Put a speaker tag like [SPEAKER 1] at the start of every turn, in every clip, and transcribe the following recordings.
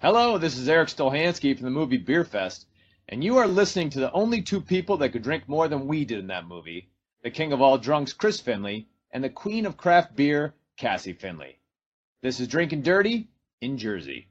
[SPEAKER 1] Hello, this is Eric Stolhansky from the movie Beer Fest, and you are listening to the only two people that could drink more than we did in that movie the king of all drunks, Chris Finley, and the queen of craft beer, Cassie Finley. This is Drinking Dirty in Jersey.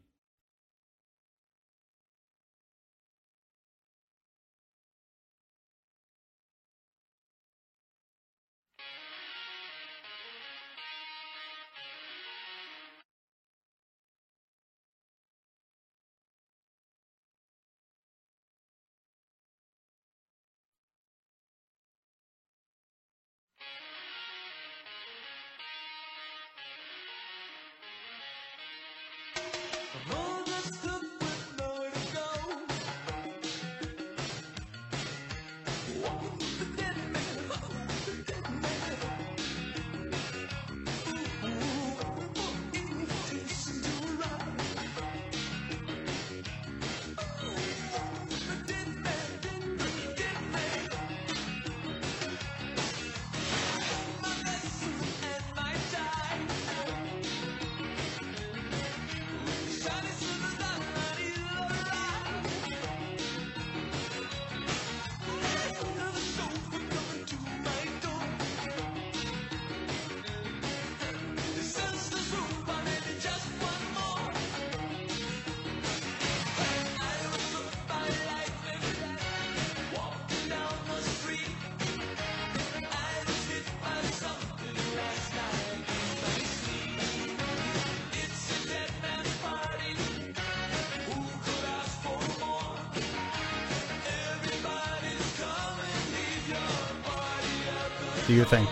[SPEAKER 2] Do your thing.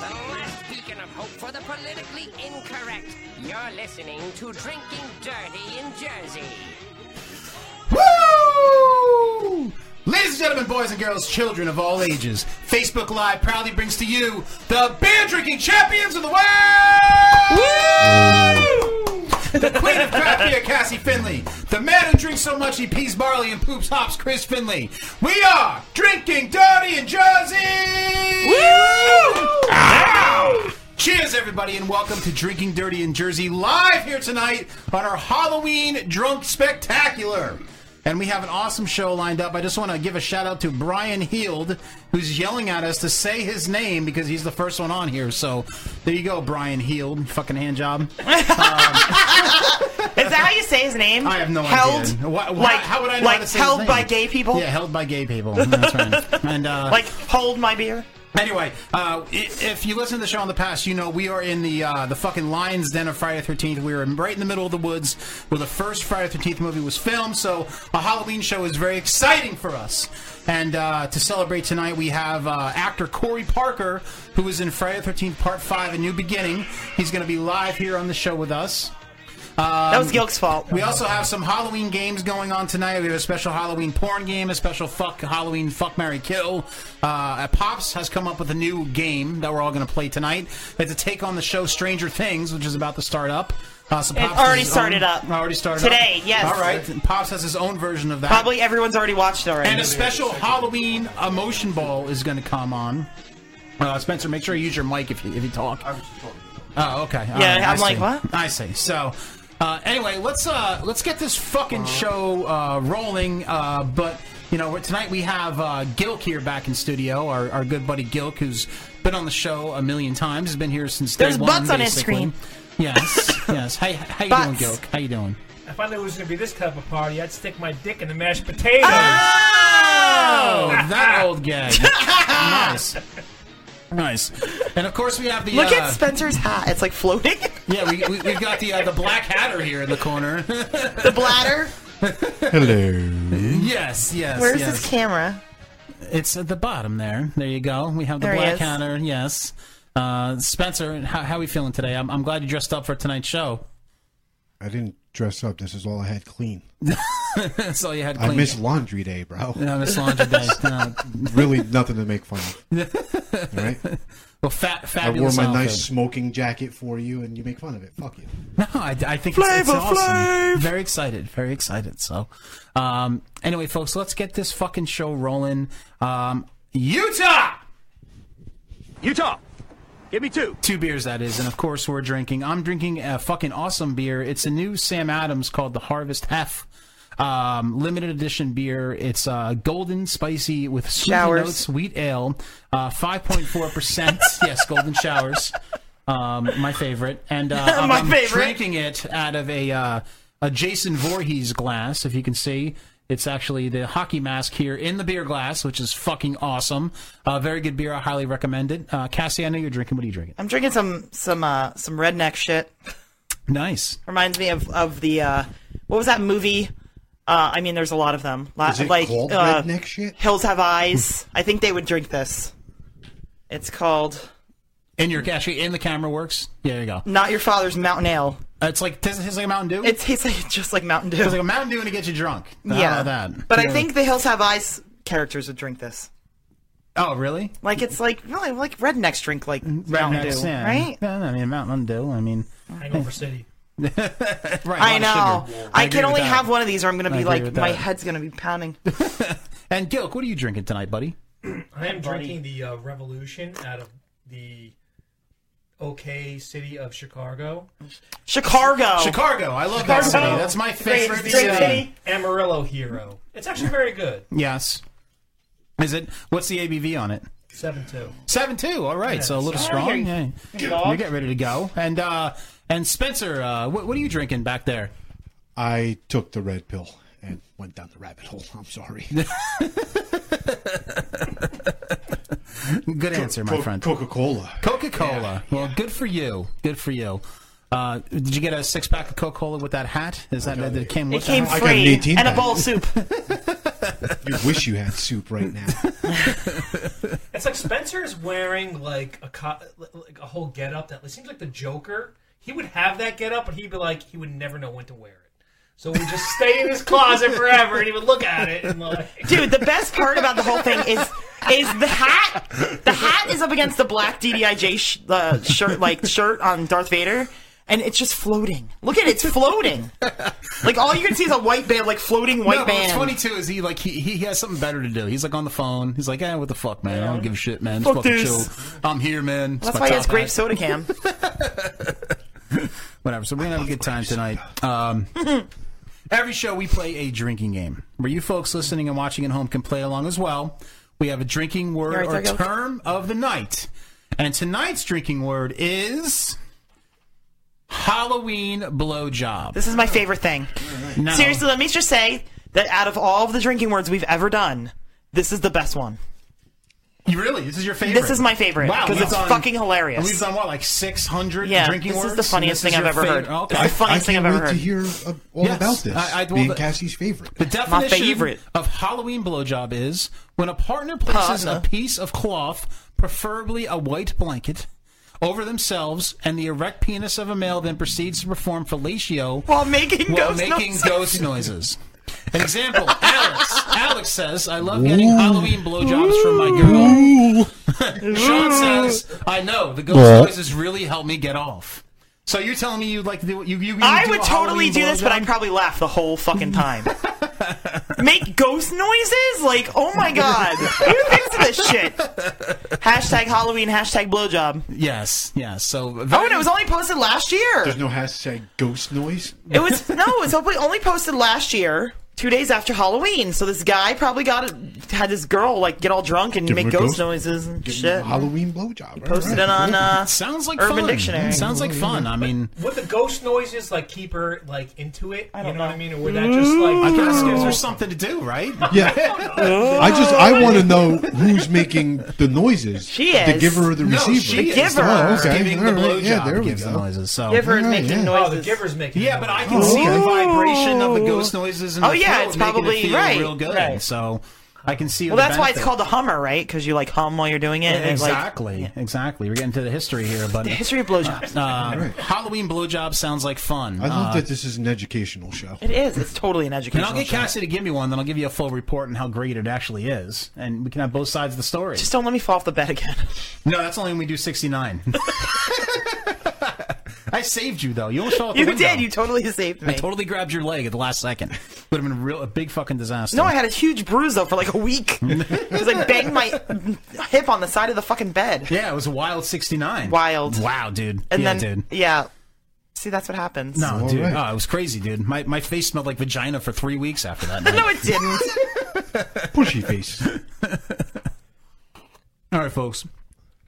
[SPEAKER 3] The last beacon of hope for the politically incorrect. You're listening to Drinking Dirty in Jersey.
[SPEAKER 2] Woo! Ladies and gentlemen, boys and girls, children of all ages, Facebook Live proudly brings to you the beer drinking champions of the world! The queen of craft beer, Cassie Finley. The man who drinks so much he pees barley and poops hops, Chris Finley. We are drinking dirty in Jersey! Ow! Cheers, everybody, and welcome to Drinking Dirty in Jersey live here tonight on our Halloween Drunk Spectacular. And we have an awesome show lined up. I just want to give a shout out to Brian Heald, who's yelling at us to say his name because he's the first one on here. So there you go, Brian Heald. Fucking hand job.
[SPEAKER 4] Is that how you say his name?
[SPEAKER 2] I have no
[SPEAKER 4] held,
[SPEAKER 2] idea. Why- why-
[SPEAKER 4] like,
[SPEAKER 2] how would I know
[SPEAKER 4] like
[SPEAKER 2] how to say his
[SPEAKER 4] held
[SPEAKER 2] name?
[SPEAKER 4] by gay people?
[SPEAKER 2] Yeah, held by gay people. That's right. And uh,
[SPEAKER 4] Like hold my beer?
[SPEAKER 2] Anyway, uh, i- if you listen to the show in the past, you know we are in the uh, the fucking lion's den of Friday Thirteenth. We are in- right in the middle of the woods where the first Friday Thirteenth movie was filmed. So a Halloween show is very exciting for us. And uh, to celebrate tonight, we have uh, actor Corey Parker, who is in Friday Thirteenth Part Five: A New Beginning. He's going to be live here on the show with us. Um,
[SPEAKER 4] that was Gilk's fault.
[SPEAKER 2] We also have some Halloween games going on tonight. We have a special Halloween porn game, a special fuck Halloween fuck Mary kill. Uh, Pops has come up with a new game that we're all going to play tonight. It's a take on the show Stranger Things, which is about to start up. Uh, so Pops has
[SPEAKER 4] already
[SPEAKER 2] his
[SPEAKER 4] started
[SPEAKER 2] own-
[SPEAKER 4] up.
[SPEAKER 2] Already started
[SPEAKER 4] Today,
[SPEAKER 2] up.
[SPEAKER 4] yes.
[SPEAKER 2] All right. Pops has his own version of that.
[SPEAKER 4] Probably everyone's already watched it already.
[SPEAKER 2] And a special Halloween emotion ball is going to come on. Uh, Spencer, make sure you use your mic if you, if you talk. Oh, okay. All
[SPEAKER 4] Yeah, I'm
[SPEAKER 2] I
[SPEAKER 4] like,
[SPEAKER 2] see.
[SPEAKER 4] what?
[SPEAKER 2] I see. So, uh, anyway, let's uh, let's get this fucking show uh, rolling. Uh, but you know, we're- tonight we have uh, Gilk here back in studio. Our, our good buddy Gilk, who's been on the show a million times, has been here since
[SPEAKER 4] There's
[SPEAKER 2] day one.
[SPEAKER 4] butts on his
[SPEAKER 2] basically.
[SPEAKER 4] screen.
[SPEAKER 2] Yes, yes. Hey, how you doing,
[SPEAKER 4] Butts.
[SPEAKER 2] Gilk? How you doing?
[SPEAKER 5] If I knew it was going to be this type of party, I'd stick my dick in the mashed potatoes.
[SPEAKER 2] Oh, that old gag. nice. Nice. And of course we have the
[SPEAKER 4] Look
[SPEAKER 2] uh,
[SPEAKER 4] at Spencer's hat. It's like floating.
[SPEAKER 2] yeah we, we we've got the uh, the black hatter here in the corner.
[SPEAKER 4] the bladder.
[SPEAKER 2] yes, yes.
[SPEAKER 4] Where's
[SPEAKER 2] yes.
[SPEAKER 4] his camera?
[SPEAKER 2] It's at the bottom there. There you go. We have the
[SPEAKER 4] There he
[SPEAKER 2] black
[SPEAKER 4] is.
[SPEAKER 2] hatter. Yes. Uh, Spencer, how how are we feeling today? I'm I'm glad you dressed up for tonight's show.
[SPEAKER 6] I didn't dress up. This is all I had clean.
[SPEAKER 2] That's all you had.
[SPEAKER 6] I
[SPEAKER 2] Clean.
[SPEAKER 6] missed laundry day, bro.
[SPEAKER 2] Uh, Miss Laundry Day. Uh,
[SPEAKER 6] really nothing to make fun of. All right.
[SPEAKER 2] Well,
[SPEAKER 6] I
[SPEAKER 2] fat,
[SPEAKER 6] wore
[SPEAKER 2] fabulous.
[SPEAKER 6] my
[SPEAKER 2] outfit.
[SPEAKER 6] nice smoking jacket for you, and you make fun of it. Fuck you.
[SPEAKER 2] No, I, I think it's, it's
[SPEAKER 4] Flavor
[SPEAKER 2] awesome.
[SPEAKER 4] Flav!
[SPEAKER 2] Very excited, very excited. So, um, anyway, folks, let's get this fucking show rolling. Um, Utah,
[SPEAKER 7] Utah, give me two.
[SPEAKER 2] two beers that is, and of course we're drinking. I'm drinking a fucking awesome beer. It's a new Sam Adams called the Harvest Hef. Um, limited edition beer. It's uh, golden, spicy with smoothie
[SPEAKER 4] Showers.
[SPEAKER 2] notes, wheat ale, uh, five point four percent. Yes, golden showers. Um, my favorite, and uh, I'm-
[SPEAKER 4] My
[SPEAKER 2] I'm
[SPEAKER 4] favorite.
[SPEAKER 2] drinking it out of a uh, a Jason Voorhees glass. If you can see, it's actually the hockey mask here in the beer glass, which is fucking awesome. Uh, very good beer. I highly recommend it. Uh, Cassie, I know you're drinking. What are you drinking?
[SPEAKER 4] I'm drinking some some uh, some redneck shit.
[SPEAKER 2] Nice.
[SPEAKER 4] Reminds me of of the uh, what was that movie? Uh, I mean, there's a lot of them. Lot,
[SPEAKER 6] Is it
[SPEAKER 4] like
[SPEAKER 6] called
[SPEAKER 4] uh,
[SPEAKER 6] redneck shit?
[SPEAKER 4] Hills Have Eyes. I think they would drink this. It's called
[SPEAKER 2] In your actually in the camera works. Yeah, there you go.
[SPEAKER 4] Not Your Father's Mountain Ale.
[SPEAKER 2] Uh, It's like tastes, tastes like a Mountain Dew.
[SPEAKER 4] It tastes like, just like Mountain Dew.
[SPEAKER 2] It's like a Mountain Dew and it gets you drunk. How
[SPEAKER 4] yeah,
[SPEAKER 2] about that.
[SPEAKER 4] but I
[SPEAKER 2] Yeah.
[SPEAKER 4] think the Hills Have Eyes characters would drink this.
[SPEAKER 2] Oh, really? Mm,
[SPEAKER 4] Like it's like really like rednecks drink like Mountain
[SPEAKER 2] Rednecks,
[SPEAKER 4] Dew,
[SPEAKER 2] yeah.
[SPEAKER 4] right?
[SPEAKER 2] Yeah, I mean Mountain Dew. I mean,
[SPEAKER 5] Hangover City.
[SPEAKER 2] right,
[SPEAKER 4] I
[SPEAKER 2] a lot
[SPEAKER 4] know.
[SPEAKER 2] of sugar.
[SPEAKER 4] I,
[SPEAKER 2] agree
[SPEAKER 4] can only
[SPEAKER 2] with that.
[SPEAKER 4] have one of these, or I'm going to be
[SPEAKER 2] agree
[SPEAKER 4] like
[SPEAKER 2] with
[SPEAKER 4] my
[SPEAKER 2] that.
[SPEAKER 4] head's going to be pounding.
[SPEAKER 2] And Gilk, what are you drinking tonight, buddy?
[SPEAKER 5] I am drinking the uh, Revolution out of the OK city of Chicago.
[SPEAKER 4] Chicago.
[SPEAKER 2] Chicago. I love that city.
[SPEAKER 4] Chicago.
[SPEAKER 2] That's my
[SPEAKER 4] Great,
[SPEAKER 2] favorite
[SPEAKER 4] great
[SPEAKER 2] city.
[SPEAKER 4] city.
[SPEAKER 5] Amarillo Hero. It's actually very good.
[SPEAKER 2] Yes. Is it? What's the ABV on it?
[SPEAKER 5] Seven two.
[SPEAKER 2] Seven two. All right, so a little strong. Yeah. You're getting ready to go. And uh, and Spencer, uh, what, what are you drinking back there?
[SPEAKER 6] I took the red pill and went down the rabbit hole. I'm sorry.
[SPEAKER 2] Good answer, my friend.
[SPEAKER 6] Coca Cola.
[SPEAKER 2] Coca Cola. Well, good for you. Good for you. Uh, did you get a six pack of Coca Cola with that hat? Is that that, that came
[SPEAKER 4] It
[SPEAKER 2] with
[SPEAKER 4] came
[SPEAKER 2] that?
[SPEAKER 6] I got an
[SPEAKER 4] free
[SPEAKER 6] 18
[SPEAKER 4] and a
[SPEAKER 6] pack.
[SPEAKER 4] bowl of soup.
[SPEAKER 6] You wish you had soup right now.
[SPEAKER 5] It's like Spencer's wearing like a co- like a whole getup that it seems like the Joker. He would have that getup, but he'd be like he would never know when to wear it. So it would just stay in his closet forever, and he would look at it and like.
[SPEAKER 4] Dude, the best part about the whole thing is is the hat. The hat is up against the black DDIJ sh- uh, shirt, like shirt on Darth Vader, and it's just floating. Look at it, it's floating. Like all you can see is a white band, like floating white
[SPEAKER 2] No, but what's
[SPEAKER 4] band.
[SPEAKER 2] funny too is he like he, he has something better to do. He's like on the phone. He's like, eh, what the fuck, man? I don't give a shit, man. It's
[SPEAKER 4] Fuck
[SPEAKER 2] fucking
[SPEAKER 4] this.
[SPEAKER 2] chill. I'm here, man. It's
[SPEAKER 4] That's
[SPEAKER 2] my
[SPEAKER 4] why he
[SPEAKER 2] top
[SPEAKER 4] has grape
[SPEAKER 2] hat.
[SPEAKER 4] soda cam.
[SPEAKER 2] Whatever. So we're gonna have a good time tonight. Um, every show we play a drinking game where you folks listening and watching at home can play along as well. We have a drinking word
[SPEAKER 4] Right,
[SPEAKER 2] or
[SPEAKER 4] there you go.
[SPEAKER 2] term of the night, and tonight's drinking word is Halloween blowjob.
[SPEAKER 4] This is my favorite thing.
[SPEAKER 2] Now-
[SPEAKER 4] Seriously, let me just say that out of all of the drinking words we've ever done, this is the best one.
[SPEAKER 2] You really? This is your favorite?
[SPEAKER 4] This is my favorite, 'cause
[SPEAKER 2] we've
[SPEAKER 4] it's fucking hilarious.
[SPEAKER 2] and We've done what, like six hundred
[SPEAKER 4] Yeah,
[SPEAKER 2] drinking
[SPEAKER 4] this is
[SPEAKER 2] words.
[SPEAKER 4] the funniest
[SPEAKER 2] And this
[SPEAKER 4] thing I've
[SPEAKER 2] is your
[SPEAKER 4] ever heard.
[SPEAKER 2] favorite- Okay.
[SPEAKER 4] It's the funniest
[SPEAKER 6] I
[SPEAKER 4] thing I've
[SPEAKER 6] can't
[SPEAKER 4] ever
[SPEAKER 6] wait
[SPEAKER 4] heard.
[SPEAKER 6] to hear uh, all
[SPEAKER 2] Yes.
[SPEAKER 6] about this.
[SPEAKER 2] I- I- well,
[SPEAKER 6] being
[SPEAKER 2] the-
[SPEAKER 6] Cassie's favorite.
[SPEAKER 2] The definition
[SPEAKER 4] favorite.
[SPEAKER 2] of Halloween blowjob is when a partner places
[SPEAKER 4] Partner.
[SPEAKER 2] a piece of cloth, preferably a white blanket, over themselves and the erect penis of a male, then proceeds to perform fellatio
[SPEAKER 4] While making
[SPEAKER 2] while
[SPEAKER 4] ghost
[SPEAKER 2] making
[SPEAKER 4] noises.
[SPEAKER 2] ghost noises. An example, Alex. Alex says, I love getting Halloween blowjobs from my girl. Sean says, I know, the ghost noises really help me get off. So you're telling me you'd like to do you, you, you
[SPEAKER 4] I
[SPEAKER 2] do
[SPEAKER 4] would
[SPEAKER 2] a
[SPEAKER 4] totally
[SPEAKER 2] Halloween
[SPEAKER 4] do this, but
[SPEAKER 2] blowjob?
[SPEAKER 4] I'd probably laugh the whole fucking time. Make ghost noises? Like, oh my god. Who thinks of this shit? Hashtag Halloween, hashtag blowjob.
[SPEAKER 2] Yes, yes. So
[SPEAKER 4] Oh, and it was only posted last year.
[SPEAKER 6] There's no hashtag ghost noise.
[SPEAKER 4] It was, no, it was only- only posted last year. Two days after Halloween, so this guy probably got a, had this girl like get all drunk and
[SPEAKER 6] Give
[SPEAKER 4] make
[SPEAKER 6] her a
[SPEAKER 4] ghost,
[SPEAKER 6] ghost-
[SPEAKER 4] noises and
[SPEAKER 6] Give
[SPEAKER 4] shit.
[SPEAKER 6] them a Halloween blowjob. Right?
[SPEAKER 4] Posted it on uh,
[SPEAKER 2] Sounds like
[SPEAKER 4] Urban
[SPEAKER 2] fun.
[SPEAKER 4] Dictionary.
[SPEAKER 2] Sounds like fun. I mean,
[SPEAKER 5] Would the ghost noises like keep her like into it? you
[SPEAKER 4] don't
[SPEAKER 5] know,
[SPEAKER 4] know.
[SPEAKER 5] what I mean? Or would that just like
[SPEAKER 2] I guess gives her something to do, right?
[SPEAKER 6] Yeah.
[SPEAKER 4] Oh,
[SPEAKER 6] I just I want to know who's making the noises.
[SPEAKER 4] She
[SPEAKER 6] The
[SPEAKER 4] is.
[SPEAKER 6] giver or the
[SPEAKER 2] No,
[SPEAKER 6] receiver.
[SPEAKER 2] she is.
[SPEAKER 4] giver.
[SPEAKER 6] Oh, okay.
[SPEAKER 2] Giving the
[SPEAKER 6] All right.
[SPEAKER 2] blowjob
[SPEAKER 6] Yeah, there we
[SPEAKER 2] gives the
[SPEAKER 6] go.
[SPEAKER 2] noises. So
[SPEAKER 4] giver is
[SPEAKER 6] Yeah,
[SPEAKER 4] making
[SPEAKER 6] yeah. Oh,
[SPEAKER 5] oh,
[SPEAKER 4] noises.
[SPEAKER 5] the giver's making.
[SPEAKER 2] yeah,
[SPEAKER 5] the
[SPEAKER 2] but
[SPEAKER 5] noise.
[SPEAKER 2] I can see the vibration of the ghost noises. In the
[SPEAKER 4] Oh, yeah,
[SPEAKER 2] throat
[SPEAKER 4] it's
[SPEAKER 2] making it
[SPEAKER 4] probably-
[SPEAKER 2] feel
[SPEAKER 4] right,
[SPEAKER 2] real good.
[SPEAKER 4] right.
[SPEAKER 2] So I can see.
[SPEAKER 4] Well, that's why it's called a Hummer, right? Because you like hum while you're doing it. and it, like-
[SPEAKER 2] exactly, exactly. We're getting to the history here, but
[SPEAKER 4] the history of blowjobs.
[SPEAKER 2] uh, Halloween blowjob sounds like fun.
[SPEAKER 6] I love
[SPEAKER 2] Uh,
[SPEAKER 6] that this is an educational show.
[SPEAKER 4] it is. It's totally an educational.
[SPEAKER 2] and I'll get
[SPEAKER 4] show.
[SPEAKER 2] Cassie to give me one, then I'll give you a full report on how great it actually is, and we can have both sides of the story.
[SPEAKER 4] Just don't let me fall off the bed again.
[SPEAKER 2] no, that's only when we do sixty nine. I saved you though. You almost fell out the
[SPEAKER 4] You
[SPEAKER 2] window.
[SPEAKER 4] did. You totally saved
[SPEAKER 2] I
[SPEAKER 4] me.
[SPEAKER 2] totally grabbed your leg at the last second. Would have been a real a big fucking disaster.
[SPEAKER 4] No, I had a huge bruise though for like a week because I banged my hip on the side of the fucking bed.
[SPEAKER 2] Yeah, it was a wild sixty nine.
[SPEAKER 4] Wild.
[SPEAKER 2] Wow, dude.
[SPEAKER 4] And
[SPEAKER 2] yeah,
[SPEAKER 4] then
[SPEAKER 2] dude.
[SPEAKER 4] yeah, see that's what happens.
[SPEAKER 2] No,
[SPEAKER 6] All
[SPEAKER 2] dude.
[SPEAKER 6] right.
[SPEAKER 2] Oh, it was crazy, dude. My my face smelled like vagina for three weeks after that. night.
[SPEAKER 4] no, it didn't.
[SPEAKER 6] Pushy face.
[SPEAKER 2] All right, folks.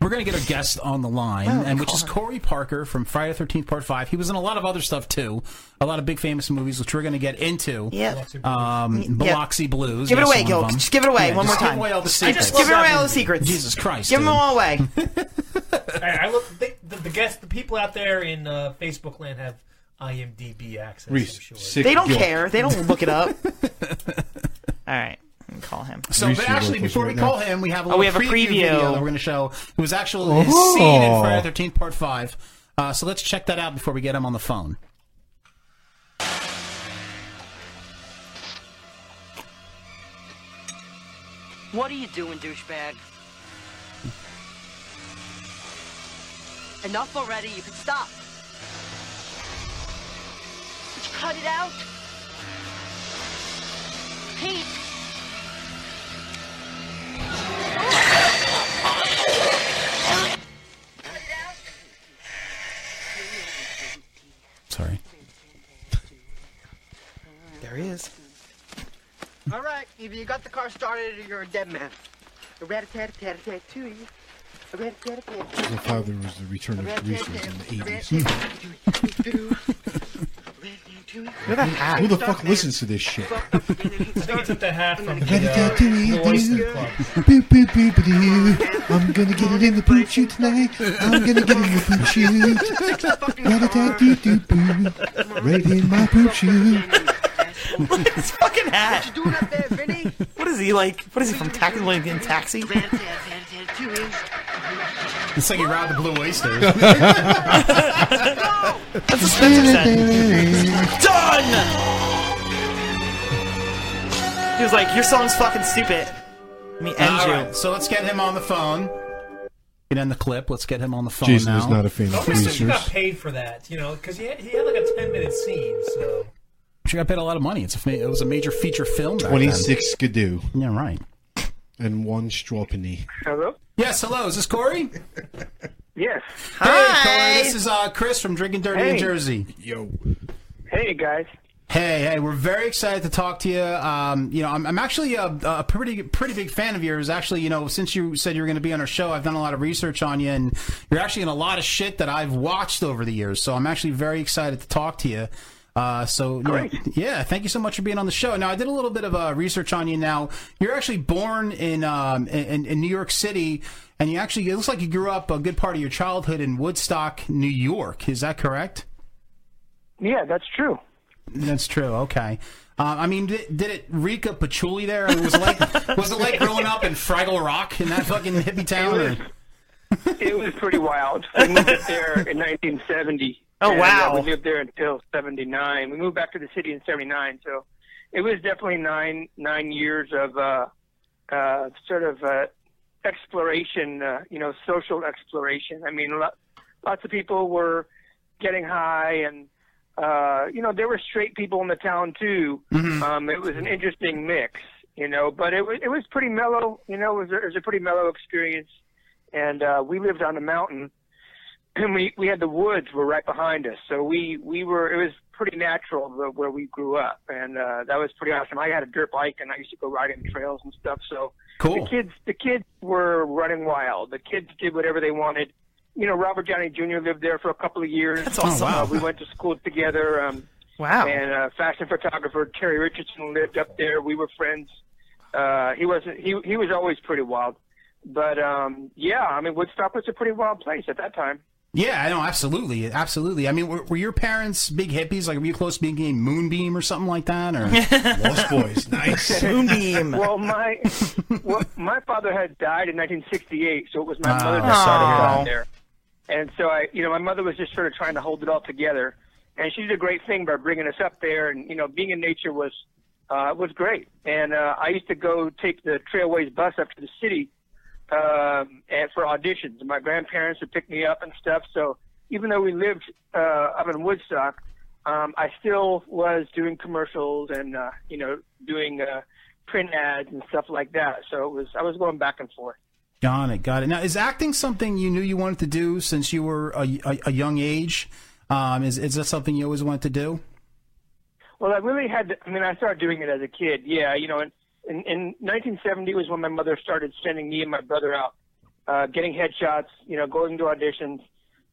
[SPEAKER 2] We're going to get a guest on the line,
[SPEAKER 4] Oh,
[SPEAKER 2] and which is
[SPEAKER 4] God.
[SPEAKER 2] Corey Parker from Friday the 13th, Part 5. He was in a lot of other stuff, too. A lot of big famous movies, which we're going to get into.
[SPEAKER 4] yeah.
[SPEAKER 2] Um,
[SPEAKER 4] Yeah.
[SPEAKER 2] Biloxi Blues.
[SPEAKER 4] Give it
[SPEAKER 2] that's
[SPEAKER 4] away,
[SPEAKER 2] one
[SPEAKER 4] Gil.
[SPEAKER 2] of 'em.
[SPEAKER 4] Just give it away
[SPEAKER 2] Yeah,
[SPEAKER 4] one
[SPEAKER 2] just
[SPEAKER 4] more
[SPEAKER 2] Give
[SPEAKER 4] time.
[SPEAKER 2] away all the
[SPEAKER 5] I
[SPEAKER 2] secrets.
[SPEAKER 5] just
[SPEAKER 4] Give
[SPEAKER 5] love
[SPEAKER 4] away
[SPEAKER 5] that
[SPEAKER 4] all the
[SPEAKER 5] movie.
[SPEAKER 4] secrets.
[SPEAKER 2] Jesus Christ.
[SPEAKER 4] Give them
[SPEAKER 2] dude.
[SPEAKER 4] all away.
[SPEAKER 5] I, I love they, the, the guests, the people out there in uh, Facebook land have IMDb access.
[SPEAKER 6] Reese,
[SPEAKER 5] I'm sure.
[SPEAKER 6] sick
[SPEAKER 4] They don't
[SPEAKER 6] guilt.
[SPEAKER 4] care. They don't look it up. All right, let me call him.
[SPEAKER 2] So,
[SPEAKER 6] Reese,
[SPEAKER 2] but
[SPEAKER 6] you're
[SPEAKER 2] actually,
[SPEAKER 6] vocals
[SPEAKER 2] before we
[SPEAKER 6] right
[SPEAKER 2] call
[SPEAKER 6] now.
[SPEAKER 2] him, we have a
[SPEAKER 4] Oh,
[SPEAKER 2] little
[SPEAKER 4] we have a
[SPEAKER 2] preview,
[SPEAKER 4] preview.
[SPEAKER 2] video that we're going to show. It was actually his scene
[SPEAKER 6] Oh.
[SPEAKER 2] in Friday the 13th, Part 5. Uh, so let's check that out before we get him on the phone.
[SPEAKER 8] What are you doing, douchebag? Enough already. You can stop. Would you cut it out? Pete! Cut it out.
[SPEAKER 2] Sorry.
[SPEAKER 4] There he is.
[SPEAKER 8] All right, either you got the car started or you're a dead man. Rat-a-tat-tat-tat-tootie. Rat-a-tat-tat-tat-tootie.
[SPEAKER 6] The father was the return of Reese was in the 80s.
[SPEAKER 4] Look at that hat.
[SPEAKER 6] Who the fuck listens to this shit?
[SPEAKER 5] I think I took that hat from the, uh, the Oyster Club.
[SPEAKER 6] I'm gonna get it in the poop shoot tonight. I'm gonna get it in the poop shoot. Ra-da-da-doo-doo-boo. Right in my poop shoot.
[SPEAKER 4] Look at his fucking hat.
[SPEAKER 8] Doing up there, Vinny?
[SPEAKER 4] What is he like? What is he from Taxi? Lincoln Taxi?
[SPEAKER 8] Rat-a-tat-tat-tat-tootie.
[SPEAKER 2] It's like he robbed the Blue Oyster.
[SPEAKER 4] That's a Spencer scent. Done. He was like, "Your song's fucking stupid." Let me end
[SPEAKER 2] All
[SPEAKER 4] you.
[SPEAKER 2] right, so let's get him on the phone. Get in the clip. Let's get him on the phone
[SPEAKER 6] Jason
[SPEAKER 2] now.
[SPEAKER 6] is not a fan of
[SPEAKER 5] Obviously, he got
[SPEAKER 6] greasers.
[SPEAKER 5] paid for that, you know, because he had, he had like a ten minute scene. So
[SPEAKER 2] She got paid a lot of money. It's a, fa- it was a major feature film. Back
[SPEAKER 6] 26 skidoo
[SPEAKER 2] Then. Yeah, right.
[SPEAKER 6] and one straw penny.
[SPEAKER 9] Hello?
[SPEAKER 2] Yes, hello. Is this Corey?
[SPEAKER 9] Yes.
[SPEAKER 4] Hi.
[SPEAKER 2] Hey, Corey. This is uh, Chris from Drinking Dirty New
[SPEAKER 9] Hey.
[SPEAKER 2] Jersey.
[SPEAKER 6] Yo.
[SPEAKER 9] Hey, guys.
[SPEAKER 2] Hey, hey, we're very excited to talk to you. Um, you know, I'm, I'm actually a, a pretty pretty big fan of yours. Actually, you know, since you said you were going to be on our show, I've done a lot of research on you, and you're actually in a lot of shit that I've watched over the years. So I'm actually very excited to talk to you. Uh, so you know,
[SPEAKER 9] Great.
[SPEAKER 2] yeah, thank you so much for being on the show. Now I did a little bit of uh, research on you. Now you're actually born in um, in, in New York City, and you actually it looks like you grew up a good part of your childhood in Woodstock, New York. Is that correct?
[SPEAKER 9] Yeah, that's true.
[SPEAKER 2] That's true. Okay. Uh, I mean, did, did it reek of patchouli there? It was like was it like growing up in Fraggle Rock in that fucking hippie town? or-
[SPEAKER 9] It was pretty wild. We moved up there in 1970.
[SPEAKER 4] Oh,
[SPEAKER 9] and, uh,
[SPEAKER 4] wow.
[SPEAKER 9] we lived there until 79. We moved back to the city in 79, so it was definitely nine nine years of uh, uh, sort of uh, exploration, uh, you know, social exploration. I mean, lo- lots of people were getting high and uh, you know, there were straight people in the town too.
[SPEAKER 4] Mm-hmm.
[SPEAKER 9] Um, it was an interesting mix, you know, but it was it was pretty mellow. You know, it was a, it was a pretty mellow experience, and uh, we lived on a mountain, and we we had the woods were right behind us, so we we were it was pretty natural the, where we grew up, and uh, that was pretty awesome. I had a dirt bike, and I used to go riding trails and stuff. So
[SPEAKER 2] Cool.
[SPEAKER 9] the kids the kids were running wild. The kids did whatever they wanted. You know, Robert Downey Jr. lived there for a couple of years.
[SPEAKER 4] That's awesome.
[SPEAKER 2] wow.
[SPEAKER 9] Uh, we went to school together. Um,
[SPEAKER 4] Wow.
[SPEAKER 9] and uh, fashion photographer Terry Richardson lived up there. We were friends. Uh, he wasn't. He he was always pretty wild. But um, yeah, I mean Woodstock was a pretty wild place at that time.
[SPEAKER 2] Yeah, I know, absolutely, absolutely. I mean, were, were your parents big hippies? Like, were you close to being named Moonbeam or something like that? Or Lost Boys, nice.
[SPEAKER 4] Moonbeam.
[SPEAKER 9] Well, my well, my father had died in 1968, so it was my
[SPEAKER 2] Ah,
[SPEAKER 9] mother
[SPEAKER 2] I'm sorry to hear
[SPEAKER 9] that
[SPEAKER 2] that.
[SPEAKER 9] was there. And so I, you know, my mother was just sort of trying to hold it all together, and she did a great thing by bringing us up there. And you know, being in nature was uh, was great. And uh, I used to go take the Trailways bus up to the city um, and for auditions. And my grandparents would pick me up and stuff. So even though we lived uh, up in Woodstock, um, I still was doing commercials and uh, you know doing uh, print ads and stuff like that. So it was I was going back and forth.
[SPEAKER 2] Got it, got it. Now, is acting something you knew you wanted to do since you were a, a, a young age? Um, is is that something you always wanted to do?
[SPEAKER 9] Well, I really had. To, I mean, I started doing it as a kid. Yeah, you know, in, in, in 1970 was when my mother started sending me and my brother out, uh, getting headshots. You know, going to auditions.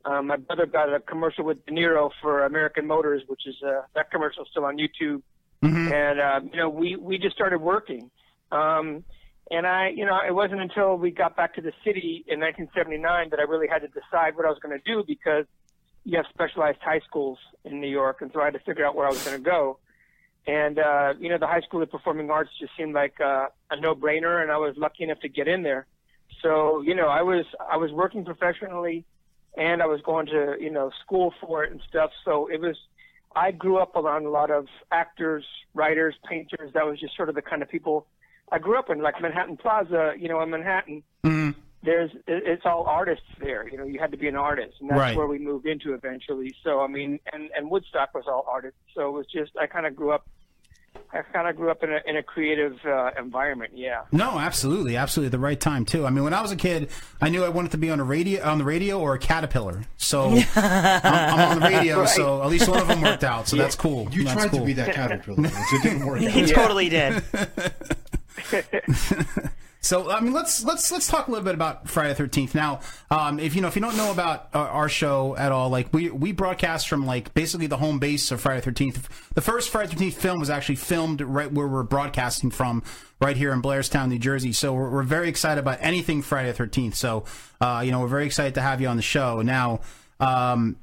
[SPEAKER 9] Um, my brother got a commercial with De Niro for American Motors, which is uh, that commercial still on YouTube. And uh, you know, we we just started working. Um, and I, you know, it wasn't until we got back to the city in 1979 that I really had to decide what I was going to do because you have specialized high schools in New York, and so I had to figure out where I was going to go. And uh, you know, the High School of Performing Arts just seemed like uh, a no-brainer, and I was lucky enough to get in there. So you know, I was I was working professionally, and I was going to you know school for it and stuff. So it was. I grew up around a lot of actors, writers, painters. That was just sort of the kind of people I grew up in, like Manhattan Plaza. You know, in Manhattan, there's it- it's all artists there. You know, you had to be an artist, and that's
[SPEAKER 2] Right.
[SPEAKER 9] where we moved into eventually. So I mean, and and Woodstock was all artists. So it was just I kind of grew up. I kind of grew up in a in a creative uh, environment. Yeah.
[SPEAKER 2] No, absolutely, absolutely, at the right time too. I mean, when I was a kid, I knew I wanted to be on a radio, on the radio, or a caterpillar. So I'm, I'm on the radio, so at least one of them worked out. So that's cool.
[SPEAKER 6] You
[SPEAKER 2] That's
[SPEAKER 6] tried
[SPEAKER 2] cool.
[SPEAKER 6] to be that caterpillar. once. It didn't work
[SPEAKER 4] He
[SPEAKER 6] out.
[SPEAKER 4] totally did.
[SPEAKER 2] So I mean, let's let's let's talk a little bit about Friday Thirteenth now. Um, if you know if you don't know about our, our show at all, like we we broadcast from like basically the home base of Friday Thirteenth. The first Friday Thirteenth film was actually filmed right where we're broadcasting from, right here in Blairstown, New Jersey. So we're, we're very excited about anything Friday Thirteenth. So uh, you know we're very excited to have you on the show now. Um,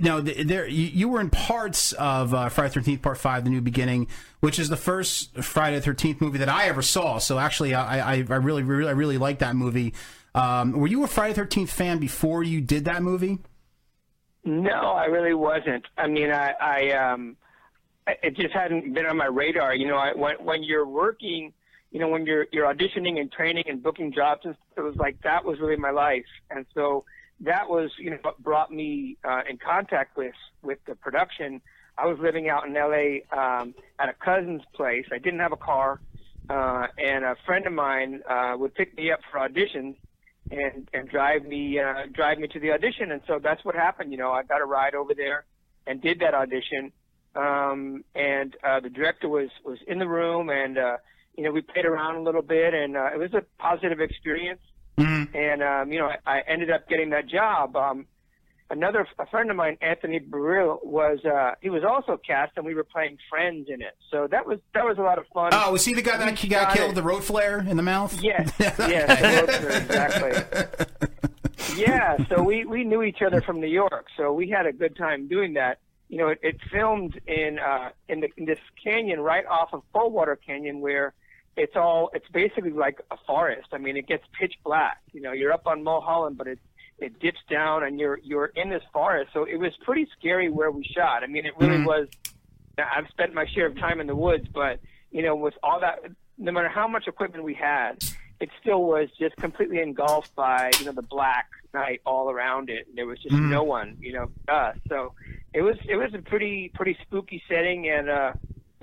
[SPEAKER 2] now, th- there you, you were in parts of uh, Friday Thirteenth Part Five: The New Beginning, which is the first Friday Thirteenth movie that I ever saw. So actually, I I, I really really I really like that movie. Um, were you a Friday Thirteenth fan before you did that movie?
[SPEAKER 9] No, I really wasn't. I mean, I, I um, I- it just hadn't been on my radar. You know, I, when when you're working, you know, when you're you're auditioning and training and booking jobs, and stuff, it was like that was really my life, and so that was you know what brought me uh, in contact with with the production. I was living out in L.A. Um, at a cousin's place. I didn't have a car, uh, and a friend of mine uh, would pick me up for auditions and and drive me uh, drive me to the audition. And so that's what happened. You know, I got a ride over there and did that audition. Um, and uh, the director was was in the room, and uh, you know we played around a little bit, and uh, it was a positive experience. And um, you know, I, I ended up getting that job. Um, another a friend of mine, Anthony Burrill, was uh, he was also cast, and we were playing friends in it. So that was that was a lot of fun.
[SPEAKER 2] Oh, was he the guy that got
[SPEAKER 9] Um, Got
[SPEAKER 2] killed
[SPEAKER 9] it.
[SPEAKER 2] with the road flare in the mouth?
[SPEAKER 9] Yes, yes, the Roadster, exactly. Yeah, so we, we knew each other from New York, so we had a good time doing that. You know, it, it filmed in uh, in, the, in this canyon right off of Coldwater Canyon, where it's all it's basically like a forest. I mean, it gets pitch black. You know, you're up on Mulholland, but it it dips down, and you're you're in this forest. So it was pretty scary where we shot. I mean, it really was. Now, I've spent my share of time in the woods, but you know, with all that, no matter how much equipment we had, it still was just completely engulfed by you know the black night all around it. There was just no one, you know, us. So it was it was a pretty pretty spooky setting, and uh,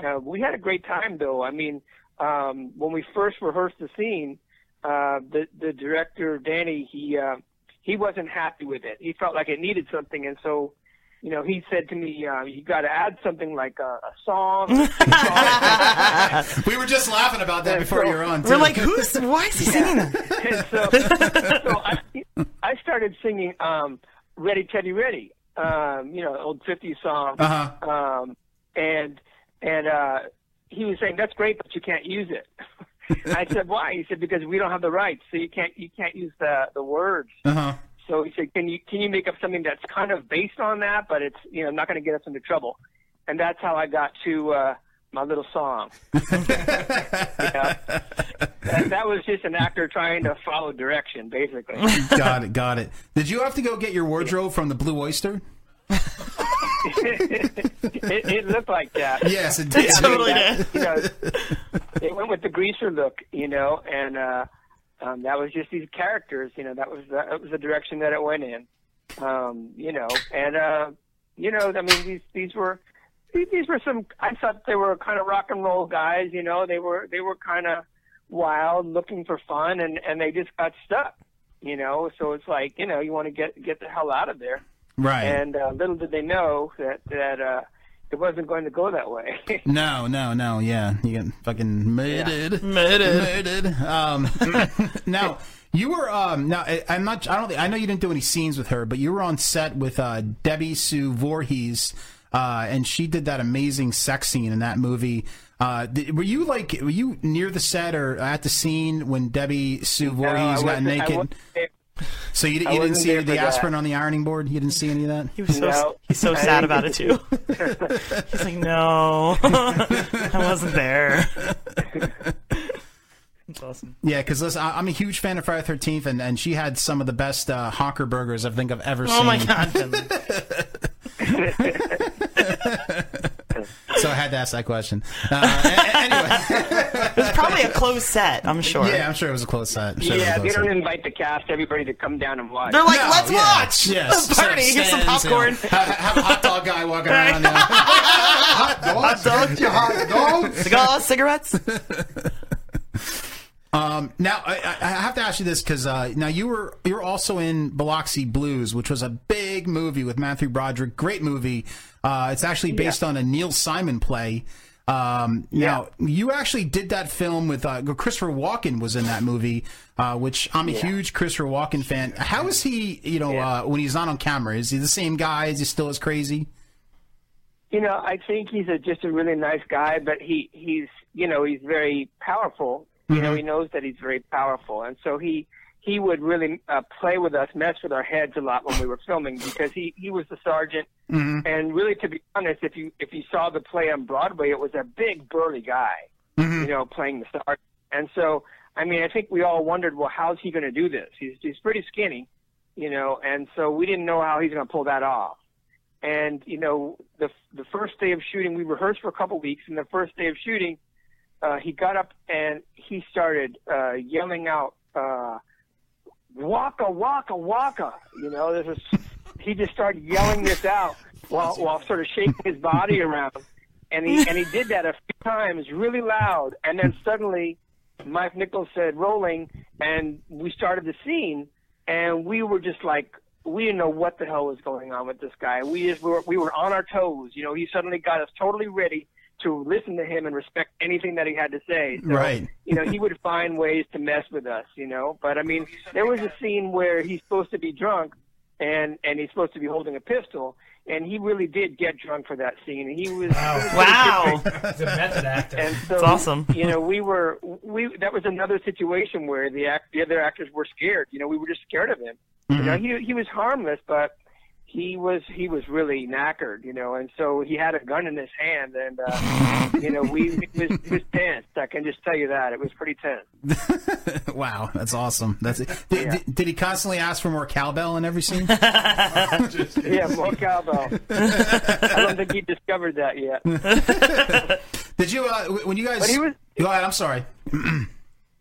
[SPEAKER 9] uh, we had a great time though. I mean, um, when we first rehearsed the scene, uh, the the director Danny he uh, he wasn't happy with it. He felt like it needed something, and so you know, he said to me, uh, "You got to add something like a, a song." or a song.
[SPEAKER 2] we were just laughing about that before
[SPEAKER 9] so-
[SPEAKER 2] you were on. Too.
[SPEAKER 4] We're like, who's? Why is he singing that?
[SPEAKER 9] and so, so I, I started singing um, "Ready Teddy Ready," um, you know, old '50s song.
[SPEAKER 2] Uh-huh.
[SPEAKER 9] Um, and and uh, he was saying, "That's great, but you can't use it." I said, "Why?" He said, "Because we don't have the rights, so you can't you can't use the the words."
[SPEAKER 2] Uh-huh.
[SPEAKER 9] So he said, "Can you can you make up something that's kind of based on that, but it's you know not going to get us into trouble?" And that's how I got to uh, my little song. Yeah. that, that was just an actor trying to follow direction, basically.
[SPEAKER 2] got it, got it. Did you have to go get your wardrobe from the Blue Oyster?
[SPEAKER 9] it, it looked like that.
[SPEAKER 2] Yes, it did.
[SPEAKER 9] I mean,
[SPEAKER 4] Totally
[SPEAKER 9] that-
[SPEAKER 4] did.
[SPEAKER 9] You know, it went with the greaser look, you know, and uh, um, that was just these characters. You know, that was the, that was the direction that it went in. Um, you know, and uh, you know, I mean, these these were these, these were some. I thought they were kind of rock and roll guys. You know, they were they were kind of wild, looking for fun, and and they just got stuck. You know, so it's like you know, you want to get get the hell out of there.
[SPEAKER 2] Right.
[SPEAKER 9] And uh, little did they know that that uh, it wasn't going to go that way.
[SPEAKER 2] No, no, no. Yeah, you get fucking murdered, murdered, murdered. Um, now you were um, now I, I'm not. I don't. think- I know you didn't do any scenes with her, but you were on set with uh, Debbie Sue Voorhees, uh, and she did that amazing sex scene in that movie. Uh, did, were you like were you near the set or at the scene when Debbie Sue Voorhees got
[SPEAKER 9] wasn't- I
[SPEAKER 2] naked?
[SPEAKER 9] wasn't there.
[SPEAKER 2] so you, di-
[SPEAKER 9] I
[SPEAKER 2] you didn't
[SPEAKER 9] wasn't
[SPEAKER 2] see
[SPEAKER 9] there
[SPEAKER 2] the
[SPEAKER 9] for that.
[SPEAKER 2] aspirin on the ironing board. You didn't see any of that.
[SPEAKER 4] He was so,
[SPEAKER 9] No.
[SPEAKER 4] he's so
[SPEAKER 9] I
[SPEAKER 4] sad
[SPEAKER 9] think-
[SPEAKER 4] about it too. he's like, no, I wasn't there. That's awesome.
[SPEAKER 2] Yeah, because listen, I, I'm a huge fan of Friday Thirteenth, and, and she had some of the best uh, honker burgers I think I've ever seen.
[SPEAKER 4] Oh my god, Finley.
[SPEAKER 2] So I had to ask that question. Uh, a- a- anyway,
[SPEAKER 4] it's probably a closed set. I'm sure.
[SPEAKER 2] yeah, I'm sure it was a close set. I'm sure it was a
[SPEAKER 9] Yeah,
[SPEAKER 2] close
[SPEAKER 9] they don't
[SPEAKER 2] set.
[SPEAKER 9] invite the cast, everybody, to come down and watch.
[SPEAKER 4] They're like,
[SPEAKER 2] No,
[SPEAKER 4] let's
[SPEAKER 2] yeah,
[SPEAKER 4] watch.
[SPEAKER 2] Yes,
[SPEAKER 4] Let's party. Get some
[SPEAKER 2] stands, you know,
[SPEAKER 4] popcorn.
[SPEAKER 2] have, have a hot dog guy walking around. You know.
[SPEAKER 6] Hot dogs, get your hot dogs.
[SPEAKER 4] Cigars, cigarettes.
[SPEAKER 2] Um, Now I, I I have to ask you this because uh, now you were you're also in Biloxi Blues, which was a big movie with Matthew Broderick. Great movie. Uh, it's actually based on a Neil Simon play. Um, Now you actually did that film with uh, Christopher Walken was in that movie, uh, which I'm a huge Christopher Walken fan. How is he? You know, uh, when he's not on camera, is he the same guy? Is he still as crazy?
[SPEAKER 9] You know, I think he's a, just a really nice guy, but he he's you know he's very powerful. You know, he knows that he's very powerful, and so he he would really uh, play with us, mess with our heads a lot when we were filming because he he was the sergeant. And really, to be honest, if you if you saw the play on Broadway, it was a big burly guy, you know, playing the sergeant. And so, I mean, I think we all wondered, well, how's he going to do this? He's he's pretty skinny, you know, and so we didn't know how he's going to pull that off. And you know, the the first day of shooting, we rehearsed for a couple weeks, and the first day of shooting, uh, he got up and he started uh, yelling out, uh, "Waka waka waka!" You know, this is he just started yelling this out while while sort of shaking his body around, and he and he did that a few times, really loud, and then suddenly. Mike Nichols said rolling, and we started the scene, and we were just like we didn't know what the hell was going on with this guy. We just we were, we were on our toes. You know, he suddenly got us totally ready to listen to him and respect anything that he had to say. So,
[SPEAKER 2] Right.
[SPEAKER 9] You know, he would find ways to mess with us. You know, but I mean, there was a scene where he's supposed to be drunk, and and he's supposed to be holding a pistol. And he really did get drunk for that scene. and He was
[SPEAKER 4] Wow.
[SPEAKER 5] He's a method actor.
[SPEAKER 9] and so,
[SPEAKER 4] That's awesome.
[SPEAKER 9] You know, we were we that was another situation where the act the other actors were scared. You know, we were just scared of him. You know, he he was harmless, but he was he was really knackered. You know, and so he had a gun in his hand, and uh, you know, we it was it was tense. I can just tell you that it was pretty tense.
[SPEAKER 2] Wow, that's awesome. That's it. Did,
[SPEAKER 9] Yeah.
[SPEAKER 2] did, did he constantly ask for more cowbell in every scene?
[SPEAKER 9] Yeah, more cowbell. I don't think he discovered that yet.
[SPEAKER 2] did you uh, w- when you guys?
[SPEAKER 9] But he was-
[SPEAKER 2] Go ahead. I'm sorry.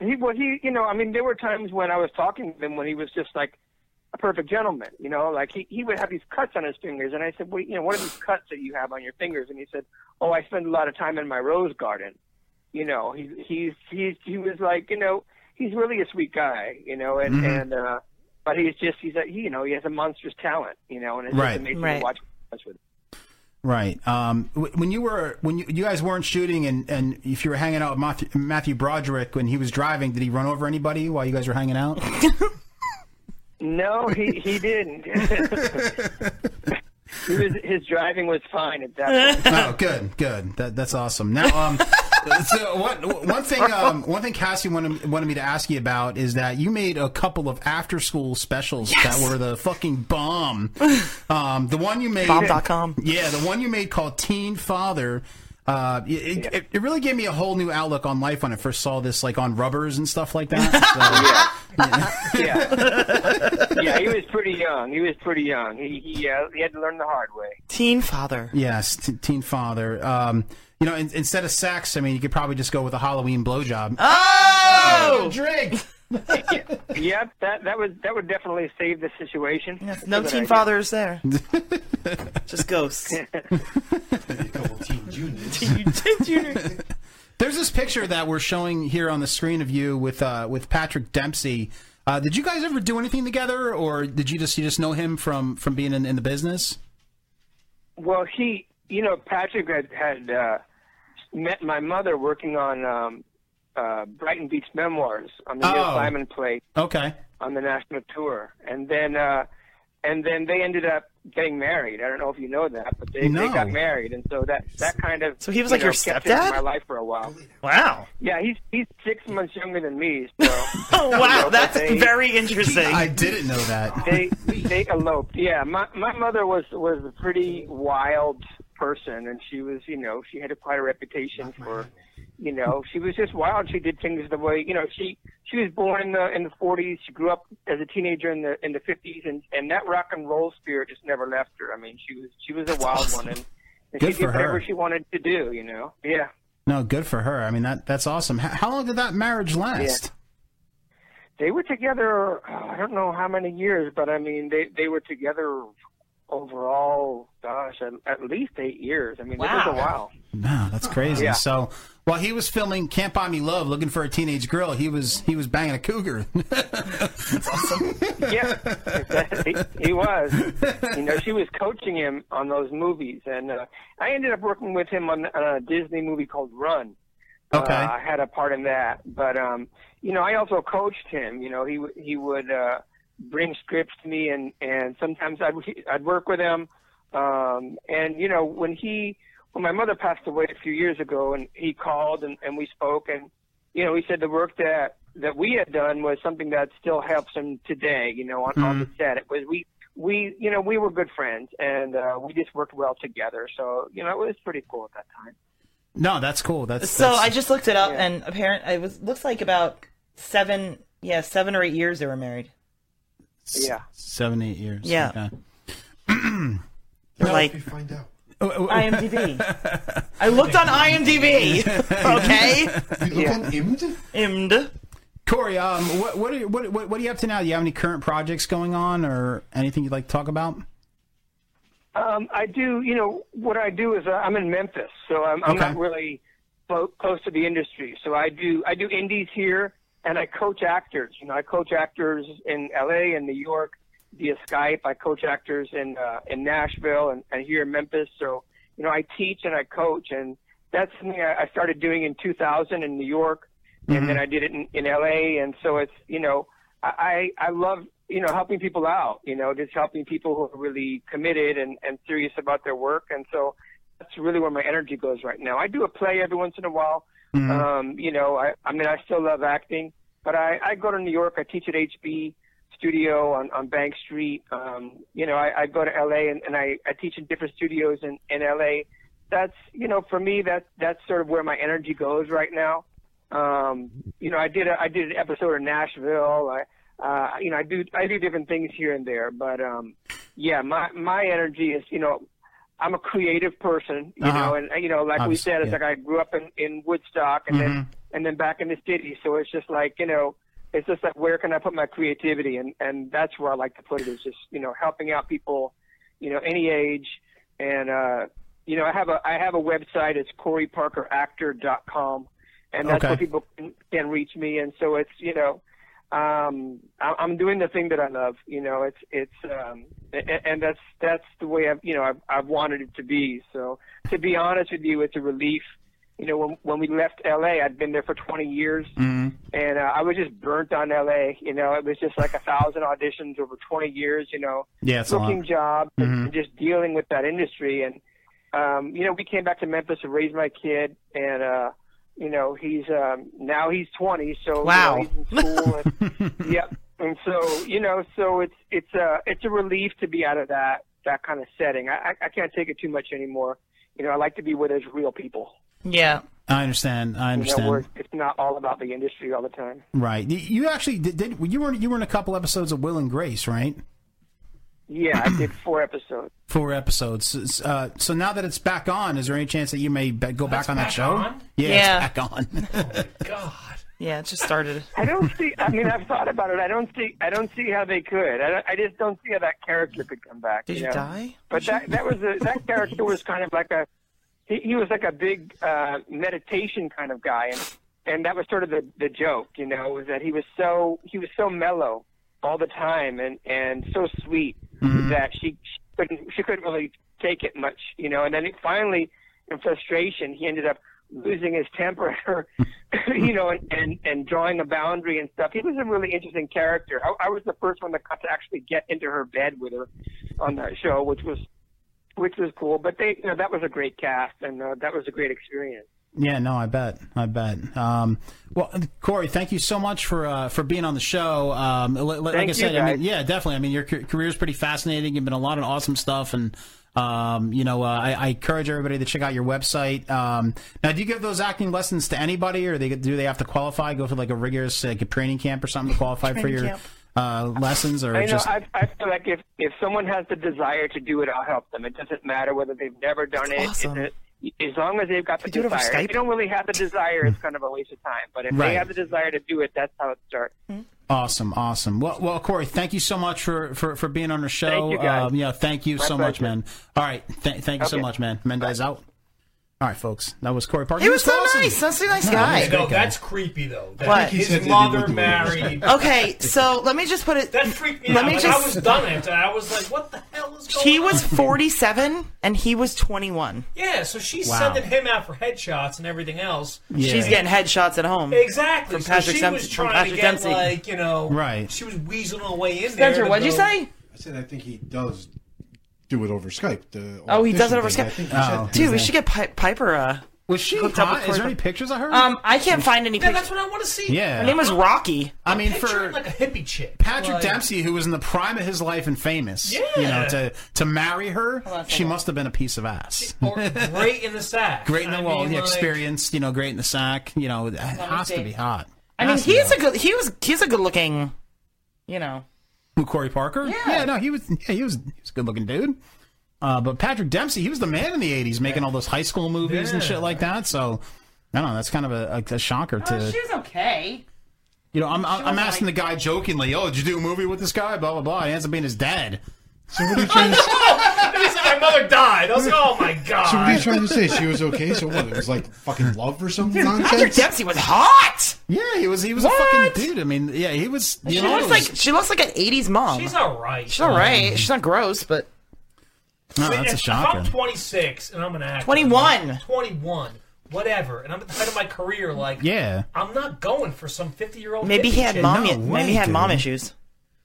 [SPEAKER 9] He well, he you know, I mean, there were times when I was talking to him when he was just like a perfect gentleman, you know, like he he would have these cuts on his fingers, and I said, well, you know, what are these cuts that you have on your fingers? And he said, oh, I spend a lot of time in my rose garden. You know, he he's he's he was like, you know, he's really a sweet guy, you know, and and uh, but he's just he's a he, you know he has a monstrous talent, you know, and it's
[SPEAKER 2] Right.
[SPEAKER 9] just amazing
[SPEAKER 4] Right.
[SPEAKER 9] to watch. watch with him.
[SPEAKER 2] Right. Um, w- when you were when you, you guys weren't shooting, and, and if you were hanging out with Matthew, Matthew Broderick when he was driving, did he run over anybody while you guys were hanging out?
[SPEAKER 9] No, he he didn't. he was, his driving was fine at that point.
[SPEAKER 2] oh, good, good. That, that's awesome. Now, um, so what, one thing, um, one thing Cassie wanted, wanted me to ask you about is that you made a couple of after school specials that were the fucking bomb. Um, the one you made,
[SPEAKER 4] Bomb.com.
[SPEAKER 2] Yeah, the one you made called Teen Father. Uh, it, it- it, it really gave me a whole new outlook on life when I first saw this, like on rubbers and stuff like that.
[SPEAKER 9] yeah, he was pretty young. He was pretty young. He he, uh, he had to learn the hard way.
[SPEAKER 4] Teen father.
[SPEAKER 2] So, yes, t- Teen Father. Um, you know, in, instead of sex, I mean, you could probably just go with a Halloween blowjob.
[SPEAKER 4] Oh!
[SPEAKER 2] Drink.
[SPEAKER 9] Yep, that that would that would definitely save the situation.
[SPEAKER 4] No
[SPEAKER 9] Good
[SPEAKER 4] teen
[SPEAKER 9] idea.
[SPEAKER 4] fathers there. Just ghosts. Teen juniors.
[SPEAKER 2] There's this picture that we're showing here on the screen of you with uh, with Patrick Dempsey. Uh, did you guys ever do anything together, or did you just you just know him from from being in, in the business?
[SPEAKER 9] Well, he, you know, Patrick had, had uh, met my mother working on um, uh, Brighton Beach Memoirs on the Neil
[SPEAKER 2] Oh.
[SPEAKER 9] Simon play
[SPEAKER 2] Okay,
[SPEAKER 9] on the national tour, and then uh, and then they ended up getting married. I don't know if you know that, but they,
[SPEAKER 2] No.
[SPEAKER 9] they got married, and so that that kind of
[SPEAKER 4] So he was
[SPEAKER 9] you
[SPEAKER 4] like your
[SPEAKER 9] know, kept it in
[SPEAKER 4] stepdad?
[SPEAKER 9] my life for a while.
[SPEAKER 4] Wow.
[SPEAKER 9] Yeah, he's he's six months younger than me, so
[SPEAKER 4] Oh, wow. That's
[SPEAKER 9] They-
[SPEAKER 4] very interesting.
[SPEAKER 2] I didn't know that.
[SPEAKER 9] they they eloped. Yeah, my my mother was was a pretty wild person, and she was you know she had a, quite a reputation for, you know she was just wild. She did things the way you know she she was born in the in the 40s. She grew up as a teenager in the in the 50s, and and that rock and roll spirit just never left her. I mean, she was she was a wild one, and, and she
[SPEAKER 2] Good
[SPEAKER 9] did
[SPEAKER 2] for her.
[SPEAKER 9] whatever she wanted to do. You know, yeah.
[SPEAKER 2] No, good for her. I mean that that's awesome. How, how long did that marriage last?
[SPEAKER 9] they were together oh, i don't know how many years but i mean they they were together overall gosh at, at least eight years i mean it was a
[SPEAKER 4] Wow.
[SPEAKER 9] while
[SPEAKER 2] Wow, that's crazy.
[SPEAKER 9] Yeah.
[SPEAKER 2] So while he was filming "Can't Buy Me Love," looking for a teenage girl, he was he was banging a cougar.
[SPEAKER 9] yeah he, he was you know she was coaching him on those movies and uh, i ended up working with him on, on a disney movie called run
[SPEAKER 2] Okay.
[SPEAKER 9] uh, I had a part in that. But um, you know, I also coached him. You know, he w- he would uh, bring scripts to me, and and sometimes I'd I'd work with him. Um, and you know, when he when my mother passed away a few years ago, and he called and, and we spoke, and you know, he said the work that that we had done was something that still helps him today. You know, on,
[SPEAKER 10] Hmm.
[SPEAKER 2] Mm-hmm.
[SPEAKER 9] on the set, it was we. We, you know, we were good friends, and uh, we just worked well together. So, you know, it was pretty cool at that time.
[SPEAKER 2] no, that's cool. That's
[SPEAKER 4] So
[SPEAKER 2] that's-
[SPEAKER 4] I just looked it up, and apparent it was looks like about seven, yeah, seven or eight years they were married.
[SPEAKER 9] Yeah.
[SPEAKER 2] seven eight years.
[SPEAKER 4] Yeah.
[SPEAKER 2] Okay.
[SPEAKER 4] Like
[SPEAKER 6] Find out.
[SPEAKER 4] Oh, IMDb. I looked on IMDb. Okay,
[SPEAKER 6] You look on IMD?
[SPEAKER 4] IMD.
[SPEAKER 2] Corey, um, what what, are, what what what are you up to now? Do you have any current projects going on, or anything you'd like to talk about?
[SPEAKER 9] Um, I do. You know what I do is uh, I'm in Memphis, so I'm, I'm
[SPEAKER 2] Okay.
[SPEAKER 9] not really clo- close to the industry. So I do I do indies here, and I coach actors. You know, I coach actors in L.A. and New York via Skype. I coach actors in uh, in Nashville and, and here in Memphis. So you know, I teach and I coach, and that's something I, I started doing in 2000 in New York,
[SPEAKER 2] Mm-hmm.
[SPEAKER 10] Mm-hmm.
[SPEAKER 9] and then I did it in, in L.A. And so it's you know I I I love you know helping people out. You know, just helping people who are really committed and and serious about their work. And so that's really where my energy goes right now. I do a play every once in a while.
[SPEAKER 2] Mm-hmm.
[SPEAKER 9] Um, you know, I I mean I still love acting, but I I go to New York. I teach at HB studio on, on Bank Street. Um, you know, I, I go to LA and, and I, I teach in different studios in, in LA. That's you know, for me that that's sort of where my energy goes right now. Um, you know, I did a, I did an episode in Nashville. I uh, you know, I do I do different things here and there, but um, yeah, my my energy is you know, I'm a creative person. You
[SPEAKER 2] Uh-huh.
[SPEAKER 9] know, and uh, you know, like
[SPEAKER 2] Obviously,
[SPEAKER 9] we said, it's
[SPEAKER 2] yeah.
[SPEAKER 9] like I grew up in, in Woodstock and
[SPEAKER 2] Mm-hmm.
[SPEAKER 9] then and then back in the city. So it's just like you know, it's just like where can I put my creativity, and and that's where I like to put it is just you know helping out people, you know, any age, and uh, you know I have a I have a website. It's CoreyParkerActor.com, and that's
[SPEAKER 2] Okay.
[SPEAKER 9] where people can, can reach me. And so it's you know. Um, I- I'm doing the thing that I love, you know, it's, it's, um, a- and that's, that's the way I've, you know, I've, I've wanted it to be. So to be honest with you, it's a relief you know, when when we left LA, I'd been there for 20 years,
[SPEAKER 11] Mm-hmm.
[SPEAKER 9] and uh, I was just burnt on LA. You know, it was just like a thousand auditions over 20 years. You know,
[SPEAKER 2] Yeah, it's a lot. Mm-hmm.
[SPEAKER 9] looking jobs and just dealing with that industry. And um, you know, we came back to Memphis to raise my kid, and uh, you know, he's um, now he's 20, so you know,
[SPEAKER 4] Wow.
[SPEAKER 9] he's in school. And, yep. And so you know, so it's it's a it's a relief to be out of that that kind of setting. I I- I can't take it too much anymore. You know, I like to be where there's real people.
[SPEAKER 4] Yeah.
[SPEAKER 2] I understand. I
[SPEAKER 9] You know,
[SPEAKER 2] understand.
[SPEAKER 9] where it's not all about the industry all the time.
[SPEAKER 2] Right. You- You actually did, did. You were you were in a couple episodes of Will and Grace, right?
[SPEAKER 9] Yeah, I did four episodes.
[SPEAKER 2] Four episodes. Uh, so now that it's back on, is there any chance that you may be- go back on that
[SPEAKER 5] back
[SPEAKER 2] show?
[SPEAKER 5] on?
[SPEAKER 2] Yeah,
[SPEAKER 4] Yeah.
[SPEAKER 2] it's back on.
[SPEAKER 5] God.
[SPEAKER 4] Yeah, it just started.
[SPEAKER 9] I don't see. I mean, I've thought about it. I don't see. I don't see how they could. I, don't- I just don't see how that character could come back.
[SPEAKER 4] Did you
[SPEAKER 9] know?
[SPEAKER 4] die?
[SPEAKER 9] But that that was a, that character was kind of like a he, he was like a big uh, meditation kind of guy, and and that was sort of the the joke, you know, was that he was so he was so mellow all the time and and so sweet
[SPEAKER 4] Mm-hmm.
[SPEAKER 10] Mm-hmm.
[SPEAKER 9] that she, she couldn't she couldn't really take it much, you know, and then it finally in frustration he ended up losing his temper you know and, and and drawing a boundary and stuff he was a really interesting character I, I was the first one to, to actually get into her bed with her on that show which was which was cool. But they, you know, that was a great cast, and uh, that was a great experience.
[SPEAKER 2] Yeah, no, I bet, I bet. Um, well, Corey, thank you so much for uh, for being on the show. Um, li- li- like
[SPEAKER 9] Thank
[SPEAKER 2] I
[SPEAKER 9] you,
[SPEAKER 2] said, I mean,
[SPEAKER 9] guys.
[SPEAKER 2] yeah, definitely. I mean, your ca- career is pretty fascinating. You've been a lot of awesome stuff, and um, you know, uh, I, I encourage everybody to check out your website. Um, now, do you give those acting lessons to anybody, or they do they have to qualify, go for like a rigorous like a training camp or something to qualify for
[SPEAKER 4] Training
[SPEAKER 2] your
[SPEAKER 4] camp.
[SPEAKER 2] uh, lessons, or
[SPEAKER 9] I know.
[SPEAKER 2] just
[SPEAKER 9] I, I feel like if if someone has the desire to do it, I'll help them. It doesn't matter whether they've never done it.
[SPEAKER 4] awesome.
[SPEAKER 9] It- As long as they've got the
[SPEAKER 4] Can we do it over
[SPEAKER 9] desire. If
[SPEAKER 4] Skype?
[SPEAKER 9] you don't really have the desire, it's kind of a waste of time. But if
[SPEAKER 2] Right.
[SPEAKER 9] they have the desire to do it, that's how it starts.
[SPEAKER 2] awesome, awesome. Well, well, Corey, thank you so much for for, for being on the show.
[SPEAKER 9] Thank you, guys.
[SPEAKER 2] Um, yeah, thank you
[SPEAKER 9] My
[SPEAKER 2] so much,
[SPEAKER 9] pleasure.
[SPEAKER 2] man. All right, th- thank you so
[SPEAKER 9] Okay.
[SPEAKER 2] much, man. Mendez out. All right, folks, that was Corey Parker.
[SPEAKER 4] He was so
[SPEAKER 2] awesome.
[SPEAKER 4] nice. That's a nice
[SPEAKER 2] he's
[SPEAKER 4] guy.
[SPEAKER 5] No,
[SPEAKER 2] Great guy.
[SPEAKER 5] that's creepy though. That
[SPEAKER 4] What?
[SPEAKER 6] said
[SPEAKER 5] His
[SPEAKER 6] that he
[SPEAKER 5] mother
[SPEAKER 6] would do it.
[SPEAKER 5] married.
[SPEAKER 4] Okay, so let me just put it.
[SPEAKER 5] That freaked me
[SPEAKER 4] Let
[SPEAKER 5] out.
[SPEAKER 4] me
[SPEAKER 5] Like, I
[SPEAKER 4] just-
[SPEAKER 5] was done after. that. I was like, what the hell is going
[SPEAKER 4] She
[SPEAKER 5] on?
[SPEAKER 4] was 47 and he was 21.
[SPEAKER 5] Yeah, so she's
[SPEAKER 2] Wow.
[SPEAKER 5] sending him out for headshots and everything else.
[SPEAKER 4] She's getting headshots at home.
[SPEAKER 5] Exactly.
[SPEAKER 4] From
[SPEAKER 5] so
[SPEAKER 4] Patrick
[SPEAKER 5] she
[SPEAKER 4] Dempsey-
[SPEAKER 5] was
[SPEAKER 4] from
[SPEAKER 5] trying
[SPEAKER 4] Patrick
[SPEAKER 5] to get
[SPEAKER 4] Dempsey.
[SPEAKER 5] like you know,
[SPEAKER 2] Right.
[SPEAKER 5] She was weaseling her way in there.
[SPEAKER 4] Spencer,
[SPEAKER 5] to
[SPEAKER 4] what'd you
[SPEAKER 5] go-
[SPEAKER 4] say?
[SPEAKER 6] I said I think he does do it over Skype. The
[SPEAKER 4] Oh, he does it over
[SPEAKER 6] audition
[SPEAKER 4] Skype.
[SPEAKER 6] thing. I think he
[SPEAKER 2] Oh.
[SPEAKER 6] said-
[SPEAKER 4] Dude, we should get Pi- Piper. Uh,
[SPEAKER 2] Was she
[SPEAKER 4] Hooked up with
[SPEAKER 2] hot? Is
[SPEAKER 4] Corey
[SPEAKER 2] there any
[SPEAKER 4] Parker.
[SPEAKER 2] pictures of her?
[SPEAKER 4] um, I can't find any
[SPEAKER 5] Yeah,
[SPEAKER 4] pictures.
[SPEAKER 5] that's what I want to see.
[SPEAKER 2] yeah.
[SPEAKER 4] Her name was Rocky.
[SPEAKER 2] I mean,
[SPEAKER 5] Picture
[SPEAKER 2] for
[SPEAKER 5] it like a hippie chick.
[SPEAKER 2] Patrick
[SPEAKER 5] Like,
[SPEAKER 2] Dempsey, who was in the prime of his life and famous,
[SPEAKER 5] Yeah.
[SPEAKER 2] you know, to to marry her,
[SPEAKER 4] Hold on a
[SPEAKER 2] she
[SPEAKER 4] second.
[SPEAKER 2] must have been a piece of ass.
[SPEAKER 5] Or great in the sack.
[SPEAKER 2] Great in the
[SPEAKER 5] I
[SPEAKER 2] wall,
[SPEAKER 5] mean,
[SPEAKER 2] yeah,
[SPEAKER 5] like,
[SPEAKER 2] experienced, you know, great in the sack, you know, it has to
[SPEAKER 4] see.
[SPEAKER 2] be hot.
[SPEAKER 4] I mean,
[SPEAKER 2] Has to be
[SPEAKER 4] he's
[SPEAKER 2] hot.
[SPEAKER 4] a good. He was. He's a good looking. You know.
[SPEAKER 2] Who, Corey Parker. Yeah. no, he was yeah, he was he was a good looking dude. Uh, but Patrick Dempsey, he was the man in the '80s, making all those high school movies and shit like that. So, I don't know. That's kind of a, a, a shocker
[SPEAKER 5] Uh,
[SPEAKER 2] to
[SPEAKER 4] Oh, was okay.
[SPEAKER 2] you know. I'm I'm, I'm
[SPEAKER 4] was
[SPEAKER 2] asking
[SPEAKER 4] like-
[SPEAKER 2] the guy jokingly, "Oh, did you do a movie with this guy?" Blah blah blah. He ends up being his dad.
[SPEAKER 6] So what are you trying to say?
[SPEAKER 5] He said, My mother died. I was like, oh my
[SPEAKER 6] So what are you
[SPEAKER 5] god.
[SPEAKER 6] trying to say? She was okay. So what? It was like fucking love or something
[SPEAKER 4] Patrick
[SPEAKER 6] nonsense.
[SPEAKER 4] Dempsey was hot.
[SPEAKER 2] Yeah, he was he was a
[SPEAKER 4] What?
[SPEAKER 2] fucking dude. I mean, yeah, he was. You
[SPEAKER 4] She
[SPEAKER 2] know,
[SPEAKER 4] looks
[SPEAKER 2] it
[SPEAKER 4] like
[SPEAKER 2] was-
[SPEAKER 4] she looks like an '80s mom.
[SPEAKER 5] She's
[SPEAKER 4] She's
[SPEAKER 5] all right.
[SPEAKER 4] all right.
[SPEAKER 2] Um,
[SPEAKER 4] She's not gross, but
[SPEAKER 2] no, that's a
[SPEAKER 5] if
[SPEAKER 2] shocker.
[SPEAKER 5] I'm 26 and I'm an actor.
[SPEAKER 4] 21.
[SPEAKER 5] 21. Whatever. And I'm at the height of my career. Like,
[SPEAKER 2] Yeah,
[SPEAKER 5] I'm not going for some 50 year old.
[SPEAKER 4] maybe he had mom.
[SPEAKER 2] no way,
[SPEAKER 4] maybe he had mom
[SPEAKER 2] dude.
[SPEAKER 4] issues.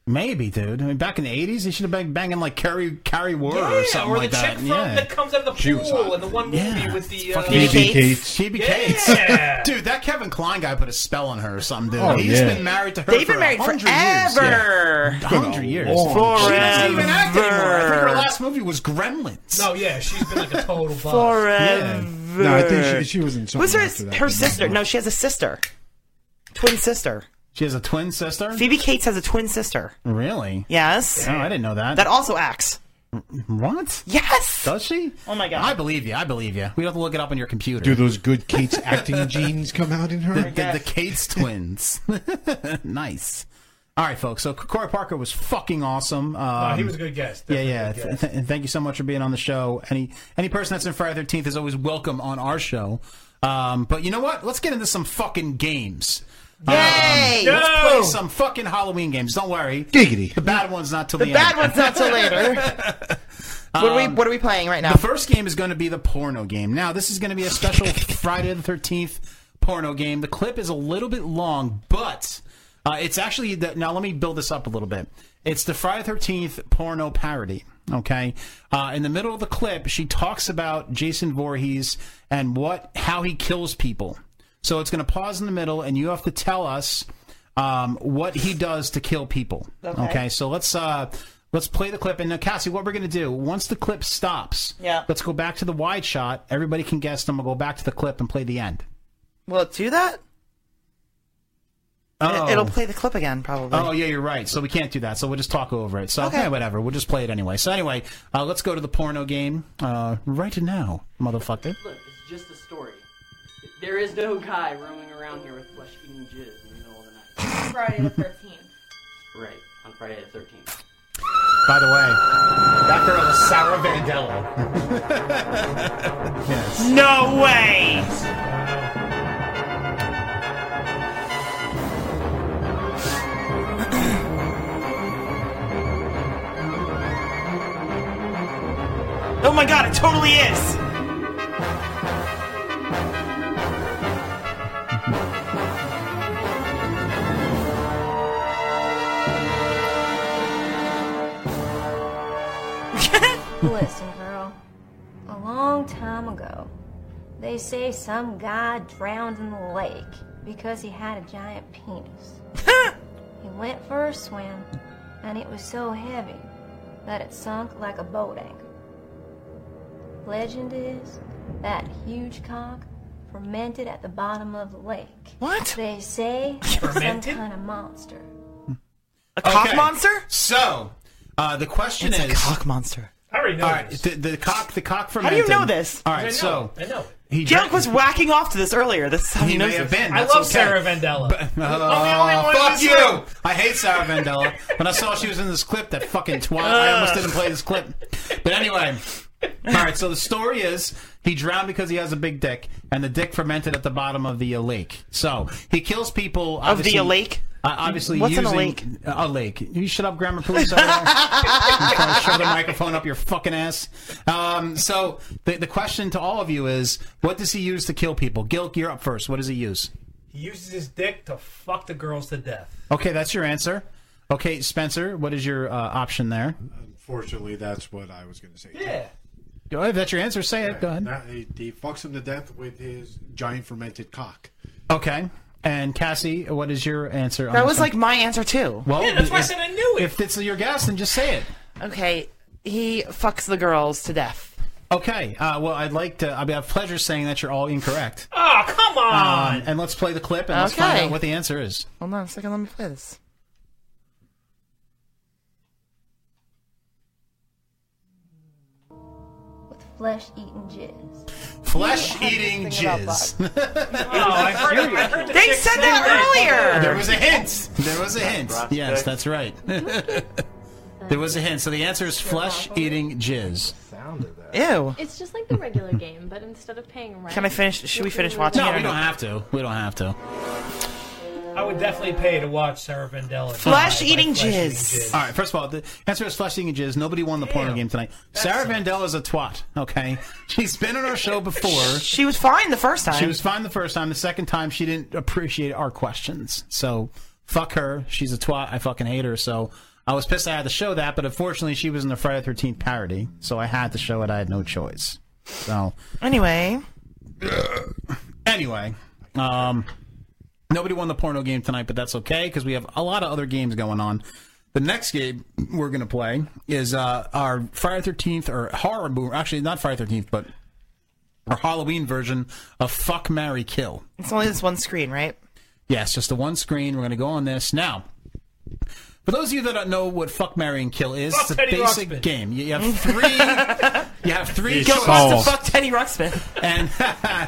[SPEAKER 2] maybe, dude. I mean, back in the '80s, he should have been banging like Carrie Carrie Ward
[SPEAKER 5] Yeah,
[SPEAKER 2] or something
[SPEAKER 5] or the
[SPEAKER 2] like
[SPEAKER 5] chick
[SPEAKER 2] that.
[SPEAKER 5] from
[SPEAKER 2] yeah,
[SPEAKER 5] that comes out of the
[SPEAKER 6] She was
[SPEAKER 5] pool
[SPEAKER 6] hot.
[SPEAKER 5] in the one movie
[SPEAKER 2] Yeah.
[SPEAKER 5] with the. Uh,
[SPEAKER 4] Fucking
[SPEAKER 6] Baby
[SPEAKER 4] Kate's-
[SPEAKER 6] Kate's.
[SPEAKER 2] Phoebe Cates.
[SPEAKER 5] yeah.
[SPEAKER 2] Dude, that Kevin Klein guy put a spell on her or something, dude.
[SPEAKER 6] Oh,
[SPEAKER 2] He's
[SPEAKER 6] yeah.
[SPEAKER 2] been married to her
[SPEAKER 4] They've
[SPEAKER 2] for
[SPEAKER 4] been married
[SPEAKER 2] 100
[SPEAKER 4] forever.
[SPEAKER 2] Years. 100 years.
[SPEAKER 6] long
[SPEAKER 2] She doesn't even act anymore. I think her
[SPEAKER 4] Forever.
[SPEAKER 2] last movie was Gremlins.
[SPEAKER 5] No, yeah, she's been like a total bust.
[SPEAKER 4] Forever.
[SPEAKER 2] Yeah.
[SPEAKER 6] No, I think she, she was in something
[SPEAKER 4] Who's
[SPEAKER 6] after
[SPEAKER 4] her
[SPEAKER 6] that.
[SPEAKER 4] her sister? No, she has a sister, twin sister.
[SPEAKER 2] She has a twin sister?
[SPEAKER 4] Phoebe Cates has a twin sister.
[SPEAKER 2] Really?
[SPEAKER 4] Yes,
[SPEAKER 2] Oh, I didn't know that.
[SPEAKER 4] that also acts.
[SPEAKER 2] what?
[SPEAKER 4] Yes.
[SPEAKER 2] Does she?
[SPEAKER 4] Oh my God.
[SPEAKER 2] I believe you. I believe you. We don't have to look it up on your computer.
[SPEAKER 6] Do those good Kate's acting genes come out in her?
[SPEAKER 2] the, the Cates twins. nice. All right, folks. So Corey Parker was fucking awesome. Um,
[SPEAKER 5] Uh, he was a good guest.
[SPEAKER 2] yeah,
[SPEAKER 5] Definitely
[SPEAKER 2] yeah.
[SPEAKER 5] a good guest.
[SPEAKER 2] Th- th- thank you so much for being on the show. Any any person that's in Friday Thirteenth is always welcome on our show. Um, but you know what? Let's get into some fucking games.
[SPEAKER 4] Yay!
[SPEAKER 2] Um, let's
[SPEAKER 5] No!
[SPEAKER 2] play some fucking Halloween games. Don't worry,
[SPEAKER 6] Giggity.
[SPEAKER 2] the bad one's not till the,
[SPEAKER 4] The bad
[SPEAKER 2] end.
[SPEAKER 4] one's not till later. what, are we, what are we playing right now?
[SPEAKER 2] Um, The first game is going to be the porno game. Now, this is going to be a special Friday the 13th porno game. The clip is a little bit long, but uh, it's actually. The, now, let me build this up a little bit. It's the Friday the 13th porno parody. Okay. Uh, in the middle of the clip, she talks about Jason Voorhees and what how he kills people. So it's going to pause in the middle, and you have to tell us um, what he does to kill people.
[SPEAKER 4] Okay.
[SPEAKER 2] so let's uh, let's play the clip. And now, Cassie, what we're going to do once the clip stops,
[SPEAKER 4] Yeah.
[SPEAKER 2] let's go back to the wide shot. Everybody can guess. Then we'll go back to the clip and play the end.
[SPEAKER 4] Will it do that?
[SPEAKER 2] Oh.
[SPEAKER 4] It, will play the clip again, probably.
[SPEAKER 2] Oh yeah, you're right. So we can't do that. So we'll just talk over it. So
[SPEAKER 4] Okay.
[SPEAKER 2] okay, whatever. We'll just play it anyway. So anyway, uh, let's go to the porno game uh, right now, motherfucker.
[SPEAKER 12] Look, it's just a story. There is no guy roaming around here with flesh eating jizz in the middle of the night.
[SPEAKER 13] Friday the 13th.
[SPEAKER 12] Right, on Friday the 13th.
[SPEAKER 2] By the way, that girl is Sarah Vandello. yes.
[SPEAKER 4] No way! oh my god, it totally is!
[SPEAKER 13] Listen, girl. A long time ago, they say some guy drowned in the lake because he had a giant penis. he went for a swim, and it was so heavy that it sunk like a boat anchor. Legend is that huge cock fermented at the bottom of the lake. What? They say it's some
[SPEAKER 4] Fermented?
[SPEAKER 13] kind of monster.
[SPEAKER 4] A cock monster?
[SPEAKER 2] So uh, the question
[SPEAKER 4] It's a
[SPEAKER 2] is
[SPEAKER 4] cock monster.
[SPEAKER 5] I already know.
[SPEAKER 2] All right, the, the cock, the cock from.
[SPEAKER 4] How do you know this?
[SPEAKER 2] All right, so
[SPEAKER 5] I know.
[SPEAKER 2] he
[SPEAKER 4] Junk was whacking off to this earlier. This is how he,
[SPEAKER 2] He
[SPEAKER 4] knows
[SPEAKER 2] may have
[SPEAKER 4] this.
[SPEAKER 2] been.
[SPEAKER 5] I
[SPEAKER 2] That's
[SPEAKER 5] love
[SPEAKER 2] okay.
[SPEAKER 5] Sarah Vandella.
[SPEAKER 2] Uh, fuck you! I hate Sarah Vandella. When I saw she was in this clip, that fucking twat, I almost didn't play this clip. But anyway, all right. So the story is he drowned because he has a big dick, and the dick fermented at the bottom of the uh, lake. So he kills people
[SPEAKER 4] Of the
[SPEAKER 2] obviously-
[SPEAKER 4] lake?
[SPEAKER 2] Uh, obviously,
[SPEAKER 4] What's in
[SPEAKER 2] using
[SPEAKER 4] a lake?
[SPEAKER 2] A lake. You shut up, grammar police. over there. I'm trying to shove the microphone up your fucking ass. Um, so the the question to all of you is, what does he use to kill people? Gilk, you're up first. What does he use?
[SPEAKER 5] He uses his dick to fuck the girls to death.
[SPEAKER 2] Okay, that's your answer. Okay, Spencer, what is your uh, option there?
[SPEAKER 6] Fortunately, that's what I was going to say.
[SPEAKER 5] Yeah.
[SPEAKER 2] Go ahead, If that's your answer, say it. Go ahead.
[SPEAKER 6] That- he, he fucks him to death with his giant fermented cock.
[SPEAKER 2] Okay. And Cassie, what is your answer? on
[SPEAKER 4] That
[SPEAKER 2] this
[SPEAKER 4] was
[SPEAKER 2] one?
[SPEAKER 4] like my answer too.
[SPEAKER 2] Well,
[SPEAKER 5] Yeah, that's why I
[SPEAKER 2] if-
[SPEAKER 5] said I knew it.
[SPEAKER 2] If it's your guess, then just say it.
[SPEAKER 4] Okay, he fucks the girls to death.
[SPEAKER 2] Okay. Uh, well, I'd like to. I mean, I have pleasure saying that you're all incorrect.
[SPEAKER 5] Oh, come on.
[SPEAKER 2] Um, and let's play the clip and let's find
[SPEAKER 4] Okay.
[SPEAKER 2] out what the answer is.
[SPEAKER 4] Hold on a second, let me play this.
[SPEAKER 13] With flesh-eating jizz.
[SPEAKER 2] Flesh eating jizz.
[SPEAKER 5] Oh, I heard, I heard the
[SPEAKER 4] They
[SPEAKER 5] chick
[SPEAKER 4] said
[SPEAKER 5] say
[SPEAKER 4] that earlier!
[SPEAKER 2] there was a hint. There was a hint. Yes, that's right. there was a hint. So the answer is flesh eating jizz.
[SPEAKER 4] Ew.
[SPEAKER 13] It's just like the regular game, but instead of paying rent.
[SPEAKER 4] Oh. Can I finish? Should we finish watching
[SPEAKER 2] No,
[SPEAKER 4] it? or
[SPEAKER 2] we don't have to. We don't have to.
[SPEAKER 5] I would definitely pay to watch Sarah Vandella. die
[SPEAKER 4] Flesh
[SPEAKER 5] by
[SPEAKER 4] eating
[SPEAKER 5] flesh-eating
[SPEAKER 4] jizz.
[SPEAKER 2] All right. First of all, the answer is flesh eating jizz. Nobody won the porno game tonight. Sarah Vandell is a twat. Okay, she's been on our show before.
[SPEAKER 4] She was fine the first time.
[SPEAKER 2] She was fine the first time. The second time, she didn't appreciate our questions. So fuck her. She's a twat. I fucking hate her. So I was pissed I had to show that, but unfortunately, she was in the Friday Thirteenth parody, so I had to show it. I had no choice. So
[SPEAKER 4] Anyway,
[SPEAKER 2] anyway, um, nobody won the porno game tonight, but that's okay because we have a lot of other games going on. The next game we're going to play is uh, our Friday Thirteenth or horror movie. Actually, not Friday Thirteenth, but our Halloween version of Fuck Mary Kill.
[SPEAKER 4] it's only this one screen, right?
[SPEAKER 2] Yes, just the one screen. We're going to go on this now. For those of you that don't know what Fuck Mary and Kill is,
[SPEAKER 5] Fuck
[SPEAKER 2] it's a
[SPEAKER 5] Teddy
[SPEAKER 2] basic
[SPEAKER 5] Ruxpin.
[SPEAKER 2] game. You you have three. you have three
[SPEAKER 4] Gil
[SPEAKER 2] choices,
[SPEAKER 4] wants to fuck Oh, Teddy Ruxpin.
[SPEAKER 2] and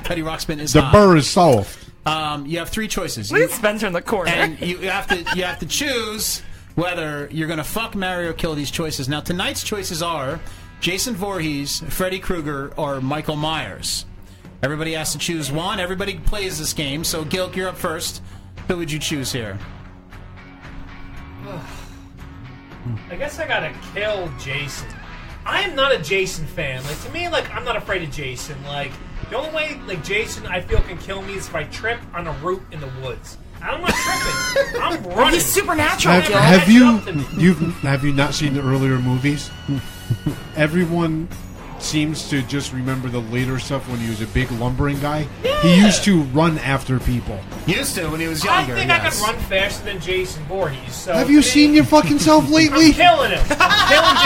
[SPEAKER 2] Teddy Ruxpin is
[SPEAKER 6] The
[SPEAKER 2] not.
[SPEAKER 6] burr is soft.
[SPEAKER 2] Um, you have three choices.
[SPEAKER 4] Look
[SPEAKER 2] You-
[SPEAKER 4] at Spencer in the corner.
[SPEAKER 2] and you you have to you have to choose whether you're going to fuck Mary or kill these choices. Now tonight's choices are Jason Voorhees, Freddy Krueger, or Michael Myers. Everybody has to choose one. Everybody plays this game. So Gilk, you're up first. Who would you choose here?
[SPEAKER 5] I guess I gotta kill Jason. I am not a Jason fan. Like to me, like I'm not afraid of Jason. Like the only way like Jason I feel can kill me is if I trip on a root in the woods. I'm not tripping. I'm running.
[SPEAKER 4] He's supernatural.
[SPEAKER 6] Have,
[SPEAKER 5] Never
[SPEAKER 4] Gil.
[SPEAKER 6] have
[SPEAKER 5] catch
[SPEAKER 6] you
[SPEAKER 5] up to me.
[SPEAKER 6] you've have you not seen the earlier movies? Everyone seems to just remember the later stuff when he was a big lumbering guy. He used to run after people.
[SPEAKER 2] Used to when he was
[SPEAKER 5] I
[SPEAKER 2] younger.
[SPEAKER 5] think I could run faster than Jason Voorhees. So
[SPEAKER 6] Have you seen your fucking self lately?
[SPEAKER 5] I'm killing him. I'm killing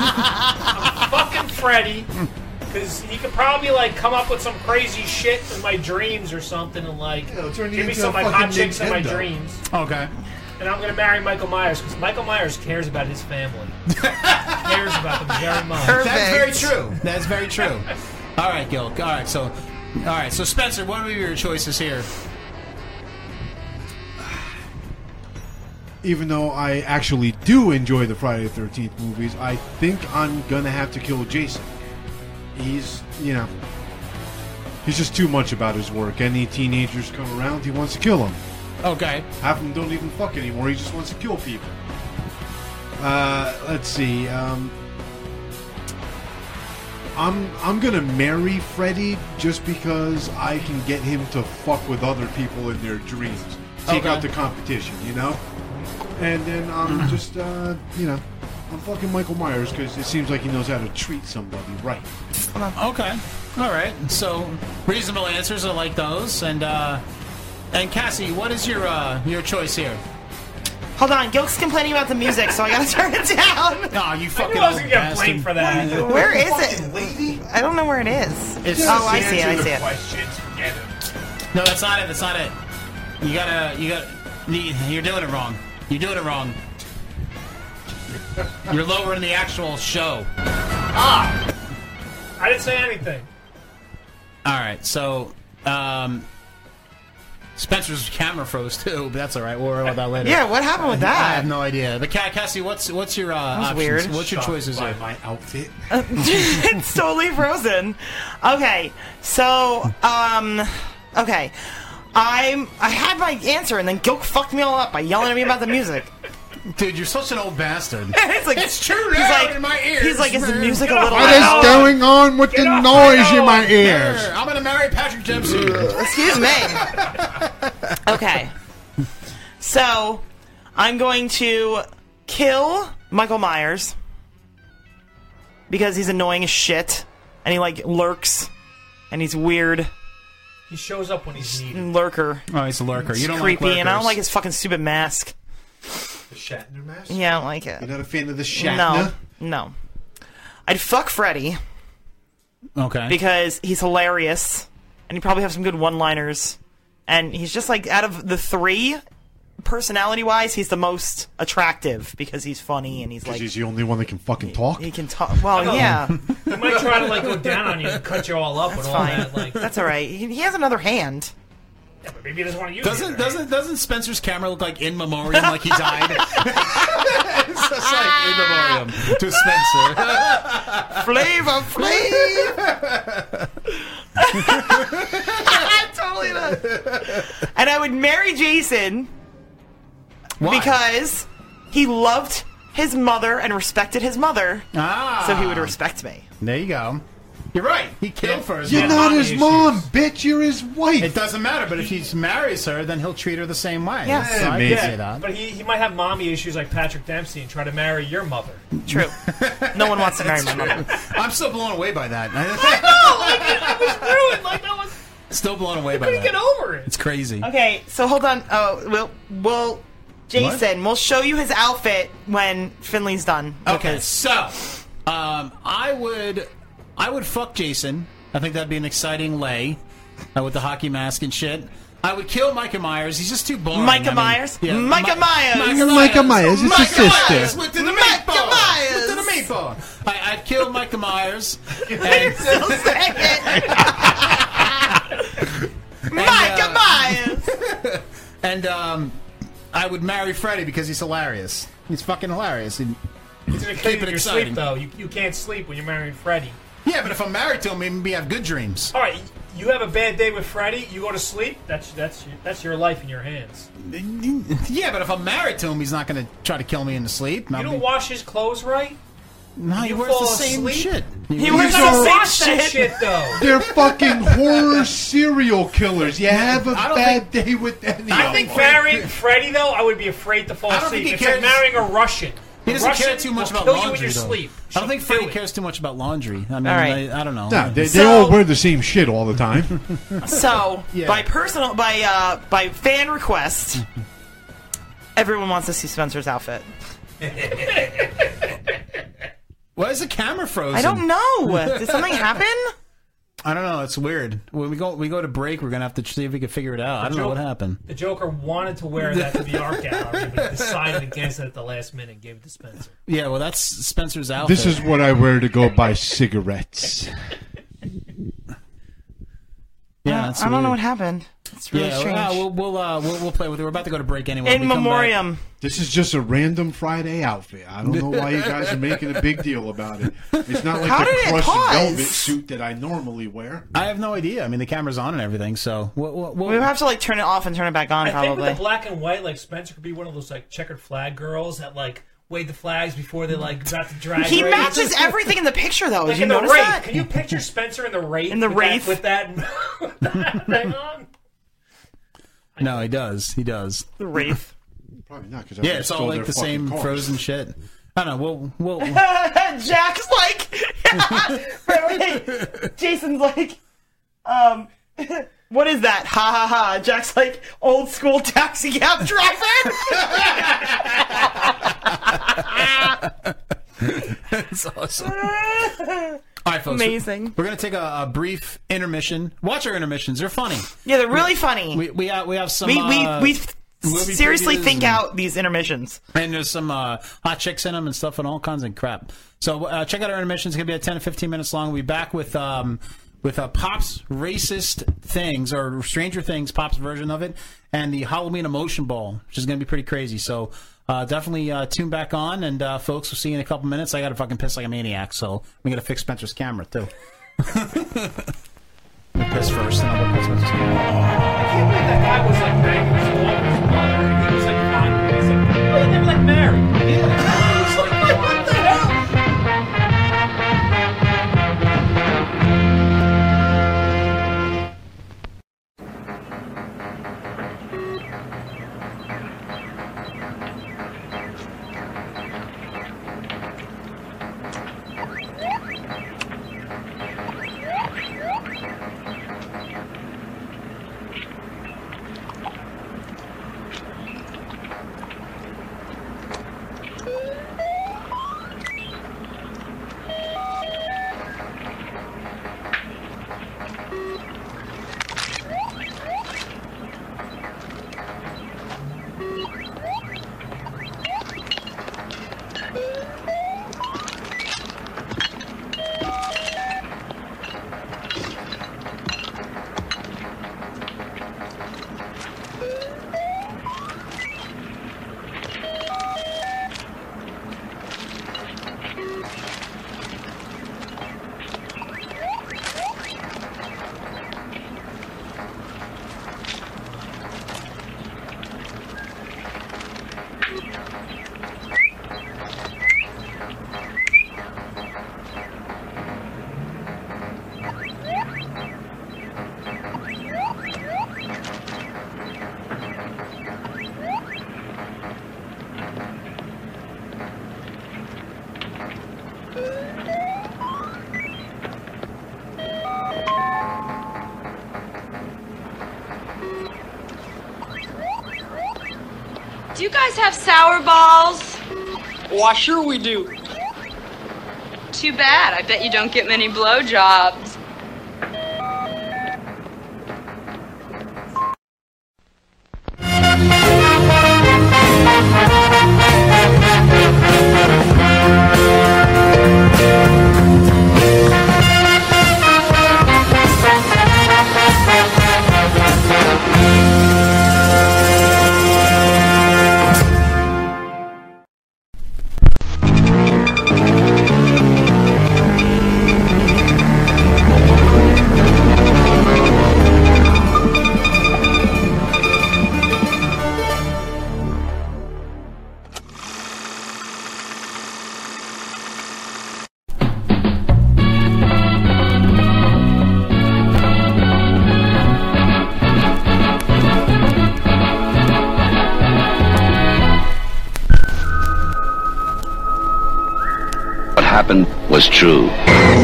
[SPEAKER 5] Jason Voorhees. I'm fucking Freddy. Because he could probably like come up with some crazy shit in my dreams or something, and like
[SPEAKER 6] turn you
[SPEAKER 5] give me
[SPEAKER 6] into
[SPEAKER 5] some
[SPEAKER 6] a
[SPEAKER 5] like hot
[SPEAKER 6] fucking
[SPEAKER 5] chicks in my
[SPEAKER 6] Nintendo.
[SPEAKER 5] dreams.
[SPEAKER 2] Okay.
[SPEAKER 5] And I'm gonna marry Michael Myers because Michael Myers cares about his family. cares about them very much.
[SPEAKER 2] That's very true. That's very true. All right, Gil. All right, so, all right, so Spencer, what are your choices here?
[SPEAKER 6] Even though I actually do enjoy the Friday the Thirteenth movies, I think I'm gonna have to kill Jason. He's, you know, he's just too much about his work. Any teenagers come around, he wants to kill them.
[SPEAKER 2] Okay.
[SPEAKER 6] Half of them don't even fuck anymore. He just wants to kill people. Uh, let's see. Um, I'm I'm gonna marry Freddy just because I can get him to fuck with other people in their dreams, take
[SPEAKER 2] Okay.
[SPEAKER 6] out the competition, you know. And then I'm just uh, you know, I'm fucking Michael Myers because it seems like he knows how to treat somebody right.
[SPEAKER 2] Okay. All right. So reasonable answers are like those, and uh, and Cassie, what is your uh, your choice here?
[SPEAKER 4] Hold on, Gilk's complaining about the music, so I gotta turn it down.
[SPEAKER 2] No, you fucking.
[SPEAKER 4] I was gonna get
[SPEAKER 2] bastard.
[SPEAKER 4] blamed for that. Where is it? I don't know where it is.
[SPEAKER 2] It's-
[SPEAKER 4] oh, I see it.
[SPEAKER 2] Answer
[SPEAKER 4] I
[SPEAKER 2] the
[SPEAKER 4] see it.
[SPEAKER 2] No, that's not it. That's not it. You gotta. You got. You're doing it wrong. You're doing it wrong. You're lowering the actual show.
[SPEAKER 5] Ah! I didn't say anything.
[SPEAKER 2] All right, so um, Spencer's camera froze too, but that's all right. We'll worry about that later.
[SPEAKER 4] Yeah, what happened with that?
[SPEAKER 2] I have no idea. But Ca- Cassie, what's what's your uh,
[SPEAKER 4] That was
[SPEAKER 2] options?
[SPEAKER 4] weird.
[SPEAKER 2] What's your
[SPEAKER 4] Shocked
[SPEAKER 2] choices?
[SPEAKER 4] by
[SPEAKER 2] By my outfit.
[SPEAKER 4] it's totally frozen. Okay, so um, okay, I'm I had my answer and then Gilk fucked me all up by yelling at me about the music.
[SPEAKER 2] Dude, you're such an old bastard.
[SPEAKER 4] it's like
[SPEAKER 2] It's true
[SPEAKER 4] He's
[SPEAKER 2] now
[SPEAKER 4] like
[SPEAKER 2] in my ears,
[SPEAKER 4] He's like, is the
[SPEAKER 2] man.
[SPEAKER 4] music a
[SPEAKER 2] Get off
[SPEAKER 4] little?
[SPEAKER 2] my
[SPEAKER 6] What
[SPEAKER 4] loud?"
[SPEAKER 6] is going on with the noise in my ears?
[SPEAKER 2] I'm gonna marry Patrick Dempsey.
[SPEAKER 4] Excuse me. okay. So, I'm going to kill Michael Myers because he's annoying as shit and he like lurks and he's weird
[SPEAKER 5] He shows up when he's needed.
[SPEAKER 4] lurker.
[SPEAKER 2] Oh, he's a lurker.
[SPEAKER 4] He's
[SPEAKER 2] You don't like
[SPEAKER 4] creepy and I don't
[SPEAKER 2] lurkers.
[SPEAKER 4] like his fucking stupid mask.
[SPEAKER 6] The Shatner mask.
[SPEAKER 4] Yeah, I don't like it.
[SPEAKER 6] You're not a fan of the
[SPEAKER 4] No.
[SPEAKER 6] Shatner.
[SPEAKER 4] No. I'd fuck Freddy
[SPEAKER 2] Okay.
[SPEAKER 4] because he's hilarious and he probably have some good one-liners and he's just like out of the 3 personality-wise, he's the most attractive because he's funny and he's like
[SPEAKER 6] He's the only one that can fucking talk.
[SPEAKER 4] He can talk. Well,
[SPEAKER 5] Oh.
[SPEAKER 4] yeah,
[SPEAKER 5] He might try to like go down on you and cut you all up
[SPEAKER 4] that's
[SPEAKER 5] and all
[SPEAKER 4] fine.
[SPEAKER 5] that. Like,
[SPEAKER 4] That's all right. He, he has another hand.
[SPEAKER 5] yeah, but maybe he doesn't want to use
[SPEAKER 2] Doesn't
[SPEAKER 5] it.
[SPEAKER 2] doesn't doesn't Spencer's camera look like in memoriam, like he died? it's just like in memoriam to Spencer. Ah.
[SPEAKER 4] Flavor Flav. totally does. And I would marry Jason because he loved his mother and respected his mother,
[SPEAKER 2] Ah.
[SPEAKER 4] so he would respect me.
[SPEAKER 2] There you go. You're right. He killed for his
[SPEAKER 6] You're
[SPEAKER 2] mom.
[SPEAKER 6] not his mom, bitch. You're his wife.
[SPEAKER 2] It doesn't matter, but if he marries her, then he'll treat her the same way.
[SPEAKER 6] Yes.
[SPEAKER 2] so I can
[SPEAKER 6] Yeah,
[SPEAKER 2] say that.
[SPEAKER 5] But he, he might have mommy issues like Patrick Dempsey and try to marry your mother.
[SPEAKER 4] True. No one wants to marry my mother.
[SPEAKER 2] I'm still blown away by that. still blown away by
[SPEAKER 4] couldn't
[SPEAKER 2] that.
[SPEAKER 4] get over
[SPEAKER 5] it.
[SPEAKER 2] It's crazy.
[SPEAKER 4] Okay, so hold on. Oh, we'll, we'll Jason, we'll show you his outfit when Finley's done.
[SPEAKER 2] Okay, so um, I would I would fuck Jason. I think that'd be an exciting lay uh, with the hockey mask and shit. I would kill Micah Myers. He's just too boring.
[SPEAKER 4] Micah
[SPEAKER 2] I mean,
[SPEAKER 4] Myers?
[SPEAKER 2] yeah,
[SPEAKER 4] Micah
[SPEAKER 2] Mi-
[SPEAKER 4] Myers!
[SPEAKER 2] Micah
[SPEAKER 6] Micah Myers, it's
[SPEAKER 2] Myers.
[SPEAKER 6] his
[SPEAKER 2] Micah
[SPEAKER 6] sister.
[SPEAKER 2] Myers with the meatball. With the meatball. I, I'd kill Micah Myers. and- uh,
[SPEAKER 4] Micah Myers.
[SPEAKER 2] and um, I would marry Freddy because he's hilarious. He's fucking hilarious. He-
[SPEAKER 5] He's gonna
[SPEAKER 2] Keep
[SPEAKER 5] kill you
[SPEAKER 2] it
[SPEAKER 5] in your
[SPEAKER 2] exciting.
[SPEAKER 5] sleep though. You, you can't sleep when you're marrying Freddy.
[SPEAKER 2] yeah, but if I'm married to him, maybe we have good dreams.
[SPEAKER 5] All right, you have a bad day with Freddy. You go to sleep. That's that's your, that's your life in your hands.
[SPEAKER 2] Yeah, but if I'm married to him, he's not going to try to kill me into sleep.
[SPEAKER 5] You don't wash his clothes right.
[SPEAKER 2] no, he
[SPEAKER 5] you
[SPEAKER 2] wears the
[SPEAKER 5] fall
[SPEAKER 2] same
[SPEAKER 5] asleep?
[SPEAKER 2] shit.
[SPEAKER 5] He wears
[SPEAKER 6] These are-
[SPEAKER 5] the same shit. shit though.
[SPEAKER 6] They're fucking horror serial killers. You have a
[SPEAKER 5] I don't
[SPEAKER 6] bad day with any
[SPEAKER 5] I
[SPEAKER 6] of
[SPEAKER 5] think
[SPEAKER 6] them.
[SPEAKER 5] marrying Freddy though, I would be afraid to fall
[SPEAKER 2] I don't think
[SPEAKER 5] asleep.
[SPEAKER 2] he
[SPEAKER 5] It's like
[SPEAKER 2] cares.
[SPEAKER 5] marrying a Russian.
[SPEAKER 2] He doesn't
[SPEAKER 5] Russian
[SPEAKER 2] care too much
[SPEAKER 5] will
[SPEAKER 2] about
[SPEAKER 5] kill you in
[SPEAKER 2] laundry.
[SPEAKER 5] your
[SPEAKER 2] though.
[SPEAKER 5] sleep.
[SPEAKER 2] I don't think
[SPEAKER 5] She'll do
[SPEAKER 2] Freddy cares too much about laundry. I mean,
[SPEAKER 4] All right.
[SPEAKER 2] I, I don't know.
[SPEAKER 6] Nah, they, they
[SPEAKER 4] So-
[SPEAKER 6] all wear the same shit all the time.
[SPEAKER 4] So
[SPEAKER 2] Yeah.
[SPEAKER 4] by personal by uh by fan request, everyone wants to see Spencer's outfit.
[SPEAKER 2] Why is the camera frozen?
[SPEAKER 4] I don't know. Did something happen?
[SPEAKER 2] I don't know. It's weird. When we go we go to break, we're gonna have to see if we can figure it out. I don't know what happened.
[SPEAKER 5] The Joker wanted to wear that to the art gallery, but decided against it at the last minute and gave it to Spencer.
[SPEAKER 2] Yeah, well, that's Spencer's outfit.
[SPEAKER 6] this is what I wear to go buy cigarettes.
[SPEAKER 2] Yeah,
[SPEAKER 4] I-
[SPEAKER 2] that's
[SPEAKER 4] I don't know
[SPEAKER 2] weird.
[SPEAKER 4] what happened. It's really
[SPEAKER 2] yeah,
[SPEAKER 4] strange.
[SPEAKER 2] well, uh, we'll we'll, uh, we'll we'll play with it. We're about to go to break anyway.
[SPEAKER 4] In
[SPEAKER 2] When we come back-
[SPEAKER 4] memoriam.
[SPEAKER 6] This is just a random Friday outfit. I don't know why you guys are making a big deal about it. It's not like
[SPEAKER 2] How
[SPEAKER 6] the
[SPEAKER 2] did it
[SPEAKER 6] crushed
[SPEAKER 2] pause?
[SPEAKER 6] velvet suit that I normally wear.
[SPEAKER 2] I have no idea. I mean, the camera's on and everything, so we'll, we'll,
[SPEAKER 4] we would have to like turn it off and turn it back on
[SPEAKER 5] I think
[SPEAKER 4] probably.
[SPEAKER 5] with the black and white, like Spencer could be one of those like checkered flag girls that like wave the flags before they like got to drag.
[SPEAKER 4] He
[SPEAKER 5] race.
[SPEAKER 4] matches everything in the picture though. Did
[SPEAKER 5] Like
[SPEAKER 4] you
[SPEAKER 5] in the
[SPEAKER 4] notice
[SPEAKER 5] Wraith.
[SPEAKER 4] that?
[SPEAKER 5] Can you picture Spencer in the Wraith?
[SPEAKER 4] In the
[SPEAKER 5] with that-
[SPEAKER 4] Wraith?
[SPEAKER 5] with that, thing on?
[SPEAKER 2] No, he does. He does.
[SPEAKER 4] The wraith.
[SPEAKER 6] Probably not because
[SPEAKER 2] Yeah, it's all like the same frozen shit. I don't know. We'll we'll.
[SPEAKER 4] Jack's like, Jason's like, um, what is that? Ha ha ha! Jack's like old school taxi cab driver.
[SPEAKER 2] That's awesome. All right, folks.
[SPEAKER 4] Amazing.
[SPEAKER 2] We're gonna take a, a brief intermission. Watch our intermissions; they're funny.
[SPEAKER 4] yeah, they're really funny.
[SPEAKER 2] We we have, we have some.
[SPEAKER 4] we
[SPEAKER 2] uh,
[SPEAKER 4] we, we
[SPEAKER 2] movie
[SPEAKER 4] seriously
[SPEAKER 2] previews
[SPEAKER 4] think
[SPEAKER 2] and-
[SPEAKER 4] out these intermissions.
[SPEAKER 2] And there's some uh, hot chicks in them and stuff and all kinds of crap. So uh, check out our intermission. It's going to be at 10 to 15 minutes long. We'll be back with um, with uh, Pop's Racist Things or Stranger Things, Pop's version of it, and the Halloween Emotion Ball, which is going to be pretty crazy. So uh, definitely uh, tune back on. And uh, folks, we'll see you in a couple minutes. I got to fucking piss like a maniac. So we got to fix Spencer's camera, too. I'll piss first, and I'll go piss Spencer's camera.
[SPEAKER 5] I can't believe that guy was like banging his wife, his mother, and he was like fine. He's like, well, they never like married. Yeah. It's like, what the hell?
[SPEAKER 14] Do you guys have sour balls?
[SPEAKER 12] Why, sure we do.
[SPEAKER 14] Too bad. I bet you don't get many blowjobs.
[SPEAKER 15] Thank happened was true.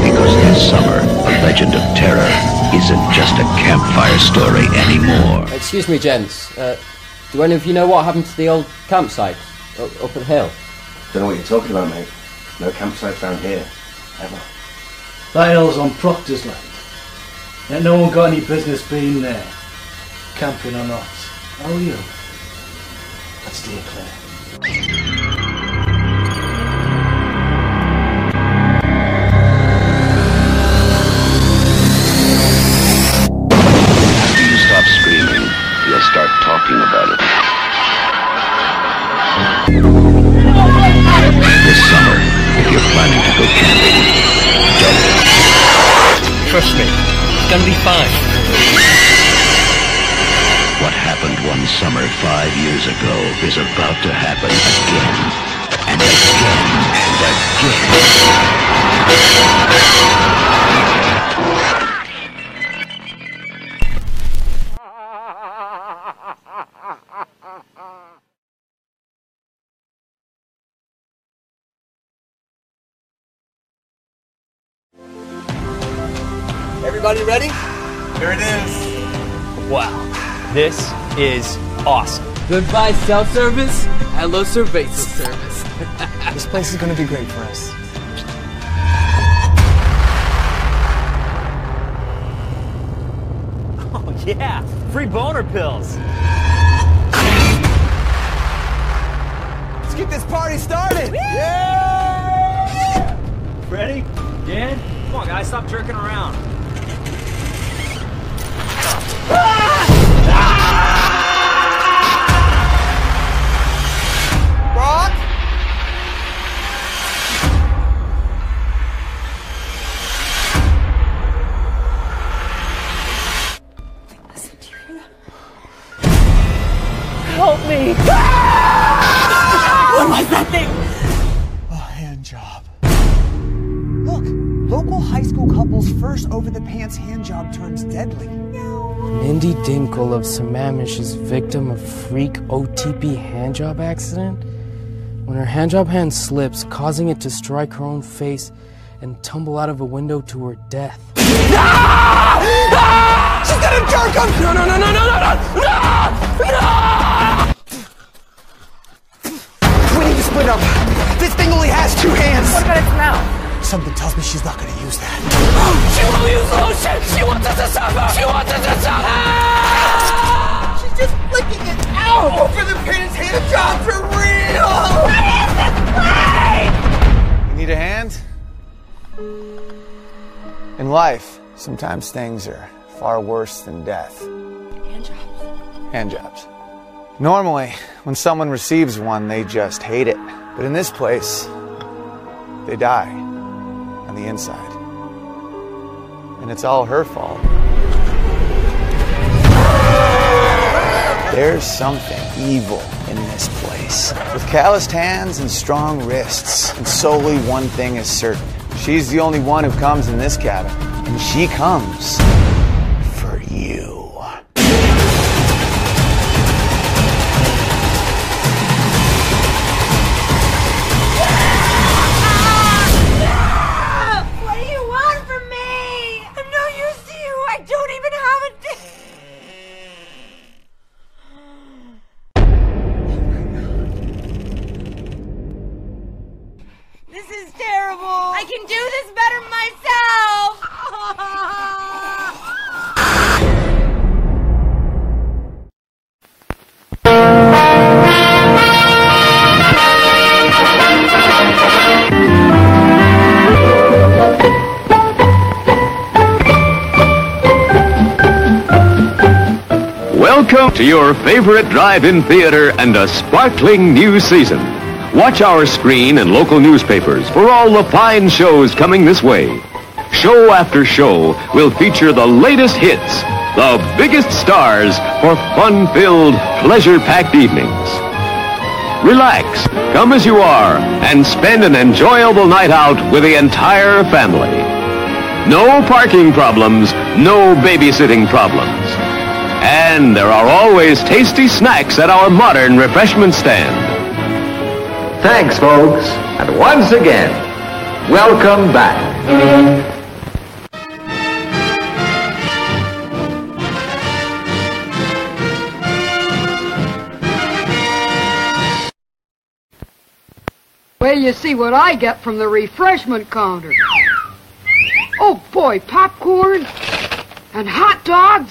[SPEAKER 15] Because this summer, the legend of terror isn't just a campfire story anymore.
[SPEAKER 16] Excuse me, gents. Uh, do any of you know what happened to the old campsite u- up at the hill?
[SPEAKER 17] Don't know what you're talking about, mate. No campsite found here. Ever.
[SPEAKER 18] That hill's on Proctor's land. Ain't no one got any business being there. Camping or not. How are you? That's dear Claire.
[SPEAKER 15] After you stop screaming, you'll start talking about it. This summer, if you're planning to go camping, don't. Trust me, it's gonna be fine. What happened one summer five years ago is about to happen again. And again, and again.
[SPEAKER 10] Everybody ready? Here it is. Wow, this is awesome.
[SPEAKER 12] Goodbye self service. Hello cerveza service.
[SPEAKER 10] this place is going to be great for us. Oh, yeah. Free boner pills. Let's get this party started. Yeah! Ready? Dan? Come on, guys. Stop jerking around.
[SPEAKER 8] Rock?
[SPEAKER 10] Help me! What was that thing? A hand job. Look, local high school couple's first over the pants hand job turns deadly.
[SPEAKER 19] Mindy Dinkle of Sammamish is victim of freak OTP handjob accident when her handjob hand slips, causing it to strike her own face and tumble out of a window to her death.
[SPEAKER 10] She's gonna jerk him! No, no, no, no, no, no, no, no, no! We need to split up. This thing only has two hands. What about its mouth? Something tells me she's not gonna use that. She will use lotion! She wants us to suffer! She wants us to suffer! She's just flicking it out! Over the pants hand job for real!
[SPEAKER 11] You need a hand? In life, sometimes things are far worse than death. Hand jobs. Normally, when someone receives one, they just hate it. But in this place, they die on the inside. And it's all her fault. There's something evil in this place. With calloused hands and strong wrists, and solely one thing is certain. She's the only one who comes in this cabin, and she comes for you.
[SPEAKER 13] What do you want from me? I'm no use to you. I don't even have a dick. This is terrible. I can do this better myself.
[SPEAKER 20] Welcome to your favorite drive-in theater and a sparkling new season. Watch our screen and local newspapers for all the fine shows coming this way. Show after show will feature the latest hits, the biggest stars for fun-filled, pleasure-packed evenings. Relax, come as you are, and spend an enjoyable night out with the entire family. No parking problems, no babysitting problems. And there are always tasty snacks at our modern refreshment stand. Thanks, folks.
[SPEAKER 15] And once again,
[SPEAKER 20] Welcome back.
[SPEAKER 21] Well, you see what I get from the refreshment counter. Oh boy, popcorn and hot dogs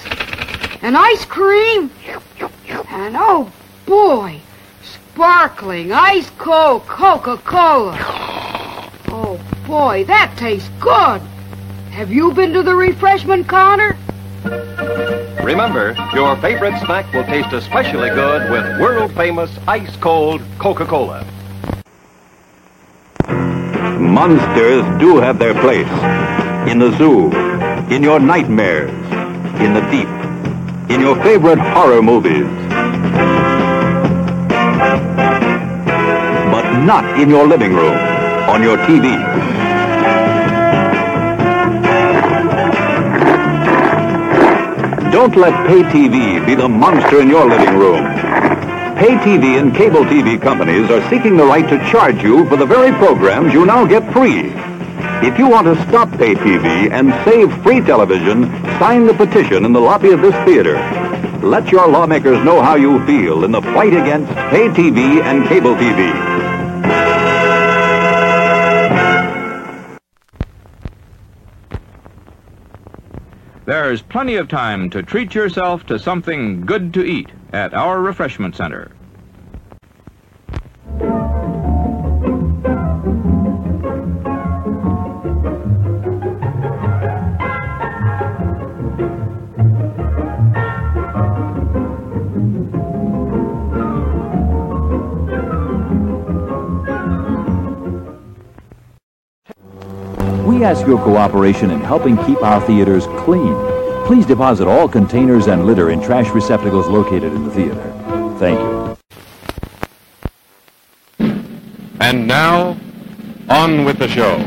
[SPEAKER 21] and ice cream and oh boy, sparkling ice cold Coca-Cola. Oh boy, that tastes good. Have you been to the refreshment counter?
[SPEAKER 20] Remember, your favorite snack will taste especially good with world famous ice cold Coca Cola.
[SPEAKER 22] Monsters do have their place in the zoo, in your nightmares, in the deep, in your favorite horror movies. But not in your living room, on your TV. Don't let pay TV be the monster in your living room. Pay TV and cable TV companies are seeking the right to charge you for the very programs you now get free. If you want to stop pay TV and save free television, sign the petition in the lobby of this theater. Let your lawmakers know how you feel in the fight against pay TV and cable TV.
[SPEAKER 23] There's plenty of time to treat yourself to something good to eat at our refreshment center.
[SPEAKER 22] We ask your cooperation in helping keep our theaters clean. Please deposit all containers and litter in trash receptacles located in the theater. Thank you.
[SPEAKER 24] And now, on with the show.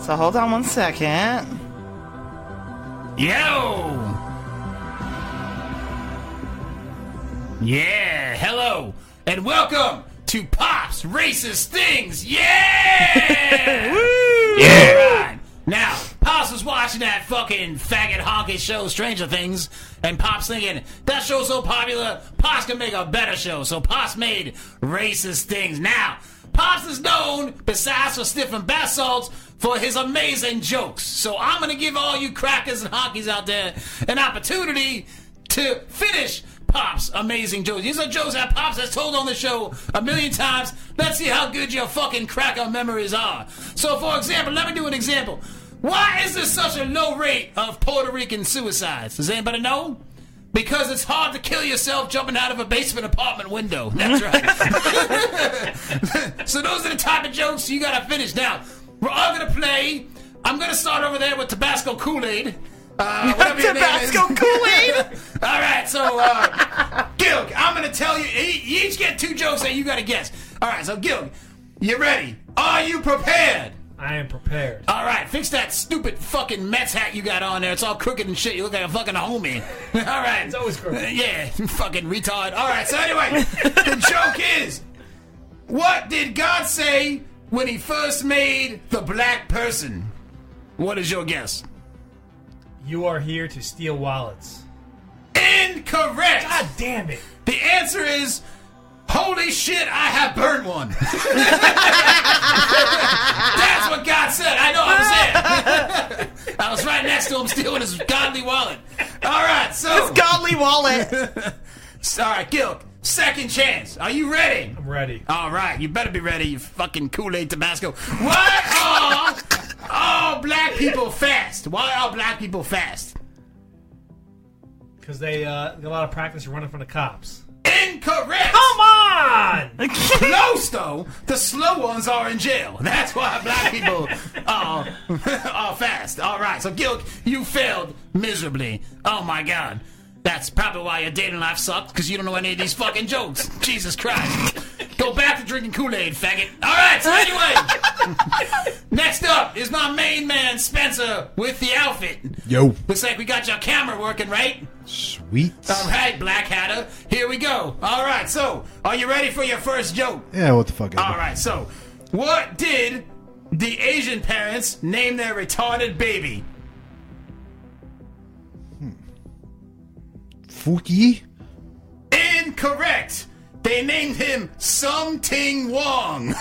[SPEAKER 4] So hold on one second.
[SPEAKER 2] Yo! Yeah, hello, and welcome to Pop's Racist Things! Yeah! Woo! Yeah!
[SPEAKER 12] Now, Pops was watching that fucking faggot honky show, Stranger Things, and Pops thinking, that show's so popular, Pops can make a better show. So Pops made racist things. Now, Pops is known, besides for sniffing bath salts, for his amazing jokes. So I'm gonna give all you crackers and honkies out there an opportunity to finish Pops' amazing jokes. These are jokes that Pops has told on the show a million times. Let's see how good your fucking cracker memories are. So, for example, let me do an example. Why is there such a low rate of Puerto Rican suicides? Does anybody know? Because it's hard to kill yourself jumping out of a basement apartment window. That's right. so those are the type of jokes you gotta finish. Now, we're all gonna play. I'm gonna start over there with Tabasco Kool-Aid. Uh, whatever your name is.
[SPEAKER 4] Tabasco Kool-Aid?
[SPEAKER 12] All right, so uh, Gilg, I'm gonna tell you. e- You each get two jokes that you gotta guess. All right, so Gilg, you ready? Are you prepared?
[SPEAKER 5] I am prepared.
[SPEAKER 12] All right, fix that stupid fucking Mets hat you got on there. It's all crooked and shit. You look like a fucking homie. All right, it's always crooked. Yeah, fucking retard. All right, so anyway, the joke is, what did God say when He first made the black person? What is your guess?
[SPEAKER 5] You are here to steal wallets.
[SPEAKER 12] Incorrect. God
[SPEAKER 5] damn it.
[SPEAKER 12] The answer is, holy shit, I have burned one. That's what God said. I know I was there. I was right next to him stealing his godly wallet. All right, so his
[SPEAKER 4] godly wallet.
[SPEAKER 12] All right, Gil. Second chance. Are you ready? I'm
[SPEAKER 5] ready.
[SPEAKER 12] All right, you better be ready. You fucking Kool Aid Tabasco. Why are all black people fast? Why are black people fast?
[SPEAKER 5] Because they uh, get a lot of practice running from the cops.
[SPEAKER 12] Incorrect.
[SPEAKER 5] Come on.
[SPEAKER 12] Close though. The slow ones are in jail. That's why black people are, are fast. All right. So Gilk, you failed miserably. Oh my god. That's probably why your dating life sucked because you don't know any of these fucking jokes. Jesus Christ. Go back to drinking Kool Aid, faggot. All right. So anyway, next up is my main man Spencer with the outfit.
[SPEAKER 6] Yo.
[SPEAKER 12] Looks like we got your camera working, right?
[SPEAKER 6] Sweet.
[SPEAKER 12] All right, Black Hatter. Here we go. All right, so are you ready for your first joke?
[SPEAKER 6] Yeah, what the fuck? ever.
[SPEAKER 12] All right, so what did the Asian parents name their retarded baby?
[SPEAKER 6] Fuki?
[SPEAKER 12] Incorrect. They named him Something Wong. All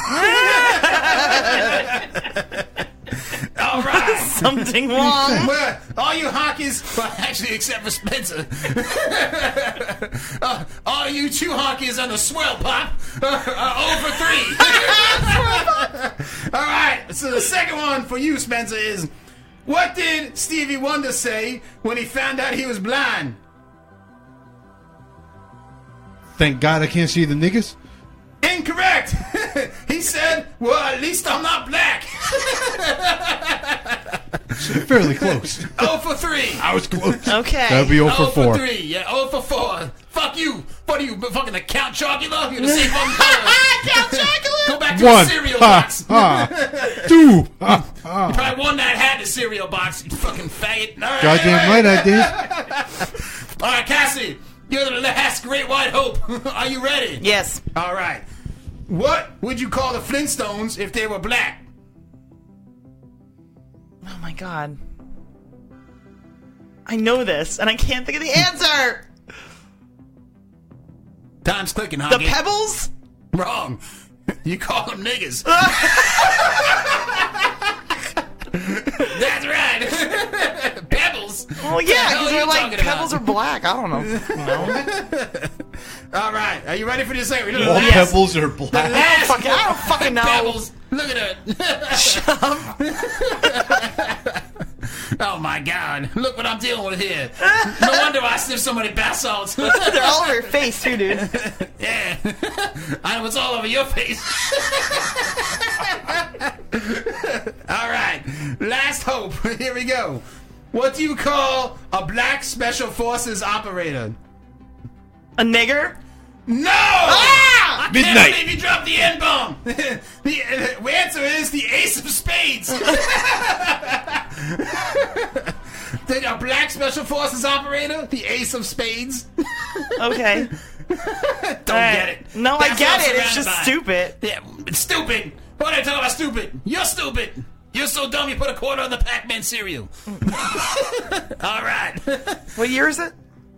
[SPEAKER 12] right.
[SPEAKER 4] Something Wong.
[SPEAKER 12] Well, all you honkies, well, actually, except for Spencer. Uh, all you two honkies on the swell pop uh, are over three. all right. So the second one for you, Spencer, is what did Stevie Wonder say when he found out he was blind?
[SPEAKER 6] Thank God I can't see the niggas.
[SPEAKER 12] Incorrect. he said, "Well, at least I'm not black."
[SPEAKER 6] Fairly close.
[SPEAKER 12] oh for three.
[SPEAKER 6] I was close.
[SPEAKER 4] Okay.
[SPEAKER 6] That'd be 0 for 4.
[SPEAKER 12] three. Yeah, oh for four. Fuck you. What are you fucking the Count Chocula? You're the same fucking color. Count Chocula. Go back to
[SPEAKER 6] One.
[SPEAKER 12] the cereal
[SPEAKER 6] Ah,
[SPEAKER 12] box.
[SPEAKER 6] ah. Two. Ah,
[SPEAKER 12] You
[SPEAKER 6] ah.
[SPEAKER 12] probably won that hat in the cereal box. You fucking faggot. All right,
[SPEAKER 6] Goddamn
[SPEAKER 12] all
[SPEAKER 6] right I did.
[SPEAKER 12] All right, Cassie, you're the last great white hope. Are you ready?
[SPEAKER 4] Yes.
[SPEAKER 12] All right. What would you call the Flintstones if they were black?
[SPEAKER 4] Oh my god. I know this, and I can't think of the answer.
[SPEAKER 12] Time's clicking,
[SPEAKER 4] the
[SPEAKER 12] honky.
[SPEAKER 4] pebbles?
[SPEAKER 12] Wrong. You call them niggas. That's right. pebbles.
[SPEAKER 4] Well, yeah, because they're like pebbles
[SPEAKER 12] are
[SPEAKER 4] are black. I don't know.
[SPEAKER 12] All right. Are you ready for this? segment?
[SPEAKER 6] All
[SPEAKER 12] Yes.
[SPEAKER 6] pebbles are
[SPEAKER 12] The
[SPEAKER 6] black.
[SPEAKER 12] last
[SPEAKER 4] Fuck it, I don't fucking know.
[SPEAKER 12] Pebbles. Look at her. oh my god. Look what I'm dealing with here. No wonder why I sniff so many bath salts.
[SPEAKER 4] They're all over your face too, dude.
[SPEAKER 12] I was all over your face. all right. Last hope. Here we go. What do you call a black special forces operator?
[SPEAKER 4] A nigger? Ah!
[SPEAKER 12] No! I
[SPEAKER 6] Midnight.
[SPEAKER 12] can't believe you dropped the N bomb. the uh, answer is the Ace of Spades. Did a black special forces operator? The Ace of Spades.
[SPEAKER 4] Okay.
[SPEAKER 12] Don't
[SPEAKER 4] All right.
[SPEAKER 12] get it.
[SPEAKER 4] No, I
[SPEAKER 12] That's
[SPEAKER 4] get it.
[SPEAKER 12] what I'm
[SPEAKER 4] It's
[SPEAKER 12] surrounded
[SPEAKER 4] just
[SPEAKER 12] by.
[SPEAKER 4] stupid.
[SPEAKER 12] Yeah, it's stupid. What are you talking about? Stupid. You're stupid.
[SPEAKER 2] You're so dumb you put a quarter on the Pac Man cereal. All right.
[SPEAKER 4] what year is it?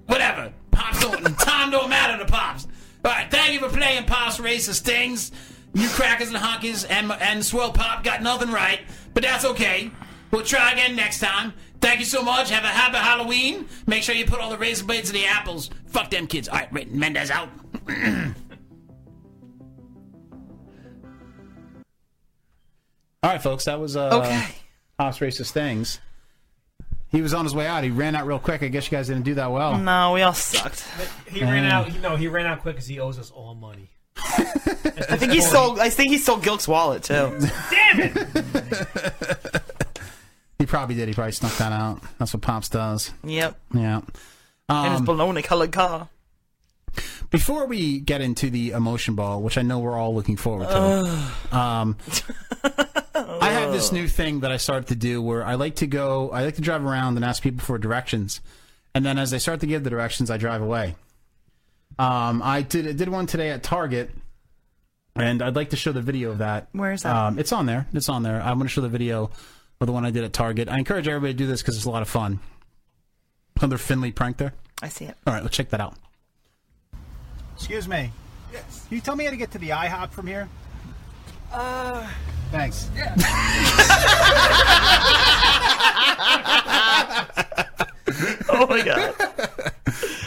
[SPEAKER 2] Whatever. Pops don't. Time don't matter to Pops. All right. Thank you for playing Pops Racist Things. You crackers and honkies and, and Swell Pop got nothing right, but that's okay. We'll try again next time. Thank you so much. Have a happy Halloween. Make sure you put all the razor blades in the apples. Fuck them kids. All right, Ray- Mendez out. All right, folks, that was uh,
[SPEAKER 4] Okay.
[SPEAKER 2] Hops Racist Things. He was on his way out. He ran out real quick. I guess you guys didn't do that well.
[SPEAKER 4] No, we all sucked.
[SPEAKER 5] He ran out. No, he ran out quick because he owes us all money.
[SPEAKER 4] I think he stole. I think he stole Gilk's wallet too.
[SPEAKER 2] He probably did. He probably snuck that out. That's what Pops does.
[SPEAKER 4] Yep.
[SPEAKER 2] Yeah.
[SPEAKER 4] and his
[SPEAKER 2] Um,
[SPEAKER 4] bologna colored car.
[SPEAKER 2] before we get into the emotion ball, which I know we're all looking forward to, um, I have this new thing that I started to do where I like to go, I like to drive around and ask people for directions, and then as they start to give the directions, I drive away. Um, I did I did one today at Target, and I'd like to show the video of that.
[SPEAKER 4] Where is that?
[SPEAKER 2] Um, it's on there. It's on there. I'm going to show the video of the one I did at Target. I encourage everybody to do this because it's a lot of fun. Another Finley prank there.
[SPEAKER 4] I see it.
[SPEAKER 2] All right, let's check that out.
[SPEAKER 1] Excuse me. Yes. Can you tell me how to get to the IHOP from here? Uh. Thanks. Yeah.
[SPEAKER 4] oh my god.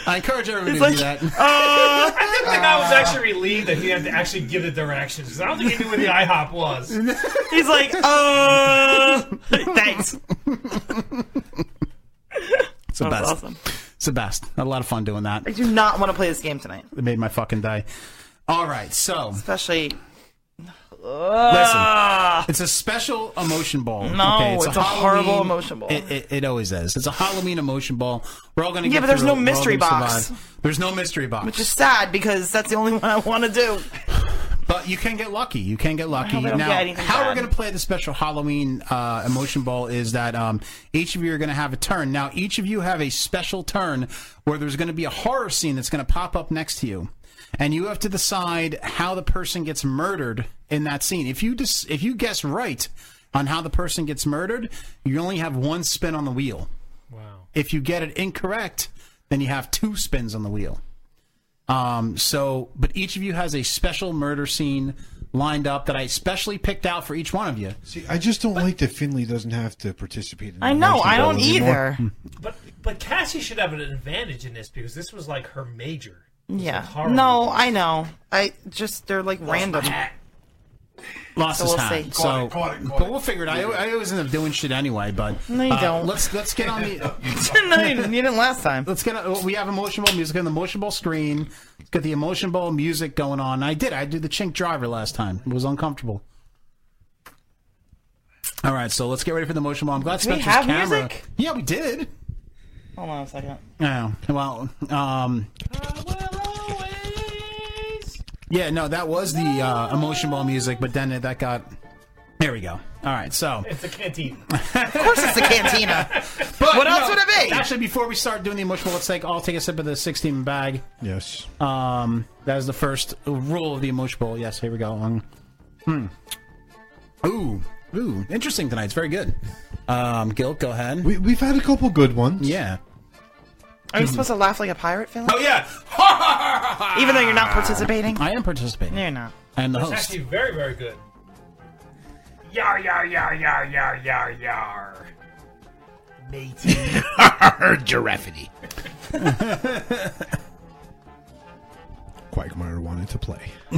[SPEAKER 2] I encourage everybody
[SPEAKER 5] It's
[SPEAKER 2] to
[SPEAKER 5] like,
[SPEAKER 2] do that.
[SPEAKER 4] uh,
[SPEAKER 5] I think the guy was actually relieved that he had to actually give the directions 'cause I don't think he knew where the IHOP was.
[SPEAKER 4] He's like, uh, thanks.
[SPEAKER 2] It's
[SPEAKER 4] That was Oh,
[SPEAKER 2] the best.
[SPEAKER 4] awesome.
[SPEAKER 2] It's the best. Had a lot of fun doing that.
[SPEAKER 4] I do not want to play this game tonight,
[SPEAKER 2] It made my fucking day. All right, so
[SPEAKER 4] especially.
[SPEAKER 2] listen, it's a special emotion ball.
[SPEAKER 4] Ah. No,
[SPEAKER 2] okay,
[SPEAKER 4] it's a horrible
[SPEAKER 2] Halloween-
[SPEAKER 4] emotion ball.
[SPEAKER 2] It, it, it always is. It's a Halloween emotion ball. We're all gonna
[SPEAKER 4] Yeah,
[SPEAKER 2] get
[SPEAKER 4] but there's
[SPEAKER 2] through
[SPEAKER 4] no
[SPEAKER 2] it. We're all
[SPEAKER 4] mystery
[SPEAKER 2] gonna
[SPEAKER 4] box.
[SPEAKER 2] survive. There's no mystery box.
[SPEAKER 4] which is sad because that's the only one I want to do.
[SPEAKER 2] But you can get lucky. You can get lucky.
[SPEAKER 4] hope I
[SPEAKER 2] Now,
[SPEAKER 4] don't get anything
[SPEAKER 2] how we're
[SPEAKER 4] bad.
[SPEAKER 2] going to play the special Halloween uh, emotion ball is that um, each of you are going to have a turn. Now, each of you have a special turn where there's going to be a horror scene that's going to pop up next to you, and you have to decide how the person gets murdered in that scene. If you dis- if you guess right on how the person gets murdered, you only have one spin on the wheel. Wow! If you get it incorrect, then you have two spins on the wheel. Um, so, but each of you has a special murder scene lined up that I specially picked out for each one of you.
[SPEAKER 6] See, I just don't like that Finley doesn't have to participate. in
[SPEAKER 2] I know,
[SPEAKER 6] emotion
[SPEAKER 2] I
[SPEAKER 6] ball
[SPEAKER 2] don't
[SPEAKER 6] anymore.
[SPEAKER 2] either.
[SPEAKER 6] Mm.
[SPEAKER 5] But but Cassie should have an advantage in this because this was like her major.
[SPEAKER 4] Yeah.
[SPEAKER 5] horrible.
[SPEAKER 4] No, I know. I just they're like random.
[SPEAKER 2] Lost
[SPEAKER 4] So
[SPEAKER 2] his
[SPEAKER 4] we'll
[SPEAKER 2] hat.
[SPEAKER 4] see.
[SPEAKER 2] So,
[SPEAKER 4] Caught it, caught it, caught
[SPEAKER 2] but
[SPEAKER 4] it.
[SPEAKER 2] we'll figure it. out. I, I always end up doing shit anyway. But
[SPEAKER 4] No, you
[SPEAKER 2] uh,
[SPEAKER 4] don't.
[SPEAKER 2] Let's let's get on the.
[SPEAKER 4] no, you didn't, you didn't last time.
[SPEAKER 2] Let's get. On, we have emotion ball music on the emotion ball screen. Let's get the emotion ball music going on. I did. I did the chink driver last time. It was uncomfortable. All right, so let's get ready for the emotion ball. I'm glad
[SPEAKER 4] Do we
[SPEAKER 2] Spencer's
[SPEAKER 4] have
[SPEAKER 2] camera.
[SPEAKER 4] music?
[SPEAKER 2] Yeah, we did.
[SPEAKER 4] Hold on a second.
[SPEAKER 2] Yeah. Well, um. Yeah, no, that was the uh, emotion ball music, but then that got. There we go. All right, so.
[SPEAKER 5] It's a canteen.
[SPEAKER 4] Of course, it's the cantina.
[SPEAKER 2] But,
[SPEAKER 4] what
[SPEAKER 2] you
[SPEAKER 4] else
[SPEAKER 2] know,
[SPEAKER 4] would it be?
[SPEAKER 2] Actually, before we start doing the emotion ball, let's take. I'll take a sip of the 16 bag.
[SPEAKER 6] Yes.
[SPEAKER 2] Um, that is the first rule of the emotion ball. Yes, here we go. Um, hmm. Ooh, ooh, interesting tonight. It's very good. Um, Gil, go ahead. We,
[SPEAKER 6] we've had a couple good ones.
[SPEAKER 2] Yeah.
[SPEAKER 4] Are you supposed to laugh like a pirate, Phil?
[SPEAKER 2] Oh yeah.
[SPEAKER 4] Even though you're not participating.
[SPEAKER 2] I am participating.
[SPEAKER 4] No, you're not.
[SPEAKER 2] I am the
[SPEAKER 5] It's
[SPEAKER 2] host.
[SPEAKER 5] actually very very good. Yar yar yar yar yar yar yar. Matey.
[SPEAKER 6] Giraffity. Quagmire wanted to play.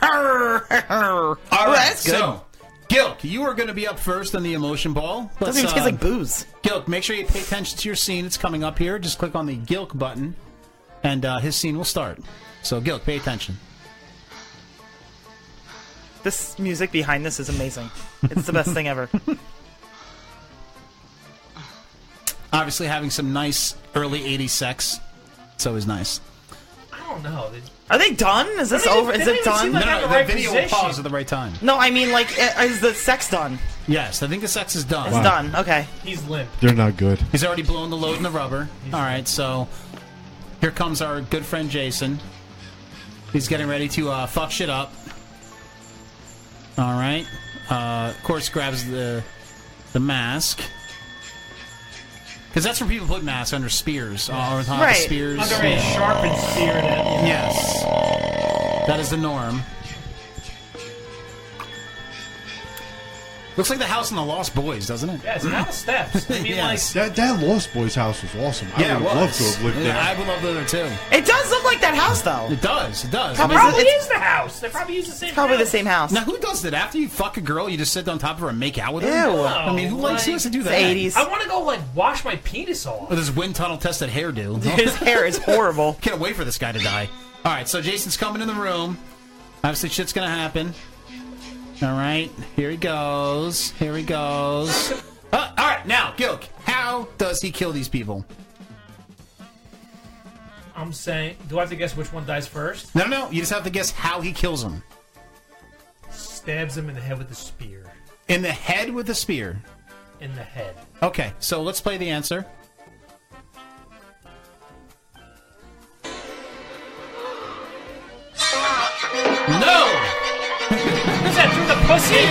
[SPEAKER 2] All right,
[SPEAKER 6] that's good.
[SPEAKER 2] so Gilk, you are going to be up first on the emotion ball. uh,
[SPEAKER 4] Doesn't even taste like booze.
[SPEAKER 2] Gilk, make sure you pay attention to your scene. It's coming up here. Just click on the Gilk button, and uh, his scene will start. So Gilk, pay attention.
[SPEAKER 4] This music behind this is amazing. It's the best thing ever.
[SPEAKER 2] Obviously, having some nice early '80s sex. It's always nice.
[SPEAKER 5] I don't know. They-
[SPEAKER 4] Are they done? Is this
[SPEAKER 5] They didn't-
[SPEAKER 4] over?
[SPEAKER 5] they
[SPEAKER 4] Is
[SPEAKER 5] didn't
[SPEAKER 4] it
[SPEAKER 5] even seem
[SPEAKER 4] done?
[SPEAKER 5] like
[SPEAKER 2] No,
[SPEAKER 5] I'm
[SPEAKER 2] no,
[SPEAKER 5] in
[SPEAKER 2] the
[SPEAKER 5] right
[SPEAKER 2] video will
[SPEAKER 5] position.
[SPEAKER 2] pause at the right time.
[SPEAKER 4] No, I mean like, i- is the sex done?
[SPEAKER 2] Yes, I think the sex is done.
[SPEAKER 4] It's done. Okay.
[SPEAKER 5] He's limp.
[SPEAKER 6] They're not good.
[SPEAKER 2] He's already blown the load in the rubber. All right, so here comes our good friend Jason. He's getting ready to uh, fuck shit up. All right, Uh, of course, grabs the the mask. Because that's where people put masks under spears, uh, or on top of
[SPEAKER 5] Right.
[SPEAKER 2] spears.
[SPEAKER 5] Under a sharpened spear that-
[SPEAKER 2] Yes, that is the norm. Looks like the house in the Lost Boys, doesn't it?
[SPEAKER 5] Yes, not steps. I mean,
[SPEAKER 2] yes.
[SPEAKER 6] that that Lost Boys house was awesome. I
[SPEAKER 2] yeah, it
[SPEAKER 6] would
[SPEAKER 2] was.
[SPEAKER 6] love to have lived
[SPEAKER 2] yeah,
[SPEAKER 6] there.
[SPEAKER 2] I would love to live there too.
[SPEAKER 4] It does look like that house, though.
[SPEAKER 2] It does. It does.
[SPEAKER 4] Probably
[SPEAKER 5] probably
[SPEAKER 4] it's-
[SPEAKER 5] is the house. They probably use the same.
[SPEAKER 4] probably the
[SPEAKER 5] house.
[SPEAKER 4] same house.
[SPEAKER 2] Now, who does that? After you fuck a girl, you just sit on top of her and make out with her?
[SPEAKER 4] Ew.
[SPEAKER 2] I mean, who likes who likes to do that?
[SPEAKER 5] Oh, I want to go like wash my penis off.
[SPEAKER 2] With his wind tunnel tested hairdo.
[SPEAKER 5] His
[SPEAKER 4] hair is horrible.
[SPEAKER 2] Can't wait for this guy to die. All right, so Jason's coming in the room. Obviously, shit's gonna happen. All right, here he goes. Here he goes. Uh, all right, now, Gilk, how does he kill these people?
[SPEAKER 5] I'm saying, do I have to guess which one dies first?
[SPEAKER 2] No, no, no. You just have to guess how he kills them.
[SPEAKER 5] Stabs him in the head with a spear.
[SPEAKER 2] In the head with a spear.
[SPEAKER 5] In the head.
[SPEAKER 2] Okay, so let's play the answer. No!
[SPEAKER 5] Is that through the pussy?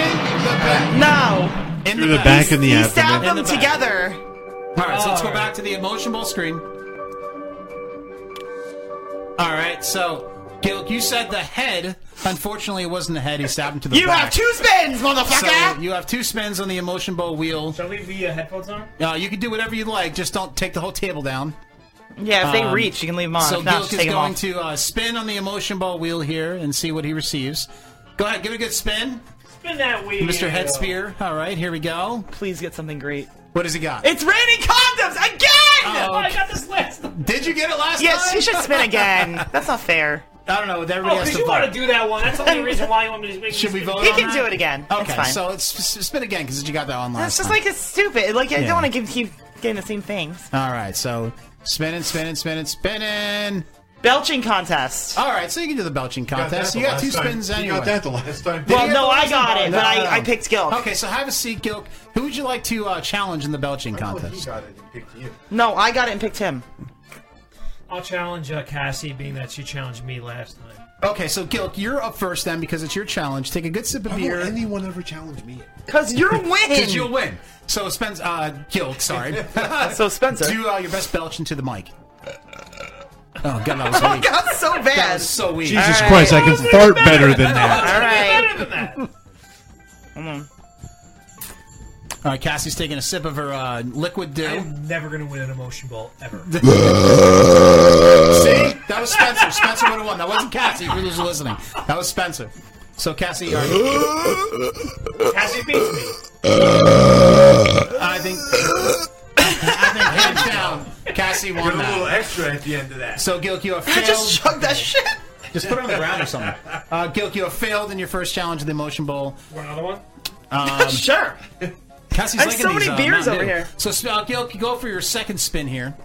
[SPEAKER 4] No.
[SPEAKER 6] Through the back and the
[SPEAKER 4] he
[SPEAKER 6] abdomen.
[SPEAKER 4] stabbed them
[SPEAKER 6] In the back.
[SPEAKER 4] together.
[SPEAKER 2] All right, so let's go back to the emotion ball screen. All right, so Gil, you said the head. Unfortunately, it wasn't the head. He stabbed him to the.
[SPEAKER 4] You
[SPEAKER 2] back.
[SPEAKER 4] have two spins, motherfucker!
[SPEAKER 2] So you have two spins on the emotion ball wheel.
[SPEAKER 5] Shall we leave the uh, headphones on?
[SPEAKER 2] Uh, you can do whatever you like. Just don't take the whole table down.
[SPEAKER 4] Yeah, if they
[SPEAKER 2] Um,
[SPEAKER 4] reach, you can leave them on.
[SPEAKER 2] So
[SPEAKER 4] if not,
[SPEAKER 2] Gilk
[SPEAKER 4] just
[SPEAKER 2] is
[SPEAKER 4] take them
[SPEAKER 2] going
[SPEAKER 4] off.
[SPEAKER 2] to uh, spin on the emotion ball wheel here and see what he receives. Go ahead, give it a good spin,
[SPEAKER 5] Spin that wheel.
[SPEAKER 2] Mr. Head Spear. All right, here we go.
[SPEAKER 4] Please get something great.
[SPEAKER 2] What does he got?
[SPEAKER 4] It's raining condoms again!
[SPEAKER 2] Oh, I got
[SPEAKER 5] this last.
[SPEAKER 2] Did you get it last
[SPEAKER 4] yes,
[SPEAKER 2] time?
[SPEAKER 4] you should spin again. That's not fair.
[SPEAKER 2] I don't know.
[SPEAKER 5] Oh, because you want to do that one. That's the only reason why you want me to make
[SPEAKER 2] Should we vote?
[SPEAKER 4] He
[SPEAKER 2] on
[SPEAKER 4] can
[SPEAKER 2] that?
[SPEAKER 4] do it again.
[SPEAKER 2] Okay,
[SPEAKER 4] It's fine.
[SPEAKER 2] so it's s- spin again because you got that one
[SPEAKER 4] That's
[SPEAKER 2] last
[SPEAKER 4] just
[SPEAKER 2] time.
[SPEAKER 4] like it's stupid. Like I
[SPEAKER 2] Yeah.
[SPEAKER 4] don't want to give keep getting the same things.
[SPEAKER 2] All right, so spinning, spinning, spinning, spinning.
[SPEAKER 4] Belching contest.
[SPEAKER 2] All right, so you can do the belching contest. You got, two spins
[SPEAKER 6] You
[SPEAKER 2] anyway.
[SPEAKER 6] got that the last time.
[SPEAKER 2] Did you
[SPEAKER 4] Well,
[SPEAKER 2] get
[SPEAKER 4] no,
[SPEAKER 2] the
[SPEAKER 4] I
[SPEAKER 2] last
[SPEAKER 4] got
[SPEAKER 2] time?
[SPEAKER 4] it,
[SPEAKER 2] No,
[SPEAKER 4] but I-
[SPEAKER 2] no, no.
[SPEAKER 4] I picked Gilk.
[SPEAKER 2] Okay, so have a seat, Gilk. Who would you like to uh, challenge in the belching contest?
[SPEAKER 4] No, I got it and picked him.
[SPEAKER 5] I'll challenge uh, Cassie, being that she challenged me last time.
[SPEAKER 2] Okay, so Gilk, you're up first then because it's your challenge. Take a good sip of
[SPEAKER 6] Why
[SPEAKER 2] beer.
[SPEAKER 6] won't anyone ever challenge me?
[SPEAKER 4] Cause you're winning.
[SPEAKER 2] Because you'll win. So Spencer, uh, Gilk, sorry.
[SPEAKER 4] So, Spencer.
[SPEAKER 2] do uh, your best belch into the mic. Oh god, that was
[SPEAKER 4] Oh,
[SPEAKER 2] weak.
[SPEAKER 4] God, so bad.
[SPEAKER 2] That was so weak.
[SPEAKER 6] Jesus Christ, I can fart better than that.
[SPEAKER 4] All right.
[SPEAKER 2] Come on.
[SPEAKER 4] Mm-hmm.
[SPEAKER 2] All right, Cassie's taking a sip of her uh, liquid dew.
[SPEAKER 5] I'm never gonna win an emotion ball ever.
[SPEAKER 2] See, that was Spencer. Spencer would have won. That wasn't Cassie. For those listening, that was Spencer. So Cassie, are you-
[SPEAKER 5] Cassie beats me.
[SPEAKER 2] I think, I think hands down, Cassie won
[SPEAKER 3] Got a
[SPEAKER 2] that.
[SPEAKER 3] little extra at the end of that.
[SPEAKER 2] So Gilk, you have failed.
[SPEAKER 3] Just
[SPEAKER 4] chug that shit.
[SPEAKER 2] Just put it on the ground or something. Uh, Gilk, you have failed in your first challenge of the Emotion Bowl.
[SPEAKER 5] Want another one?
[SPEAKER 2] Um,
[SPEAKER 4] sure.
[SPEAKER 2] Cassie's
[SPEAKER 4] I have
[SPEAKER 2] liking
[SPEAKER 4] so
[SPEAKER 2] these,
[SPEAKER 4] many
[SPEAKER 2] uh,
[SPEAKER 4] beers
[SPEAKER 2] Mountain
[SPEAKER 4] over
[SPEAKER 2] Dew.
[SPEAKER 4] here.
[SPEAKER 2] So uh, Gilk, you go for your second spin here.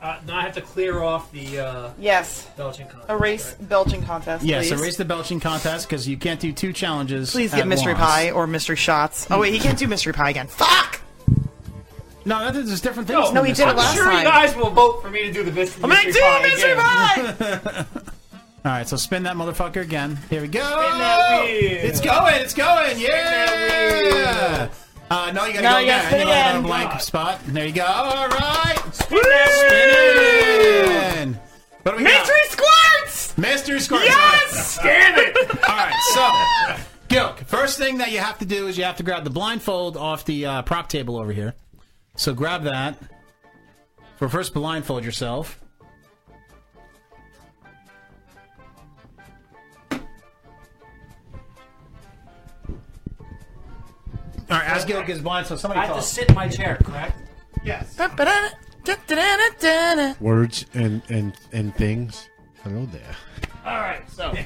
[SPEAKER 5] Uh, now I have to clear off the. Uh,
[SPEAKER 4] Yes.
[SPEAKER 5] Belgian contest.
[SPEAKER 4] Erase belching contest.
[SPEAKER 2] Yes,
[SPEAKER 4] please.
[SPEAKER 2] erase the belching contest because you can't do two challenges.
[SPEAKER 4] Please get
[SPEAKER 2] at
[SPEAKER 4] mystery
[SPEAKER 2] once.
[SPEAKER 4] pie or mystery shots. Oh wait, he can't do mystery pie again. Fuck!
[SPEAKER 2] No, that is different things.
[SPEAKER 4] No, he did it last
[SPEAKER 5] I'm sure
[SPEAKER 4] time.
[SPEAKER 5] you guys will vote for me to do the mystery.
[SPEAKER 4] I'm gonna do
[SPEAKER 5] pie
[SPEAKER 4] mystery
[SPEAKER 5] again.
[SPEAKER 4] pie.
[SPEAKER 2] All right, so spin that motherfucker again. Here we go.
[SPEAKER 5] that wheel.
[SPEAKER 2] It's going. It's going.
[SPEAKER 5] Spin that
[SPEAKER 2] Yeah.
[SPEAKER 5] wheel.
[SPEAKER 2] Uh, no, you gotta
[SPEAKER 5] No,
[SPEAKER 2] go
[SPEAKER 5] you
[SPEAKER 2] there.
[SPEAKER 5] gotta spin
[SPEAKER 2] you land on
[SPEAKER 5] again.
[SPEAKER 2] a blank spot. There you go. All right. Spin
[SPEAKER 5] that
[SPEAKER 2] Spin. What do we got?
[SPEAKER 4] Mystery squirts.
[SPEAKER 2] Mystery squirts.
[SPEAKER 4] Yes!
[SPEAKER 5] Damn it!
[SPEAKER 2] All right, so, Gilk, first thing that you have to do is you have to grab the blindfold off the uh, prop table over here. So grab that. For first, blindfold yourself. All right, as Gilk is blind, so somebody
[SPEAKER 5] I have to
[SPEAKER 2] talk.
[SPEAKER 5] sit in my chair, correct?
[SPEAKER 2] Yes.
[SPEAKER 4] Da-da-da-da-da-da.
[SPEAKER 6] Words and and and things. Hello there.
[SPEAKER 5] All right, so.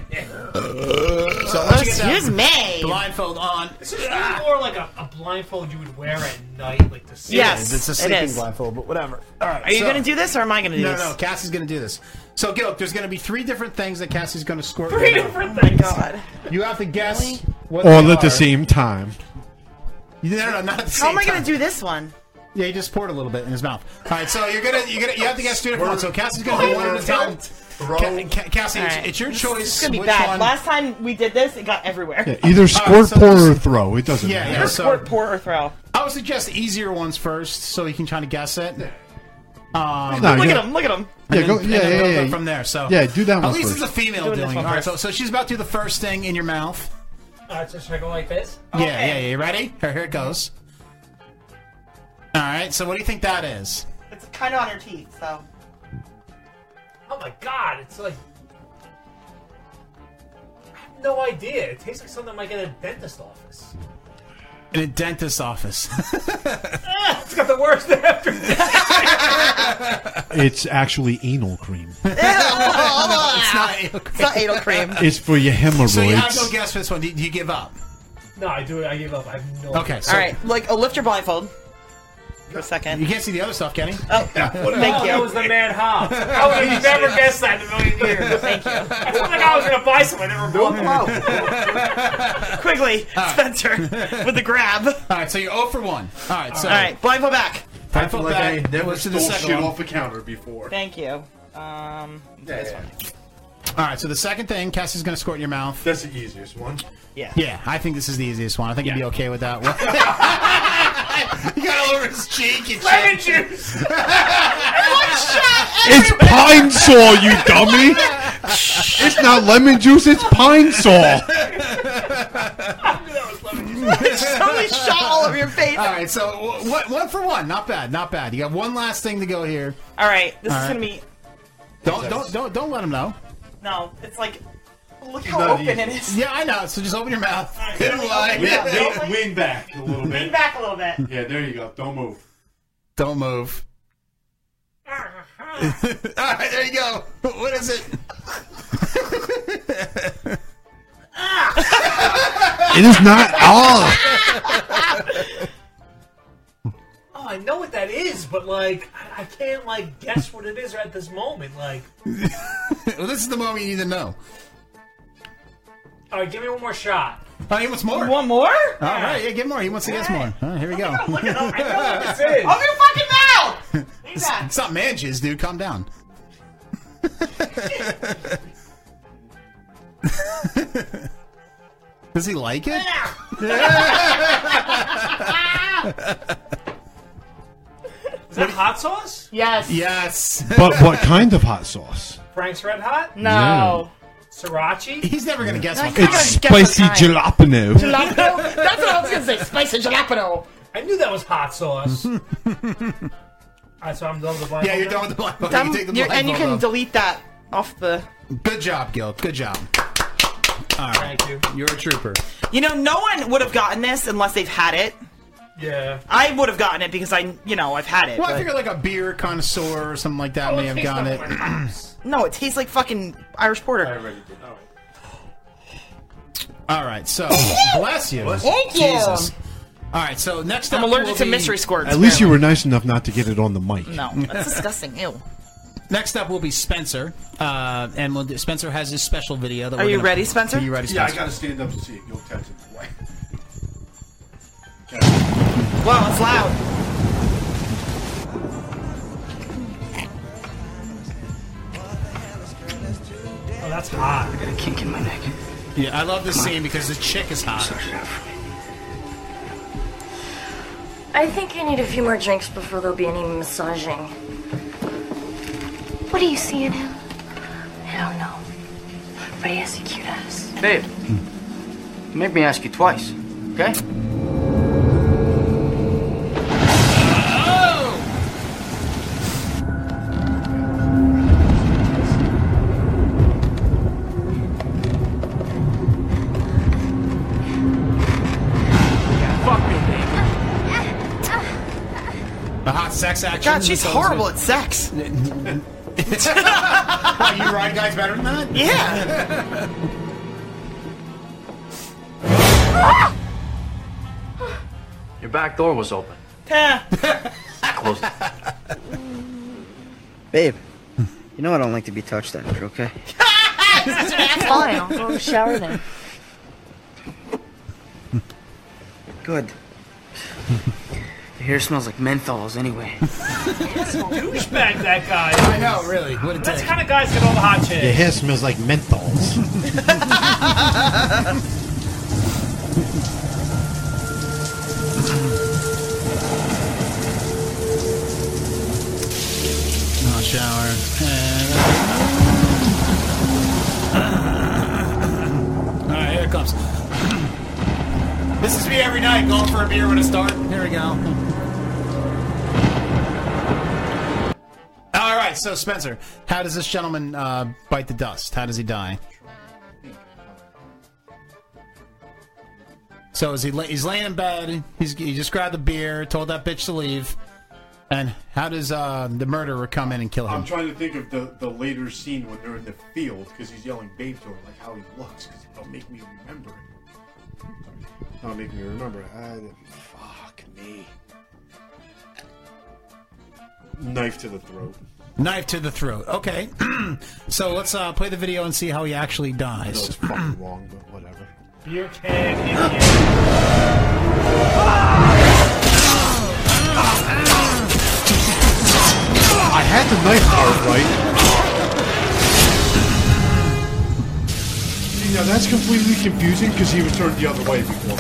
[SPEAKER 2] So once you get that
[SPEAKER 4] Excuse me.
[SPEAKER 2] Blindfold on.
[SPEAKER 5] This is really more like a, a blindfold you would wear at night, like to sleep.
[SPEAKER 2] Yes, it's a sleeping blindfold, but whatever. All right.
[SPEAKER 4] Are you
[SPEAKER 2] so-
[SPEAKER 4] gonna do this or am I gonna do
[SPEAKER 2] no,
[SPEAKER 4] this?
[SPEAKER 2] No, no, Cassie's going to do this. So, Gilk, there's going to be three different things that Cassie's going to squirt.
[SPEAKER 5] Three
[SPEAKER 2] you.
[SPEAKER 5] different things.
[SPEAKER 4] God.
[SPEAKER 2] You have to guess what
[SPEAKER 6] All
[SPEAKER 2] they
[SPEAKER 6] at
[SPEAKER 2] are.
[SPEAKER 6] the same time.
[SPEAKER 2] No, no, no, not at the
[SPEAKER 4] How
[SPEAKER 2] same
[SPEAKER 4] am I gonna
[SPEAKER 2] time.
[SPEAKER 4] do this one?
[SPEAKER 2] Yeah, he just poured a little bit in his mouth. All right, so you're gonna you're gonna you have to guess two different ones. So Cassie's gonna do one at a time. Ca- Ca- Cassie, it's- it's your choice.
[SPEAKER 4] This is gonna be
[SPEAKER 2] which
[SPEAKER 4] bad.
[SPEAKER 2] one- Uh,
[SPEAKER 4] Last time we did this, it got everywhere.
[SPEAKER 6] Yeah, either squirt, pour, or throw. It doesn't
[SPEAKER 2] Yeah,
[SPEAKER 6] matter.
[SPEAKER 2] yeah. So
[SPEAKER 4] pour or throw.
[SPEAKER 2] I would suggest the easier ones first, so you can kind of guess it. Um,
[SPEAKER 6] No, Look yeah. at him,
[SPEAKER 4] Look at him.
[SPEAKER 6] Yeah, go- yeah, yeah, yeah, yeah.
[SPEAKER 2] From there, so
[SPEAKER 6] Yeah, do that one
[SPEAKER 2] At least
[SPEAKER 6] first.
[SPEAKER 2] it's a female
[SPEAKER 6] Doing
[SPEAKER 2] doing,
[SPEAKER 6] this
[SPEAKER 2] it.
[SPEAKER 6] one
[SPEAKER 2] All right,
[SPEAKER 6] first.
[SPEAKER 2] so so she's about to do the first thing in your mouth.
[SPEAKER 5] All right, so should I go like this?
[SPEAKER 2] Yeah, yeah, yeah. You ready? Here, here it goes. All right. So what do you think that is?
[SPEAKER 4] It's kind of on her teeth, so.
[SPEAKER 5] Oh my god, it's like. I have no idea. It tastes like something I might get at a dentist office.
[SPEAKER 2] In a dentist's office.
[SPEAKER 5] It's got the worst after
[SPEAKER 6] It's actually anal cream.
[SPEAKER 2] it's not anal cream.
[SPEAKER 4] It's not anal cream.
[SPEAKER 6] It's for your hemorrhoids.
[SPEAKER 2] So you have no guess for this one. Do you, do you give up?
[SPEAKER 5] No, I do. I give up. I have no.
[SPEAKER 2] Okay. So
[SPEAKER 4] All right, like oh, lift your blindfold for a second.
[SPEAKER 2] You can't see the other stuff, Kenny.
[SPEAKER 4] Oh, thank
[SPEAKER 5] oh,
[SPEAKER 4] you.
[SPEAKER 5] That was the mad hop.
[SPEAKER 4] "Oh,
[SPEAKER 5] I would have never guessed that in a million years. Thank you. I felt like I was gonna buy some. I never bought them.
[SPEAKER 4] Quigley, Spencer, with the grab. All
[SPEAKER 2] right, so you're 0 for 1. All right, so
[SPEAKER 4] All right, blindfold back.
[SPEAKER 2] I feel like I never
[SPEAKER 6] stole shit off the counter before.
[SPEAKER 4] Thank you. Um, this one.
[SPEAKER 2] All right, so the second thing, Cassie's going to squirt in your mouth.
[SPEAKER 6] That's the easiest one.
[SPEAKER 4] Yeah.
[SPEAKER 2] Yeah, I think this is the easiest one. I think you'd be okay with that one. you got all over his cheek. You
[SPEAKER 5] Lemon juice.
[SPEAKER 6] It's pine saw, you dummy. it's not lemon juice. It's pine saw.
[SPEAKER 4] Somebody shot all over your face.
[SPEAKER 2] All right, so wh- what, one for one. Not bad, not bad. You got one last thing to go here.
[SPEAKER 4] All right, this
[SPEAKER 2] All
[SPEAKER 4] is
[SPEAKER 2] right.
[SPEAKER 4] gonna be
[SPEAKER 2] Don't don't don't don't let him know.
[SPEAKER 4] no. It's like look how open it is.
[SPEAKER 2] Yeah, I know. So just open your mouth.
[SPEAKER 4] Good luck.
[SPEAKER 6] Lean- lean- lean back a little
[SPEAKER 4] Lean back a little bit.
[SPEAKER 6] Yeah, there you go. Don't move.
[SPEAKER 2] Don't move. All right, there you go. What is it?
[SPEAKER 10] Ah!
[SPEAKER 6] It is not. Oh,
[SPEAKER 5] Oh, I know what that is, but like, I, I can't like guess what it is right at this moment. Like,
[SPEAKER 2] well, this is the moment you need to know.
[SPEAKER 5] all right, give me one more shot.
[SPEAKER 2] Oh, he wants more.
[SPEAKER 4] One more? All
[SPEAKER 2] right, yeah, get more. He wants to get more. All right, here we go.
[SPEAKER 5] I know what this is.
[SPEAKER 4] Open your fucking mouth.
[SPEAKER 2] It's, it's not man jizz, dude. Calm down. Does he like it?
[SPEAKER 5] Is that hot sauce?
[SPEAKER 4] Yes.
[SPEAKER 2] Yes.
[SPEAKER 6] but what kind of hot sauce?
[SPEAKER 5] Frank's Red Hot?
[SPEAKER 6] No.
[SPEAKER 5] Srirachi?
[SPEAKER 2] He's never gonna guess.
[SPEAKER 6] It's spicy jalapeno.
[SPEAKER 4] Jalapeno? That's what I was gonna say. Spicy jalapeno.
[SPEAKER 5] I knew that was hot sauce. All right, so I'm done with the blindfold.
[SPEAKER 2] Yeah, you're
[SPEAKER 5] now?
[SPEAKER 2] done with the blindfold.
[SPEAKER 4] Dumb-
[SPEAKER 2] you take the
[SPEAKER 4] you're-
[SPEAKER 2] blindfold
[SPEAKER 4] and you can
[SPEAKER 2] off.
[SPEAKER 4] delete that off the.
[SPEAKER 2] Good job, Gil. Good job. All right.
[SPEAKER 5] Thank you.
[SPEAKER 2] You're a trooper.
[SPEAKER 4] You know, no one would have gotten this unless they've had it.
[SPEAKER 5] Yeah.
[SPEAKER 4] I would have gotten it because I, you know, I've had it.
[SPEAKER 2] Well, I
[SPEAKER 4] but-
[SPEAKER 2] figure like a beer connoisseur or something like that may have gotten Oh, it.
[SPEAKER 4] no, it tastes like fucking Irish porter. I
[SPEAKER 6] already did. All
[SPEAKER 2] All right, so bless you.
[SPEAKER 4] Thank you.
[SPEAKER 2] Jesus. All right, so next
[SPEAKER 4] I'm
[SPEAKER 2] up
[SPEAKER 4] allergic
[SPEAKER 2] will
[SPEAKER 4] to
[SPEAKER 2] be-
[SPEAKER 4] mystery squirts.
[SPEAKER 6] At least you were nice enough not to get it on the mic.
[SPEAKER 4] No, that's disgusting. Ew.
[SPEAKER 2] Next up will be Spencer, uh, and we'll do, Spencer has his special video. That
[SPEAKER 4] Are
[SPEAKER 2] we're
[SPEAKER 4] you
[SPEAKER 2] gonna-
[SPEAKER 4] ready, Spencer?
[SPEAKER 2] Are you ready, Spencer?
[SPEAKER 6] gotta stand up to see it. You'll catch it. Wait.
[SPEAKER 4] Wow, it's loud.
[SPEAKER 5] Oh, that's hot.
[SPEAKER 10] I got a kink in my neck.
[SPEAKER 2] Yeah, I love this scene because the chick is hot.
[SPEAKER 13] I think I need a few more drinks before there'll be any massaging. What do you see in him? I don't know. But he has a cute ass.
[SPEAKER 12] Babe, make me ask you twice, okay?
[SPEAKER 2] The hot sex action.
[SPEAKER 4] God, she's horrible at sex.
[SPEAKER 2] Are you ride guys better than that?
[SPEAKER 4] Yeah.
[SPEAKER 12] Your back door was open. Close it.
[SPEAKER 10] Babe, you know I don't like to be touched after, okay?
[SPEAKER 13] Fine, I'll go shower then.
[SPEAKER 10] Good.
[SPEAKER 12] Hair smells like menthols anyway.
[SPEAKER 5] douchebag that guy. I know,
[SPEAKER 2] really. What
[SPEAKER 5] That's the kind of guys get all the hot
[SPEAKER 6] Your
[SPEAKER 5] chicks.
[SPEAKER 6] hair smells like menthols.
[SPEAKER 2] I'll shower. All right, here it comes. This is me every night going for a beer when it's dark. Here we go. All right, so Spencer, how does this gentleman uh, bite the dust? How does he die? So is he? La- he's laying in bed. He's, he just grabbed the beer, told that bitch to leave. And how does uh, the murderer come in and kill him?
[SPEAKER 6] I'm trying to think of the, the later scene when they're in the field because he's yelling babe to her like how he looks because it'll make me remember it. That'll Oh, make me remember it. I, fuck me. Knife to the throat.
[SPEAKER 2] Knife to the throat. Okay. so let's uh, play the video and see how he actually dies.
[SPEAKER 6] That was fucking wrong, but whatever.
[SPEAKER 5] Beer can.
[SPEAKER 6] I had the knife guard right. See, now that's completely confusing because he was turned the other way before.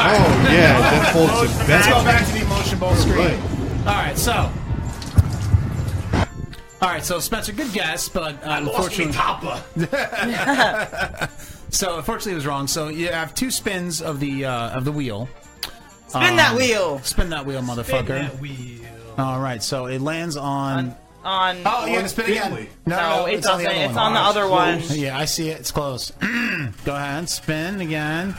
[SPEAKER 6] Oh yeah, that holds it
[SPEAKER 2] Let's go
[SPEAKER 6] back.
[SPEAKER 2] back to the emotion bowl screen. All right, so. All right, so Spencer, good guess, but uh, unfortunately, so unfortunately, it was wrong. So you have two spins of the uh, of the wheel. Um,
[SPEAKER 4] Spin that wheel.
[SPEAKER 2] Spin that wheel, motherfucker.
[SPEAKER 4] that
[SPEAKER 2] All right, so it lands on.
[SPEAKER 4] On
[SPEAKER 2] oh, you gotta spin again. No,
[SPEAKER 4] it
[SPEAKER 2] it's on
[SPEAKER 4] doesn't.
[SPEAKER 2] the other
[SPEAKER 4] it's
[SPEAKER 2] one.
[SPEAKER 4] on the other one.
[SPEAKER 2] Yeah, I see it. It's close. Go ahead, spin again.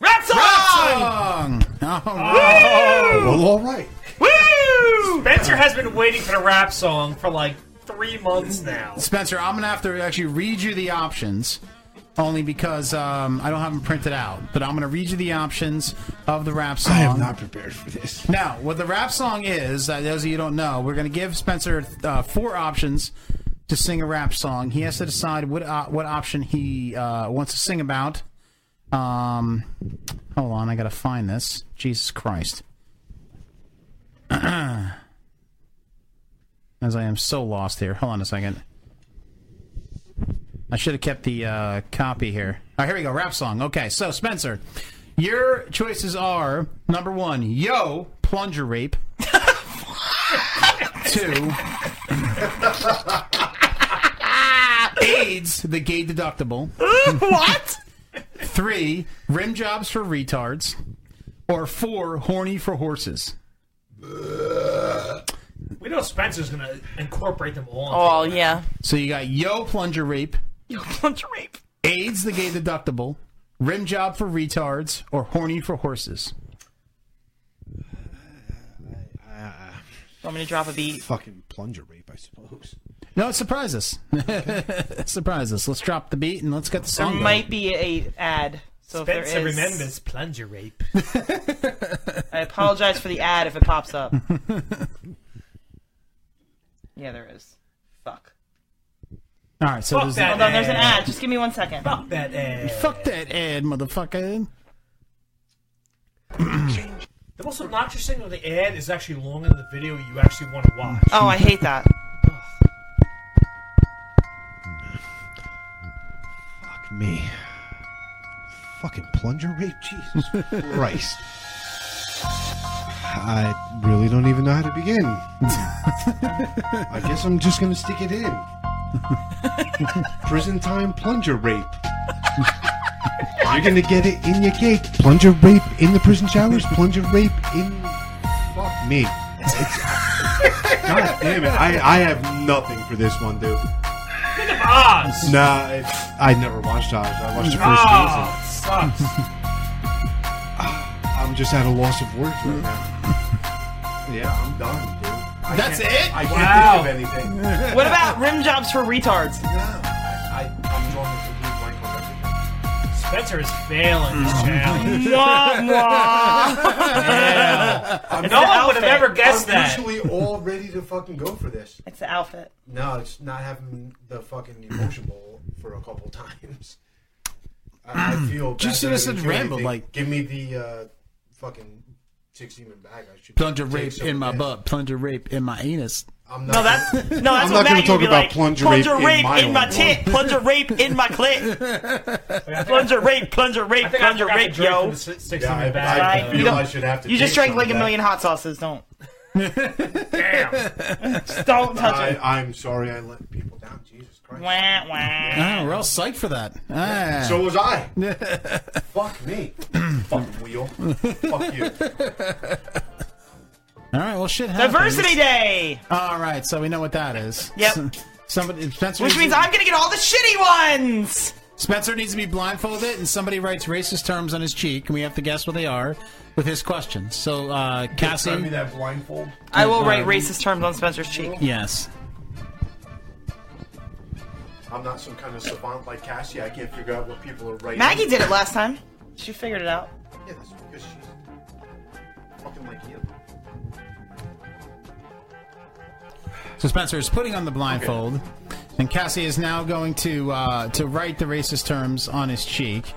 [SPEAKER 4] Rats
[SPEAKER 2] Wrong. All right.
[SPEAKER 6] Well, all right.
[SPEAKER 5] Woo! Spencer has been waiting for the rap song for like three months now.
[SPEAKER 2] Spencer, I'm gonna have to actually read you the options, only because um, I don't have them printed out. But I'm gonna read you the options of the rap song.
[SPEAKER 6] I am not prepared for this.
[SPEAKER 2] Now, what the rap song is, uh, those of you who don't know, we're going to give Spencer uh, four options to sing a rap song. He has to decide what uh, what option he uh, wants to sing about. Um, hold on, I got to find this. Jesus Christ. As I am so lost here. Hold on a second. I should have kept the uh, copy here. All right, here we go. Rap song. Okay, so Spencer, your choices are number one, yo, plunger rape. Two, AIDS, the gay deductible.
[SPEAKER 4] what?
[SPEAKER 2] Three, rim jobs for retards. Or four, horny for horses.
[SPEAKER 5] We know Spencer's gonna incorporate them
[SPEAKER 4] Oh
[SPEAKER 5] all.
[SPEAKER 4] yeah.
[SPEAKER 2] So you got yo, plunger rape.
[SPEAKER 4] Yo, plunger rape.
[SPEAKER 2] AIDS, the gay deductible. Rim job for retards. Or horny for horses.
[SPEAKER 4] Want me to drop a beat?
[SPEAKER 6] Ah. Fucking plunger rape, I suppose.
[SPEAKER 2] No, surprise us. surprise us. Let's drop the beat and let's get the
[SPEAKER 4] There
[SPEAKER 2] song.
[SPEAKER 4] might be a ad. So if
[SPEAKER 5] Spencer
[SPEAKER 4] there is,
[SPEAKER 5] remembers plunger rape.
[SPEAKER 4] I apologize for the ad if it pops up. yeah, there is. Fuck.
[SPEAKER 2] All right, so
[SPEAKER 4] Fuck
[SPEAKER 2] there's
[SPEAKER 4] that Hold on, there's an ad. Just give me one second.
[SPEAKER 5] Fuck that ad.
[SPEAKER 2] Fuck that ad, motherfucker.
[SPEAKER 5] The most obnoxious thing of the ad is actually longer than the video you actually want to watch.
[SPEAKER 4] Oh, I hate that.
[SPEAKER 6] Fuck me. Fucking plunger rape, Jesus Christ. I really don't even know how to begin. I guess I'm just gonna stick it in. Prison time plunger rape. You're gonna get it in your cake. Plunger rape in the prison showers. Plunger rape in. Fuck me. It's- God damn it! I, I have nothing for this one, dude.
[SPEAKER 5] Think of Oz.
[SPEAKER 6] Nah, it's, I never watched Oz. I watched the first season.
[SPEAKER 5] Oh, sucks.
[SPEAKER 6] I'm just at a loss of words right now. yeah, I'm done, dude. I
[SPEAKER 2] That's
[SPEAKER 6] can't-
[SPEAKER 2] it?
[SPEAKER 6] I
[SPEAKER 2] Wow.
[SPEAKER 6] can't think of anything.
[SPEAKER 4] What about rim jobs for retards?
[SPEAKER 6] I, I'm drawing a complete blank on everything.
[SPEAKER 5] Spencer is
[SPEAKER 2] Oh,
[SPEAKER 5] failing this
[SPEAKER 4] Mwah,
[SPEAKER 5] challenge.
[SPEAKER 4] mwah.
[SPEAKER 5] Yeah.
[SPEAKER 4] It's
[SPEAKER 5] No
[SPEAKER 4] the
[SPEAKER 5] one would have
[SPEAKER 4] outfit.
[SPEAKER 5] never guessed
[SPEAKER 3] I'm
[SPEAKER 5] that.
[SPEAKER 3] usually all ready to fucking go for this.
[SPEAKER 4] It's the outfit.
[SPEAKER 3] No, it's not having the fucking emotion bowl for a couple times. I, I feel
[SPEAKER 2] Just
[SPEAKER 3] bad
[SPEAKER 2] so this
[SPEAKER 3] that I
[SPEAKER 2] is
[SPEAKER 3] didn't do
[SPEAKER 2] ramble,
[SPEAKER 3] anything.
[SPEAKER 2] like-
[SPEAKER 3] give me the uh, fucking six human bag. I should
[SPEAKER 2] Plunger
[SPEAKER 3] take
[SPEAKER 2] rape
[SPEAKER 3] some
[SPEAKER 2] in my
[SPEAKER 3] of
[SPEAKER 2] butt. Plunger rape in my anus.
[SPEAKER 3] I'm
[SPEAKER 4] No, that's no. That's what
[SPEAKER 2] I'm not gonna
[SPEAKER 4] Matt
[SPEAKER 2] talk
[SPEAKER 4] would be
[SPEAKER 2] about
[SPEAKER 4] like.
[SPEAKER 2] plunger
[SPEAKER 4] plunger
[SPEAKER 2] rape
[SPEAKER 4] rape,
[SPEAKER 2] in my
[SPEAKER 4] in my
[SPEAKER 2] own
[SPEAKER 4] tit, plunger rape in my clit, plunger rape, plunger rape, plunger
[SPEAKER 5] forgot to
[SPEAKER 4] rape,
[SPEAKER 5] drink
[SPEAKER 4] yo.
[SPEAKER 5] from the si- six Yeah, in the I- bag. I
[SPEAKER 4] Right?
[SPEAKER 5] feel
[SPEAKER 4] You don't-
[SPEAKER 5] I should have to
[SPEAKER 4] You just drank
[SPEAKER 5] take some
[SPEAKER 4] like a
[SPEAKER 5] of that.
[SPEAKER 4] million hot sauces. Don't. Damn. Just don't touch
[SPEAKER 3] I,
[SPEAKER 4] it.
[SPEAKER 3] I'm sorry I let people down. Jesus Christ.
[SPEAKER 4] Wah, wah.
[SPEAKER 2] Oh, we're all psyched for that. Ah.
[SPEAKER 3] So was I. Fuck me. Fuck wheel. Fuck you.
[SPEAKER 2] All right, well, shit happens.
[SPEAKER 4] Diversity Day.
[SPEAKER 2] All right, so we know what that is.
[SPEAKER 4] Yep.
[SPEAKER 2] Somebody, Spencer
[SPEAKER 4] Which
[SPEAKER 2] needs
[SPEAKER 4] means
[SPEAKER 2] to-
[SPEAKER 4] I'm gonna get all the shitty ones.
[SPEAKER 2] Spencer needs to be blindfolded, and somebody writes racist terms on his cheek, and we have to guess what they are with his questions. So, uh, Cassie.
[SPEAKER 3] Give me that blindfold.
[SPEAKER 4] I will write
[SPEAKER 2] Um,
[SPEAKER 4] racist terms on Spencer's cheek.
[SPEAKER 2] Yes.
[SPEAKER 3] I'm not some kind of savant like Cassie. I can't figure out what people are writing.
[SPEAKER 4] Maggie did it last time. She figured it out.
[SPEAKER 3] Yeah, that's because she's fucking like you.
[SPEAKER 2] So Spencer is putting on the blindfold, and Cassie is now going to uh, to write the racist terms on his cheek.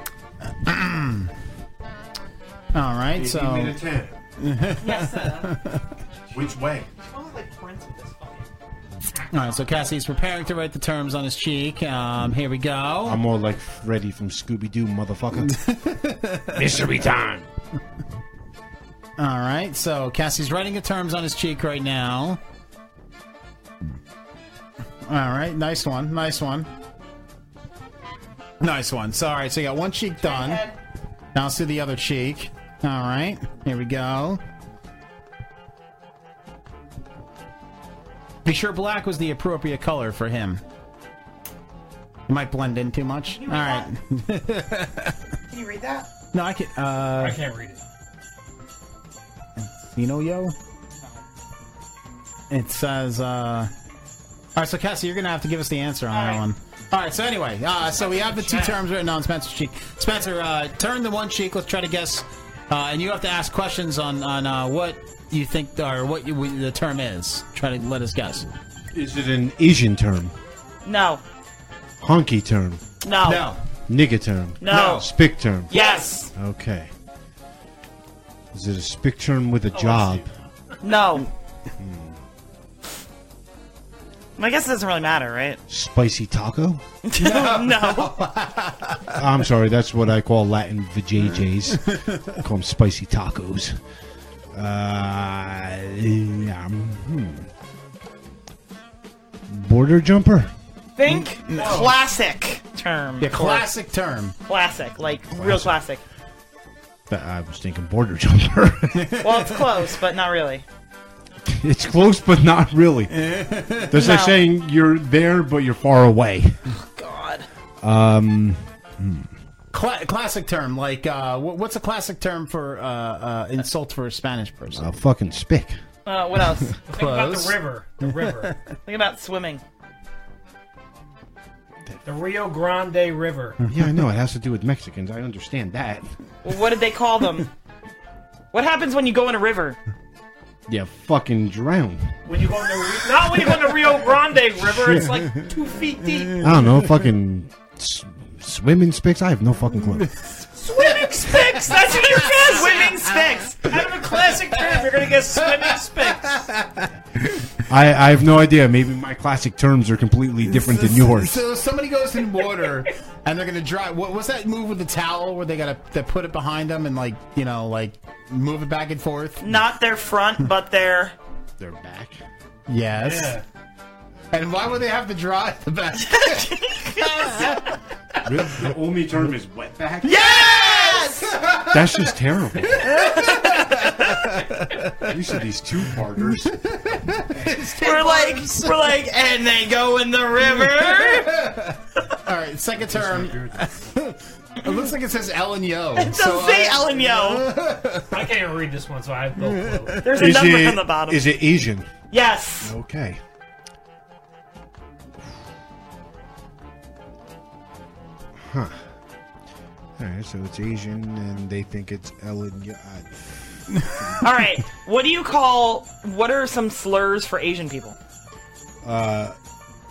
[SPEAKER 2] All right,
[SPEAKER 3] Eighteen
[SPEAKER 2] so
[SPEAKER 3] minute ten. Yes, sir. Which way?
[SPEAKER 2] All right, so Cassie is preparing to write the terms on his cheek. Um, here we go.
[SPEAKER 6] I'm more like Freddy from Scooby Doo, motherfucker. Mystery time.
[SPEAKER 2] All right, so Cassie's writing the terms on his cheek right now. All right, nice one, nice one, nice one. So, all right, so you got one cheek done. Now let's do the other cheek. All right, here we go. Be sure black was the appropriate color for him. You might blend in too much. All right.
[SPEAKER 4] Can you read that?
[SPEAKER 2] No, I can. Uh,
[SPEAKER 5] I can't read it.
[SPEAKER 2] You know, yo. It says. uh... All right, so Cassie, you're gonna have to give us the answer on that one. All right. So anyway, uh, so we have the two terms written on Spencer's cheek. Spencer, uh, turn the one cheek. Let's try to guess, uh, and you have to ask questions on on uh, what you think or what you, what the term is. Try to let us guess.
[SPEAKER 6] Is it an Asian term?
[SPEAKER 4] No.
[SPEAKER 6] Honky term?
[SPEAKER 4] No. No.
[SPEAKER 6] Nigga term?
[SPEAKER 4] No.
[SPEAKER 6] Spick term?
[SPEAKER 4] Yes.
[SPEAKER 6] Okay. Is it a spick term with a job?
[SPEAKER 4] No. I guess it doesn't really matter, right?
[SPEAKER 6] Spicy taco?
[SPEAKER 4] No.
[SPEAKER 6] I'm sorry, that's what I call Latin vajayjays. I call them spicy tacos. Uh, yeah, hmm. Border jumper?
[SPEAKER 4] Think classic term.
[SPEAKER 6] Yeah, classic
[SPEAKER 2] term.
[SPEAKER 4] Classic, like real classic.
[SPEAKER 6] Uh, I was thinking border jumper.
[SPEAKER 4] Well, it's close, but not really.
[SPEAKER 6] it's close, but not really. That's like
[SPEAKER 4] No.
[SPEAKER 6] saying you're there, but you're far away. God. Um, hmm.
[SPEAKER 2] Cla- classic term, like uh, wh- what's a classic term for uh, uh, insult for a Spanish person?
[SPEAKER 6] a fucking spick.
[SPEAKER 4] Uh, what else?
[SPEAKER 2] Think about the Close. river. The river.
[SPEAKER 4] Think about swimming.
[SPEAKER 5] The Rio Grande River.
[SPEAKER 6] yeah, I know. It has to do with Mexicans. I understand that.
[SPEAKER 4] Well, what did they call them? what happens when you go in a river?
[SPEAKER 6] Yeah, fucking drown.
[SPEAKER 5] When you go in the Re- not when you go in the Rio Grande River, it's like two feet deep.
[SPEAKER 6] I don't know. Fucking s- swimming spicks. I have no fucking clue.
[SPEAKER 5] Swimming spicks. That's what you're guessing.
[SPEAKER 4] Swimming spicks.
[SPEAKER 5] Out of a classic term, you're gonna guess swimming spicks.
[SPEAKER 6] I, I have no idea. Maybe my classic terms are completely different than yours.
[SPEAKER 2] So somebody goes in water and they're gonna dry. What was that move with the towel where they gotta they put it behind them and like you know like move it back and forth?
[SPEAKER 4] Not their front, but their.
[SPEAKER 6] Their back.
[SPEAKER 2] Yes. And why would they have to dry the back?
[SPEAKER 6] the only term is wet back.
[SPEAKER 4] Yes.
[SPEAKER 6] That's just terrible. These are these two parters.
[SPEAKER 4] We're like, we're like, and they go in the river.
[SPEAKER 2] All right, second term. it looks like it says L and Yo.
[SPEAKER 4] It does say L and Yo.
[SPEAKER 5] I can't even read this one, so I have no clue.
[SPEAKER 4] There's
[SPEAKER 6] Is it- Is it Asian?
[SPEAKER 4] Yes.
[SPEAKER 6] Okay. Huh. All right, so it's Asian, and they think it's Ellen. Y- I-
[SPEAKER 4] All right. What do you call? What are some slurs for Asian people?
[SPEAKER 6] Uh,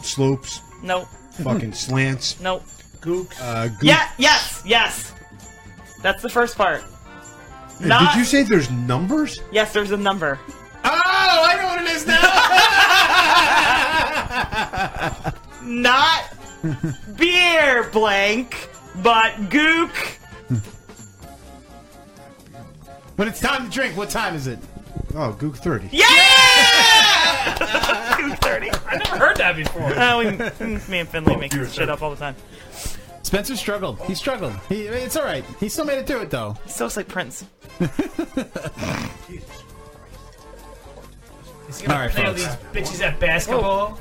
[SPEAKER 6] slopes.
[SPEAKER 4] Nope.
[SPEAKER 6] Fucking slants.
[SPEAKER 4] Nope.
[SPEAKER 6] Gooks. Uh, gook.
[SPEAKER 4] Yeah. Yes. Yes. That's the first part.
[SPEAKER 6] Hey,
[SPEAKER 4] Not.
[SPEAKER 6] Did you say there's numbers?
[SPEAKER 4] Yes. There's a number.
[SPEAKER 2] Oh, I know what it is now.
[SPEAKER 4] Not beer blank, but gook.
[SPEAKER 2] When it's time to drink, what time is it?
[SPEAKER 6] Oh, Gook 30.
[SPEAKER 4] I never heard that before. Oh, we- me and Finley make this shit up all the time.
[SPEAKER 2] Spencer struggled. He struggled. He, it's all right. He still made it through it, though.
[SPEAKER 4] He still like Prince.
[SPEAKER 5] Is he gonna
[SPEAKER 2] All right,
[SPEAKER 5] play all
[SPEAKER 2] folks.
[SPEAKER 5] these bitches at basketball?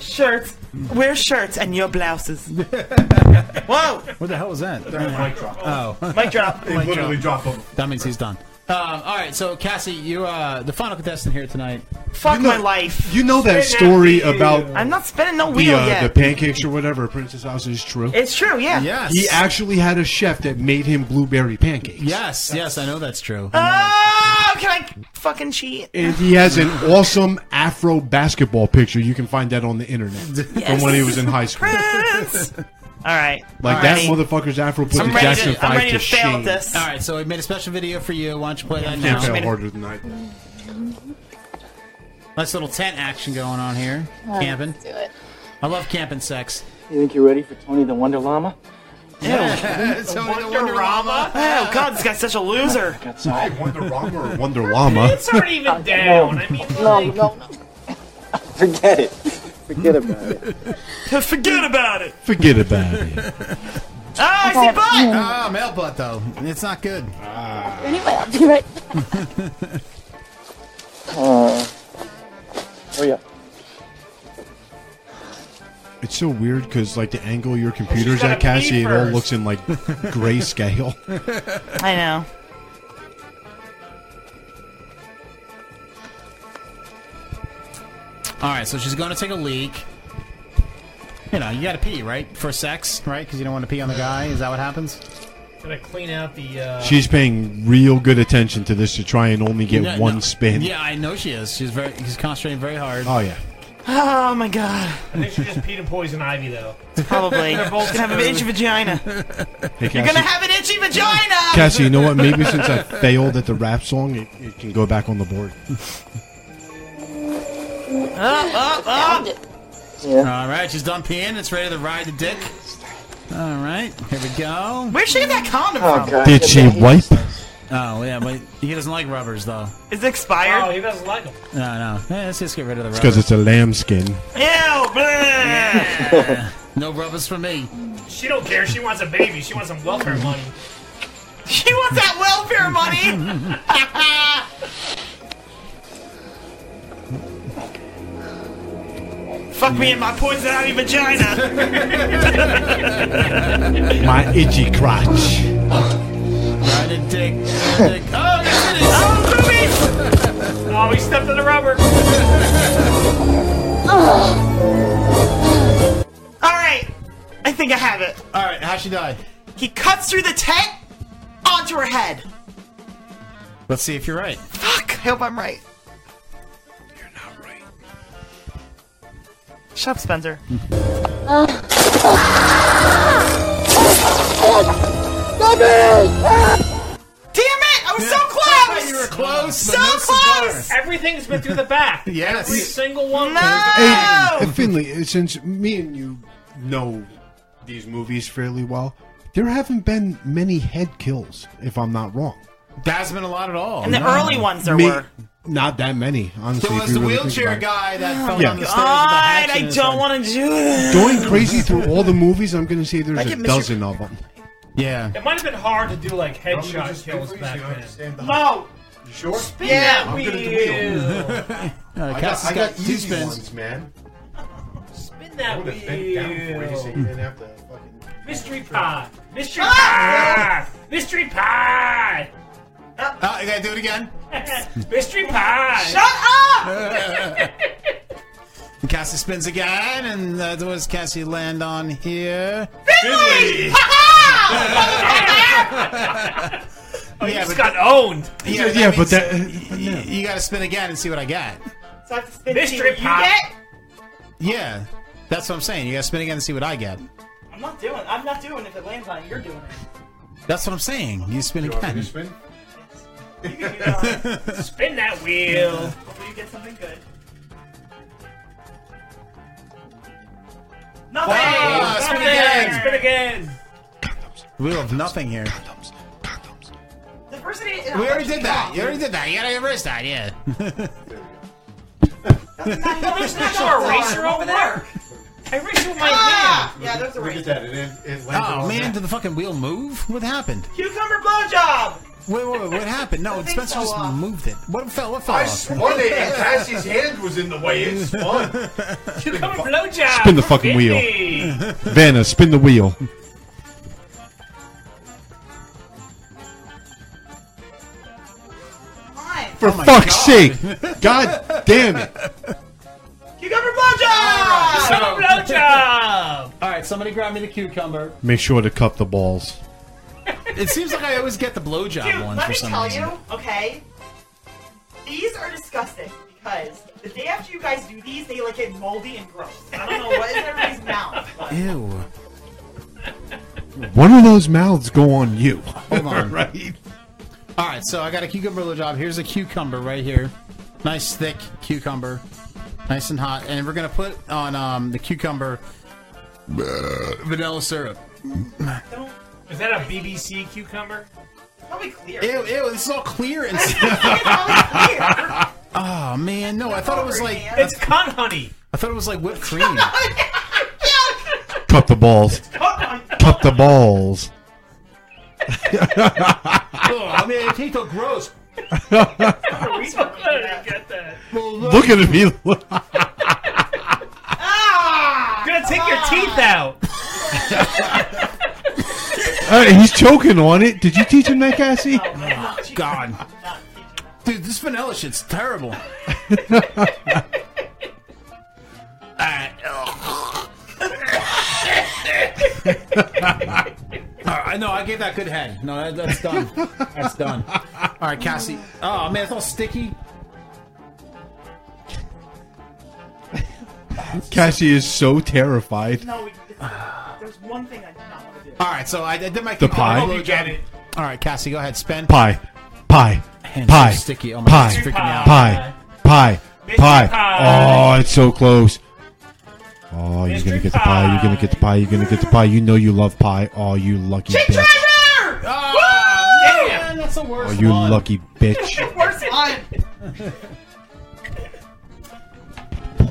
[SPEAKER 4] Shirts.
[SPEAKER 5] Mm.
[SPEAKER 4] Wear shirts and your blouses. Whoa!
[SPEAKER 2] What the hell was that?
[SPEAKER 4] Mic drop.
[SPEAKER 2] Oh,
[SPEAKER 4] Mic drop. They
[SPEAKER 2] Mic
[SPEAKER 4] literally
[SPEAKER 2] drop. That means he's done. Um, all right, so Cassie, you uh, the final contestant here tonight.
[SPEAKER 4] Fuck my life.
[SPEAKER 6] You know that story about
[SPEAKER 4] I'm not spinning no
[SPEAKER 6] the,
[SPEAKER 4] wheel
[SPEAKER 6] uh, the
[SPEAKER 4] yet.
[SPEAKER 6] pancakes or whatever at Princess House is true?
[SPEAKER 4] it's true, yeah.
[SPEAKER 6] He actually had a chef that made him blueberry pancakes.
[SPEAKER 2] Yes, yes, I know that's true.
[SPEAKER 4] Oh, can I fucking cheat?
[SPEAKER 6] And he has an awesome Afro basketball picture. You can find that on the internet from when he was in high school.
[SPEAKER 4] Prince. All right.
[SPEAKER 6] Like that motherfucker's Afro put the Jackson Five to, shame.
[SPEAKER 2] All right, so we made a special video for you. Why don't you play that
[SPEAKER 6] Can't
[SPEAKER 2] now?
[SPEAKER 6] fail harder than I did.
[SPEAKER 2] Nice little tent action going on here.
[SPEAKER 18] All right,
[SPEAKER 2] camping. do it. I love camping sex.
[SPEAKER 18] You think you're ready for Tony the Wonder Llama?
[SPEAKER 2] It's only the Wonder Rama.
[SPEAKER 4] Oh, God, this guy's such a loser.
[SPEAKER 6] Wonder Rama or Wonder Llama?
[SPEAKER 4] aren't even down. I mean,
[SPEAKER 18] No, no, no.
[SPEAKER 10] Forget it. Forget about it.
[SPEAKER 4] Forget about it.
[SPEAKER 6] Forget about it.
[SPEAKER 4] Ah, I see butt.
[SPEAKER 2] Ah, male butt though. It's not good.
[SPEAKER 10] Ah. Anyway, I'll be right
[SPEAKER 18] Uh, oh, yeah.
[SPEAKER 6] It's so weird because like the angle your computer's
[SPEAKER 4] gotta
[SPEAKER 6] at, Cassie,
[SPEAKER 4] pee
[SPEAKER 6] it all
[SPEAKER 4] first.
[SPEAKER 6] looks in like grayscale.
[SPEAKER 4] I know.
[SPEAKER 2] All right, so she's going to take a leak. You know, you got to pee, right? For sex, right? Because you don't want to pee on the guy. Is that what happens?
[SPEAKER 5] Gotta clean out the. Uh,
[SPEAKER 6] She's paying real good attention to this to try and only get
[SPEAKER 2] No,
[SPEAKER 6] one
[SPEAKER 2] no.
[SPEAKER 6] spin.
[SPEAKER 2] Yeah, I know she is. She's very. She's concentrating very hard.
[SPEAKER 6] Oh yeah.
[SPEAKER 4] Oh my god.
[SPEAKER 5] I think she just peed in poison ivy though.
[SPEAKER 4] Probably.
[SPEAKER 5] They're both
[SPEAKER 4] She's gonna have an
[SPEAKER 5] screwed.
[SPEAKER 4] itchy vagina.
[SPEAKER 6] Hey,
[SPEAKER 4] You're
[SPEAKER 6] Cassie.
[SPEAKER 4] gonna have an itchy vagina.
[SPEAKER 6] Cassie, you know what? Maybe since I failed at the rap song, it, it can go back on the board.
[SPEAKER 4] Uh, Up, up, up.
[SPEAKER 2] All right, she's done peeing. It's ready to ride the dick. All right, here we go.
[SPEAKER 4] Where'd she get that condom from?
[SPEAKER 6] Did she wipe?
[SPEAKER 2] Oh yeah, but he doesn't like rubbers though.
[SPEAKER 4] Is it expired?
[SPEAKER 5] Oh, he doesn't like them.
[SPEAKER 2] No, no. Eh, let's just get rid of the
[SPEAKER 6] It's because
[SPEAKER 2] rubbers.
[SPEAKER 6] it's a lambskin.
[SPEAKER 4] Ew, bleh.
[SPEAKER 2] no rubbers for me.
[SPEAKER 5] She don't care. She wants a baby. She wants some welfare money.
[SPEAKER 4] She wants that welfare money. Fuck me in my poison ivy vagina.
[SPEAKER 6] My itchy crotch.
[SPEAKER 2] Ride the dick. Ride the dick. Oh, that's it.
[SPEAKER 5] Oh, he stepped on the rubber.
[SPEAKER 4] All right, I think I have it.
[SPEAKER 2] All right, how'd she die?
[SPEAKER 4] He cuts through the tent onto her head.
[SPEAKER 2] Let's see if you're right.
[SPEAKER 4] Fuck. I hope I'm right. You're not right. Shut up, Spencer. Damn it! I was so close.
[SPEAKER 5] You were
[SPEAKER 2] close.
[SPEAKER 4] So close.
[SPEAKER 5] Everything's been through the back.
[SPEAKER 2] Yes.
[SPEAKER 5] Every single one.
[SPEAKER 6] Hey, uh, Finley, uh, since me and you know these movies fairly well, there haven't been many head kills, if I'm not wrong.
[SPEAKER 2] There hasn't been a lot at all.
[SPEAKER 4] In the early ones, there
[SPEAKER 6] Me-
[SPEAKER 4] were.
[SPEAKER 6] Not that many, honestly.
[SPEAKER 2] There
[SPEAKER 6] if
[SPEAKER 2] was
[SPEAKER 6] you
[SPEAKER 2] the
[SPEAKER 6] really think
[SPEAKER 2] wheelchair
[SPEAKER 6] about
[SPEAKER 2] guy that fell
[SPEAKER 6] Yeah.
[SPEAKER 2] down the stairs.
[SPEAKER 4] God,
[SPEAKER 2] with the hatchet in
[SPEAKER 4] I
[SPEAKER 2] his
[SPEAKER 4] don't
[SPEAKER 2] head.
[SPEAKER 4] want to do this.
[SPEAKER 6] it. Going crazy through all the movies, I'm going to say there's
[SPEAKER 4] I
[SPEAKER 6] a
[SPEAKER 4] get Mr.
[SPEAKER 6] dozen of them.
[SPEAKER 2] Yeah.
[SPEAKER 5] It might have been hard to do like headshot kills back then. No.
[SPEAKER 3] You sure?
[SPEAKER 5] Yeah,
[SPEAKER 3] I'm
[SPEAKER 5] we.
[SPEAKER 3] good at the wheel.
[SPEAKER 2] Uh,
[SPEAKER 3] I got,
[SPEAKER 2] Cassie's
[SPEAKER 3] I got
[SPEAKER 2] got two
[SPEAKER 3] easy
[SPEAKER 2] spins.
[SPEAKER 3] ones, man.
[SPEAKER 5] Spin
[SPEAKER 3] I
[SPEAKER 5] that
[SPEAKER 3] would have bent down for you so you
[SPEAKER 5] wheel.
[SPEAKER 3] didn't have to fucking.
[SPEAKER 5] Mystery pie. Mystery pie. Mystery pie.
[SPEAKER 2] Oh, you gotta do it again.
[SPEAKER 5] Mystery pie.
[SPEAKER 4] Shut
[SPEAKER 5] up.
[SPEAKER 2] And Cassie spins again, and uh, what does Cassie land on here?
[SPEAKER 4] Finley!
[SPEAKER 5] he just got owned.
[SPEAKER 6] Yeah, yeah, but that-
[SPEAKER 2] You, got to spin again and see what I got.
[SPEAKER 5] So I have to spin Mystery pop.
[SPEAKER 2] Yeah, that's what I'm saying. You got to spin again and see what I get.
[SPEAKER 4] I'm not doing. I'm not doing. it If it lands on it, you're doing it.
[SPEAKER 2] That's what I'm saying. You spin
[SPEAKER 10] want me
[SPEAKER 2] again.
[SPEAKER 10] to spin?
[SPEAKER 5] Spin that wheel.
[SPEAKER 4] Hopefully you get something good.
[SPEAKER 5] Nothing.
[SPEAKER 2] Wow, spin
[SPEAKER 5] Nothing!
[SPEAKER 2] again.
[SPEAKER 5] Spin again.
[SPEAKER 2] Wheel of nothing here.
[SPEAKER 4] Diversity.
[SPEAKER 2] We already did that. You already did that. You got to erase that. Yeah.
[SPEAKER 5] There's no eraser over there. I erased it with my
[SPEAKER 3] Ah!
[SPEAKER 5] hand.
[SPEAKER 4] Yeah, there's
[SPEAKER 10] Look at that. It, it, it landed
[SPEAKER 2] Oh
[SPEAKER 10] on
[SPEAKER 2] man,
[SPEAKER 10] that.
[SPEAKER 2] did the fucking wheel move? What happened?
[SPEAKER 4] Cucumber blowjob.
[SPEAKER 2] Wait, wait, wait what happened? No,
[SPEAKER 4] The thing
[SPEAKER 2] Spencer
[SPEAKER 4] fell
[SPEAKER 2] just
[SPEAKER 4] off.
[SPEAKER 2] moved it. What fell? What fell?
[SPEAKER 10] I
[SPEAKER 2] off?
[SPEAKER 10] spun it, and Cassie's hand was in the way. It spun.
[SPEAKER 5] Cucumber blowjob.
[SPEAKER 6] Spin the fucking wheel. Vanna, spin the wheel. For
[SPEAKER 3] Oh
[SPEAKER 2] my
[SPEAKER 6] fuck's
[SPEAKER 2] God.
[SPEAKER 6] sake. God damn it.
[SPEAKER 4] Cucumber blowjob.
[SPEAKER 5] Cucumber blowjob.
[SPEAKER 2] All right, somebody grab me the cucumber.
[SPEAKER 6] Make sure to cup the balls.
[SPEAKER 2] It seems like I always get the blowjob
[SPEAKER 4] Dude,
[SPEAKER 2] one
[SPEAKER 4] let
[SPEAKER 2] for
[SPEAKER 4] me
[SPEAKER 2] some
[SPEAKER 4] tell
[SPEAKER 2] reason.
[SPEAKER 4] you, okay? These are disgusting because the day after you guys do these, they like get moldy and gross. I don't know what is in everybody's mouth.
[SPEAKER 6] Ew. One of those mouths go on you.
[SPEAKER 2] Hold on. right. All right, so I got a cucumber blowjob. Here's a cucumber right here. Nice thick cucumber. Nice and hot. And we're going to put on um, the cucumber vanilla syrup.
[SPEAKER 5] Is that a BBC cucumber?
[SPEAKER 4] Probably clear.
[SPEAKER 2] Ew, ew, this is all clear and Oh man, no, I thought it was like
[SPEAKER 5] It's con honey.
[SPEAKER 2] I thought it was like whipped cream.
[SPEAKER 6] Cup the balls. Cup the balls.
[SPEAKER 2] I mean, it tastes so gross.
[SPEAKER 5] I'm so glad I didn't get that.
[SPEAKER 6] Look at me.
[SPEAKER 2] Ah!
[SPEAKER 5] You're gonna take your teeth out.
[SPEAKER 6] Uh, he's choking on it. Did you teach him that, Cassie?
[SPEAKER 2] Oh, God. Dude, this vanilla shit's terrible. Alright. Alright, no, I gave that good head. No, that, that's done. That's done. Alright, Cassie. Oh, man, it's all sticky.
[SPEAKER 6] Cassie is so terrified.
[SPEAKER 4] No, we, there's one thing I do not want to do.
[SPEAKER 2] Alright, so I, I did my
[SPEAKER 6] The pie?
[SPEAKER 2] cucumber blowjob. Alright, Cassie, go ahead. Spend.
[SPEAKER 6] Pie. Pie.
[SPEAKER 2] Hands are
[SPEAKER 6] pie.
[SPEAKER 2] sticky. Oh my God,
[SPEAKER 6] pie.
[SPEAKER 2] it's freaking me out.
[SPEAKER 6] Pie. Pie.
[SPEAKER 2] Mystery
[SPEAKER 6] Pie.
[SPEAKER 2] pie.
[SPEAKER 6] Oh, it's so close. Oh, you're gonna get the pie. You're gonna get the pie. You're gonna get the pie. You know you love pie. Oh, you lucky bitch.
[SPEAKER 4] treasure!
[SPEAKER 5] Oh, yeah,
[SPEAKER 2] that's the
[SPEAKER 6] Oh,
[SPEAKER 2] worst
[SPEAKER 6] you lucky bitch.
[SPEAKER 4] Worst one.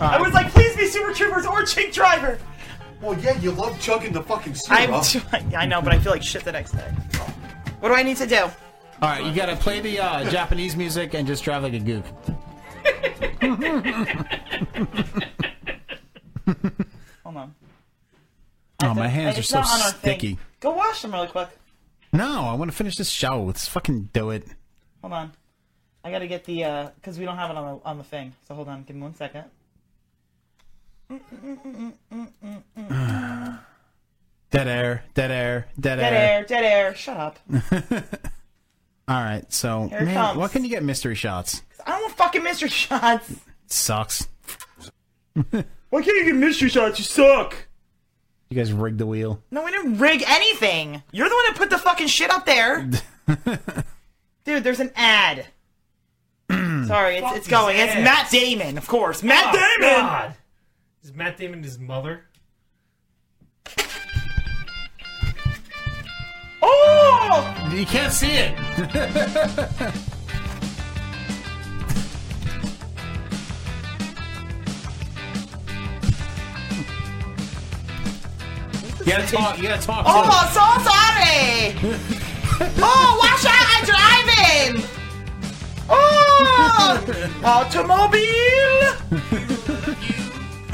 [SPEAKER 4] I was like, please be Super Troopers or Chick Driver.
[SPEAKER 10] Well, yeah, you love chugging the fucking syrup.
[SPEAKER 4] I'm. I know, but I feel like shit the next day. What do I need to do?
[SPEAKER 2] All right, you gotta play the uh, Japanese music and just drive like a gook.
[SPEAKER 4] Hold on.
[SPEAKER 2] Oh, my hands are
[SPEAKER 4] It's
[SPEAKER 2] so
[SPEAKER 4] not on our thing.
[SPEAKER 2] sticky.
[SPEAKER 4] Go wash them really quick.
[SPEAKER 2] No, I want to finish this show. Let's fucking do it.
[SPEAKER 4] Hold on. I gotta get the uh, cause we don't have it on the on the thing. So hold on, give me one second.
[SPEAKER 2] Dead air, dead air, dead,
[SPEAKER 4] Dead air, dead air. Shut up.
[SPEAKER 2] All right, so
[SPEAKER 4] Here it
[SPEAKER 2] man,
[SPEAKER 4] comes.
[SPEAKER 2] why can not you get mystery shots?
[SPEAKER 4] I don't want fucking mystery shots.
[SPEAKER 2] It sucks.
[SPEAKER 4] Why can't you get mystery shots? You suck.
[SPEAKER 2] You guys rigged the wheel.
[SPEAKER 4] No, we didn't rig anything. You're the one that put the fucking shit up there. Dude, there's an ad. Sorry, it's,
[SPEAKER 5] Fuck
[SPEAKER 4] it's going.
[SPEAKER 5] his
[SPEAKER 4] It's
[SPEAKER 5] ass.
[SPEAKER 4] Matt Damon, of course. Matt
[SPEAKER 5] Oh,
[SPEAKER 4] Damon!
[SPEAKER 5] God. Is Matt Damon his mother?
[SPEAKER 4] Oh!
[SPEAKER 2] You can't see it. you gotta talk. You gotta talk.
[SPEAKER 4] Oh,
[SPEAKER 2] too.
[SPEAKER 4] so sorry! oh, watch out, I'm driving! Oh! Automobile!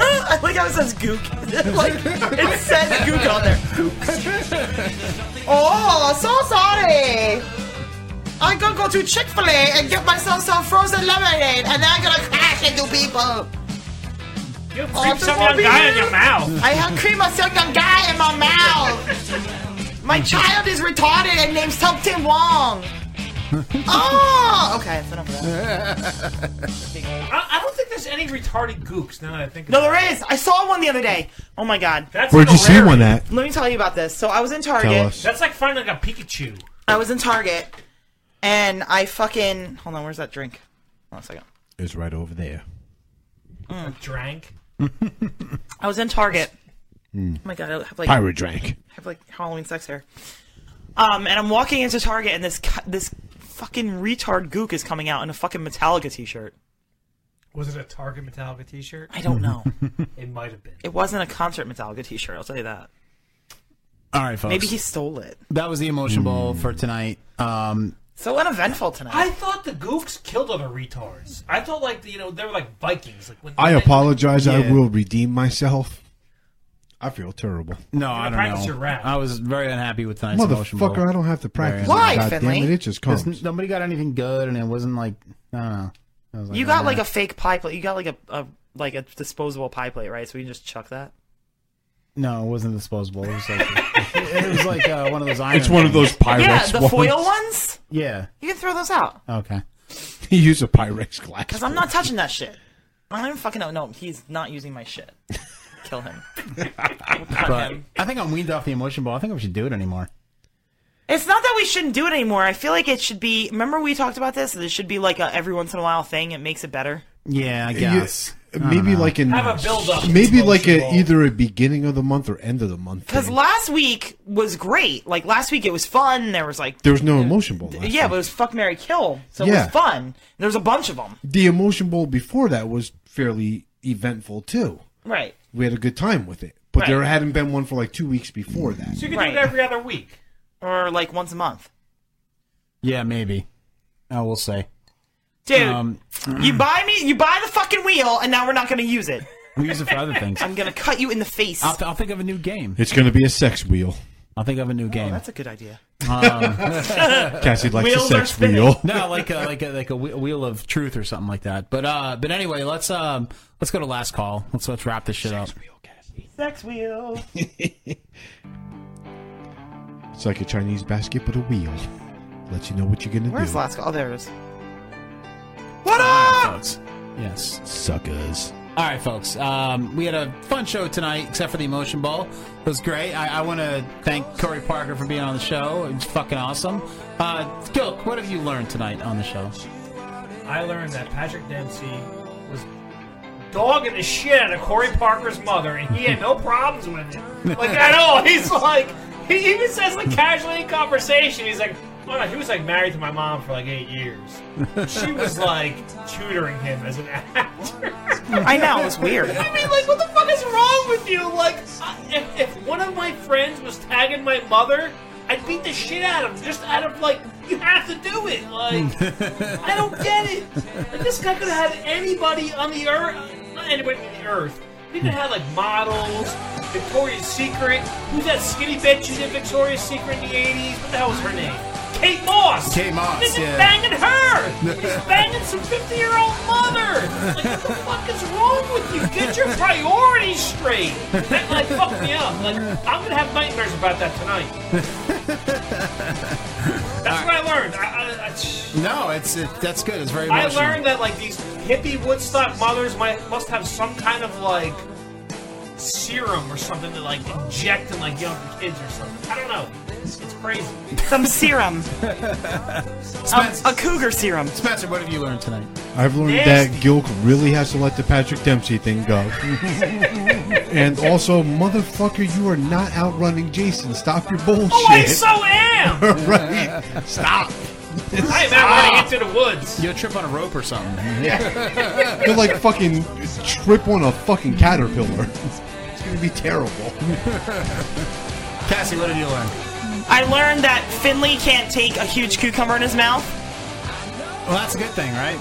[SPEAKER 4] Oh, I like how it says gook. like, it says gook on there. Oh, so sorry! I'm gonna go to Chick fil A and get myself some frozen lemonade, and then I'm gonna crash into people! Oh,
[SPEAKER 5] You have cream some young guy in your mouth.
[SPEAKER 4] I have cream of some young guy in my mouth! My child is retarded and named something wrong! oh, okay. That's enough of that.
[SPEAKER 5] I, I don't think there's any retarded gooks now that I think.
[SPEAKER 4] No, there is. I saw one the other day. Oh my god.
[SPEAKER 5] That's
[SPEAKER 6] Where'd you see one at?
[SPEAKER 4] Let me tell you about this. So I was in Target.
[SPEAKER 6] Tell us.
[SPEAKER 5] That's like finding like a Pikachu.
[SPEAKER 4] I was in Target, and I fucking hold on. Where's that drink? Hold on a second. Mm.
[SPEAKER 6] It's right over there.
[SPEAKER 5] I drank.
[SPEAKER 4] I was in Target.
[SPEAKER 6] Mm.
[SPEAKER 4] Oh my god, I have like
[SPEAKER 6] Pirate drank.
[SPEAKER 4] I have like Halloween sex hair. Um, and I'm walking into Target, and this cu- this fucking retard gook is coming out in a fucking Metallica t-shirt.
[SPEAKER 5] Was it a Target Metallica T-shirt?
[SPEAKER 4] I don't know.
[SPEAKER 5] it might have been.
[SPEAKER 4] It wasn't a concert Metallica t-shirt. I'll tell you that.
[SPEAKER 2] All right, folks.
[SPEAKER 4] Maybe he stole it.
[SPEAKER 2] That was the emotion bowl
[SPEAKER 6] Mm.
[SPEAKER 2] for tonight. Um,
[SPEAKER 4] So uneventful tonight.
[SPEAKER 5] I thought the gooks killed other retards. I thought like you know they were like Vikings. Like when
[SPEAKER 6] I
[SPEAKER 5] when they-
[SPEAKER 6] apologize. I
[SPEAKER 5] Yeah.
[SPEAKER 6] will redeem myself. I feel terrible.
[SPEAKER 2] no, I don't
[SPEAKER 5] practice
[SPEAKER 2] know.
[SPEAKER 5] your rap.
[SPEAKER 2] I was very unhappy with tonight's emotion bowl.
[SPEAKER 6] Motherfucker, I don't have to practice.
[SPEAKER 2] Very
[SPEAKER 6] it, God damn it, it just comes.
[SPEAKER 2] 'Cause Nobody got anything good, and it wasn't like I don't know. I was
[SPEAKER 4] you got like
[SPEAKER 2] eh.
[SPEAKER 4] a fake pie plate. You got like a, a like a disposable pie plate, right? So we can just chuck that.
[SPEAKER 2] no, it wasn't disposable. It was like, it was like uh, one of those. Iron
[SPEAKER 6] It's one of
[SPEAKER 2] things.
[SPEAKER 6] those Pyrex
[SPEAKER 4] yeah, the foil ones.
[SPEAKER 2] Yeah.
[SPEAKER 4] You can throw those out
[SPEAKER 2] Okay.
[SPEAKER 6] He used a Pyrex glass.
[SPEAKER 4] because I'm not touching that shit. I don't even fucking know. No, he's not using my shit. Kill him.
[SPEAKER 2] But I think I'm weaned off the emotion ball. I think we should do it anymore.
[SPEAKER 4] It's not that we shouldn't do it anymore. I feel like it should be. Remember we talked about this. This should be like a every once in a while thing. It makes it better.
[SPEAKER 2] Yeah, I
[SPEAKER 6] Yeah,
[SPEAKER 2] guess. I don't
[SPEAKER 6] Maybe
[SPEAKER 2] know.
[SPEAKER 6] like in
[SPEAKER 4] Have a build-up.
[SPEAKER 6] Maybe like a,
[SPEAKER 4] Emotional.
[SPEAKER 6] either a beginning of the month or end of the month.
[SPEAKER 4] Because last week was great. Like last week, it was fun. There was like,
[SPEAKER 6] There was no emotion bowl. last
[SPEAKER 4] yeah, but it was fuck Mary Kill, so it
[SPEAKER 6] Yeah.
[SPEAKER 4] was fun. There was a bunch of them.
[SPEAKER 6] The emotion bowl before that was fairly eventful too.
[SPEAKER 4] Right.
[SPEAKER 6] We had a good time with it, but
[SPEAKER 4] Right.
[SPEAKER 6] there hadn't been one for like two weeks before that.
[SPEAKER 5] So you can
[SPEAKER 4] Right.
[SPEAKER 5] do it every other week.
[SPEAKER 4] Or like once a month.
[SPEAKER 2] Yeah, maybe. I will say.
[SPEAKER 4] Dude,
[SPEAKER 2] Um,
[SPEAKER 4] you buy me, you buy the fucking wheel, and now we're not going to use it.
[SPEAKER 2] We use it for other things.
[SPEAKER 4] I'm going to cut you in the face. Oh,
[SPEAKER 2] I'll, I'll think of a new game.
[SPEAKER 6] It's going to be a sex wheel.
[SPEAKER 2] I'll think of a new game.
[SPEAKER 4] That's a good idea.
[SPEAKER 2] Um,
[SPEAKER 6] Cassie likes the sex wheel.
[SPEAKER 2] No, like a, like a, like a whe- wheel of truth or something like that. But uh, but anyway, let's um, let's go to last call. Let's let's wrap this shit up.
[SPEAKER 4] Sex wheel.
[SPEAKER 6] It's like a Chinese basket, but a wheel. Lets you know what you're going to do.
[SPEAKER 4] Where's last call? Oh, there it is. What
[SPEAKER 2] Ah!
[SPEAKER 4] up?
[SPEAKER 2] Yes.
[SPEAKER 6] Suckers.
[SPEAKER 2] All right, folks. Um, we had a fun show tonight, except for the emotion ball. It was great. I, I want to thank Corey Parker for being on the show. It's fucking awesome. Uh, Gilk, what have you learned tonight on the show?
[SPEAKER 5] I learned that Patrick Dempsey was dogging the shit out of Corey Parker's mother, and he had no problems with it. Like at all. He's like, he even says like casually in conversation, he's like, "Oh, no," he was like married to my mom for like eight years. She was like tutoring him as an actor.
[SPEAKER 4] I know, it was weird.
[SPEAKER 5] I mean, like, what the fuck is wrong with you? Like, I- if, if one of my friends was tagging my mother, I'd beat the shit out of him just out of like, you have to do it. Like, I don't get it. Like, this guy could have had anybody on the earth, not anybody on the earth. He could have had like models, Victoria's Secret. Who's that skinny bitch who's in Victoria's Secret in the '80s? What the hell was her name? Kate Moss.
[SPEAKER 2] Kate Moss,
[SPEAKER 5] This is
[SPEAKER 2] yeah.
[SPEAKER 5] banging her. He's banging some 50-year-old mother. Like, what the fuck is wrong with you? Get your priorities straight. That like fucked me up. Like, I'm gonna have nightmares about that tonight. That's what I learned. I, I, I,
[SPEAKER 2] No, it's it, that's good. It's very.
[SPEAKER 5] I
[SPEAKER 2] Emotional.
[SPEAKER 5] learned that like these hippie Woodstock mothers might must have some kind of like serum or something to like inject in like younger kids or something. I don't know. It's, it's crazy.
[SPEAKER 4] Some serum.
[SPEAKER 2] Spence-
[SPEAKER 4] a cougar serum.
[SPEAKER 2] Spencer, what have you learned tonight?
[SPEAKER 6] I've learned that Gilk really has to let the Patrick Dempsey thing go. and also, motherfucker, you are not outrunning Jason. Stop your bullshit.
[SPEAKER 5] Oh, I so am.
[SPEAKER 6] right. Stop.
[SPEAKER 5] I am out running into the woods.
[SPEAKER 2] You'll trip on a rope or something.
[SPEAKER 6] You'll like fucking trip on a fucking caterpillar. It's gonna be terrible.
[SPEAKER 2] Cassie, what did you learn?
[SPEAKER 4] I learned that Finley can't take a huge cucumber in his mouth.
[SPEAKER 2] Well, that's a good thing, right?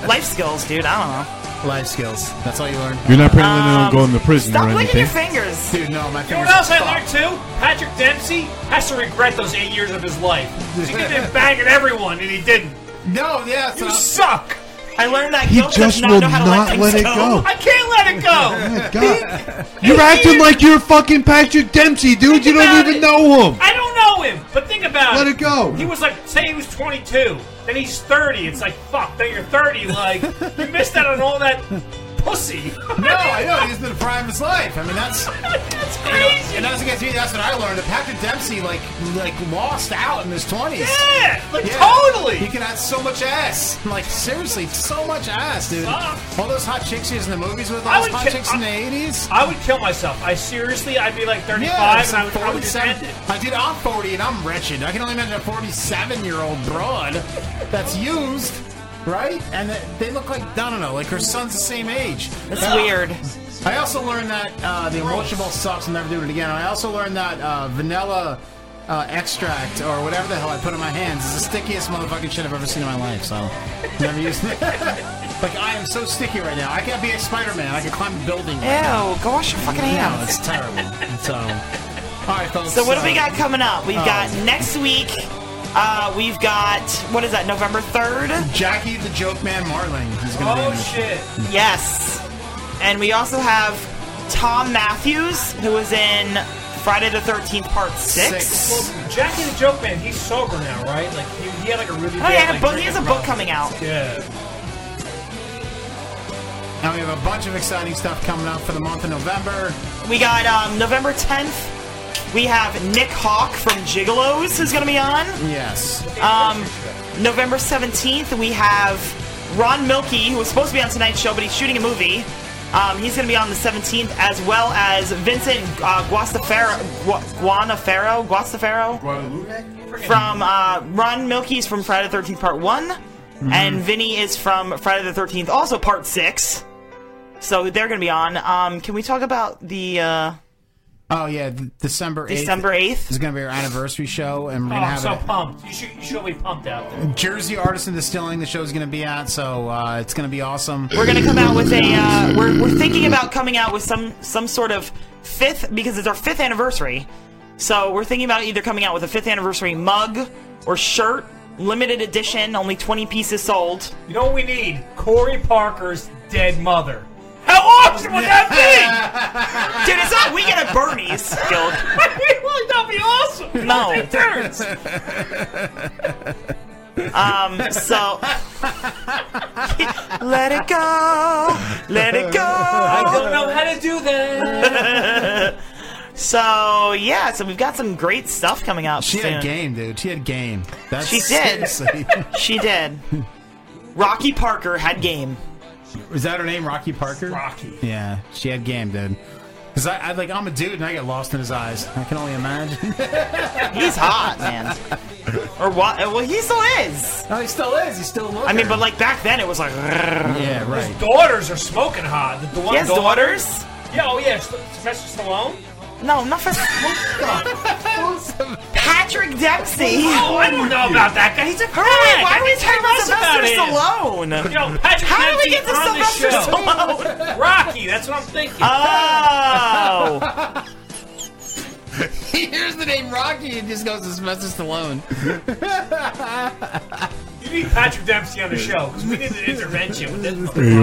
[SPEAKER 4] Life skills, dude. I Um,
[SPEAKER 2] Life skills. That's all you learn.
[SPEAKER 6] You're not planning
[SPEAKER 5] Um,
[SPEAKER 6] on going to prison or anything.
[SPEAKER 4] fingers.
[SPEAKER 2] Dude, no, my
[SPEAKER 5] You know
[SPEAKER 2] fingers.
[SPEAKER 5] what else I learned too? Patrick Dempsey has to regret those eight years of his life. 'Cause He could have been banging everyone and he didn't.
[SPEAKER 2] No, yeah.
[SPEAKER 5] You suck.
[SPEAKER 4] I learned that
[SPEAKER 6] He Gil does just not will know how to let not things let it go. go.
[SPEAKER 5] I can't let it go.
[SPEAKER 6] God. You're acting like you're fucking Patrick Dempsey, dude. You don't even know him.
[SPEAKER 5] I don't know him, but think about
[SPEAKER 6] Let
[SPEAKER 5] it.
[SPEAKER 6] it go.
[SPEAKER 5] He was like, say he was 22, then he's 30. It's like, fuck, then you're 30. Like, you missed out on all that pussy.
[SPEAKER 2] No, I know he's the prime of his life. I mean, that's
[SPEAKER 5] that's
[SPEAKER 2] crazy. And that's against me. That's what I learned. That Patrick Dempsey like like lost out in his twenties.
[SPEAKER 5] Yeah, like, totally.
[SPEAKER 2] He could have so much ass. Like seriously, so much ass, dude.
[SPEAKER 5] Sucks.
[SPEAKER 2] All those hot chicks he was in the movies with, all
[SPEAKER 5] I
[SPEAKER 2] those
[SPEAKER 5] would
[SPEAKER 2] hot
[SPEAKER 5] ki-
[SPEAKER 2] chicks in the eighties.
[SPEAKER 5] I would kill myself. I seriously, I'd be like 35 and I would, I would just end it.
[SPEAKER 2] I did. I'm 40 and I'm wretched. I can only imagine a 47 year old broad that's used, right? And that- they look like I don't know, like her son's the same age.
[SPEAKER 4] That's
[SPEAKER 2] Uh,
[SPEAKER 4] weird.
[SPEAKER 2] I also learned that uh, the emulsionable sucks. I'm never doing it again. I also learned that uh, vanilla. Uh, extract or whatever the hell I put in my hands is the stickiest motherfucking shit I've ever seen in my life. So never used it. like I am so sticky right now. I can't be a Spider-Man. I can climb a building. Right now.
[SPEAKER 4] Ew, go wash your fucking hands.
[SPEAKER 2] No, it's terrible. So, all right, folks.
[SPEAKER 4] So what do we
[SPEAKER 2] uh,
[SPEAKER 4] got coming up? We've
[SPEAKER 2] uh,
[SPEAKER 4] got next week. Uh, we've got what is that? November third. Oh,
[SPEAKER 2] Jackie the Joke Man Marling. He's gonna
[SPEAKER 5] Oh,
[SPEAKER 2] be in this.
[SPEAKER 4] Yes, and we also have Tom Matthews, who was in Friday the Thirteenth Part Six.
[SPEAKER 5] Well, Jackie the Joke Man, he's sober now, right? Like, he, he had like a really
[SPEAKER 4] Oh,
[SPEAKER 5] bad,
[SPEAKER 4] he had a
[SPEAKER 5] like,
[SPEAKER 4] book- he has
[SPEAKER 5] drinking
[SPEAKER 4] a book
[SPEAKER 5] problem.
[SPEAKER 4] coming out.
[SPEAKER 5] Yeah.
[SPEAKER 2] Now we have a bunch of exciting stuff coming up for the month of November.
[SPEAKER 4] We got um, November tenth. We have Nick Hawk from Gigolos who's going to be on.
[SPEAKER 2] Yes.
[SPEAKER 4] Um, November 17th, we have Ron Milkey, who was supposed to be on tonight's show, but he's shooting a movie. Um, he's going to be on the 17th, as well as Vincent uh, Guastafaro, Gu- Guanafaro, Guastafaro? From uh, Ron Milkey's from Friday the 13th, Part one and Vinny is from Friday the 13th, also Part 6. So they're going to be on. Um, can we talk about the. Uh,
[SPEAKER 2] Oh yeah, th- December 8th
[SPEAKER 4] December 8th
[SPEAKER 2] is gonna be our anniversary show, and we're
[SPEAKER 5] Oh,
[SPEAKER 2] gonna
[SPEAKER 5] I'm
[SPEAKER 2] have
[SPEAKER 5] so
[SPEAKER 2] it.
[SPEAKER 5] pumped. You should, you should be pumped out there.
[SPEAKER 2] Jersey Artisan Distilling. The show's gonna be at, so uh, it's gonna be awesome.
[SPEAKER 4] We're gonna come out with a. Uh, we're, we're thinking about coming out with some some sort of fifth because it's our fifth anniversary. So we're thinking about either coming out with a fifth anniversary mug or shirt, limited edition, only twenty pieces sold.
[SPEAKER 5] You know what we need? Corey Parker's dead mother. How awesome would that be?
[SPEAKER 4] Dude, it's not we get a Bernie's guild.
[SPEAKER 5] it would not be awesome.
[SPEAKER 4] No.
[SPEAKER 5] It turns.
[SPEAKER 4] Um. So let it go, let it go.
[SPEAKER 5] I don't know how to do that.
[SPEAKER 4] so yeah, so we've got some great stuff coming out.
[SPEAKER 2] She
[SPEAKER 4] soon.
[SPEAKER 2] had game, dude. She had game. That's
[SPEAKER 4] She did.
[SPEAKER 2] seriously-
[SPEAKER 4] she did. Rocky Parker had game.
[SPEAKER 2] Is that her name, Rocky Parker?
[SPEAKER 5] Rocky.
[SPEAKER 2] Yeah, she had game, dude. Cause I, I like I'm a dude and I get lost in his eyes. I can only imagine.
[SPEAKER 4] He's hot, man. Or what? Oh, Well, he still is.
[SPEAKER 2] Oh, he still is. He still looks.
[SPEAKER 4] I mean, but like back then, it was like. Yeah,
[SPEAKER 2] right.
[SPEAKER 5] Daughters are smoking hot. The, the one
[SPEAKER 4] He has
[SPEAKER 5] daughter-
[SPEAKER 4] daughters?
[SPEAKER 5] Yeah, oh yeah. St- Sylvester Stallone?
[SPEAKER 4] No, not for. Patrick Dempsey.
[SPEAKER 5] Oh, I don't know about that guy. He's a
[SPEAKER 4] Hurry,
[SPEAKER 5] crack.
[SPEAKER 4] why are we talking about Sylvester Stallone?
[SPEAKER 5] him? Yo, Patrick
[SPEAKER 4] How did we get
[SPEAKER 5] Dempsey's
[SPEAKER 4] to
[SPEAKER 5] on this
[SPEAKER 4] Sylvester
[SPEAKER 5] show.
[SPEAKER 4] Stallone?
[SPEAKER 5] Rocky, that's what I'm thinking.
[SPEAKER 4] Oh.
[SPEAKER 2] he hears the name Rocky and just goes to Sylvester Stallone.
[SPEAKER 5] you need Patrick Dempsey on the show because we need an intervention with this.
[SPEAKER 6] Hey,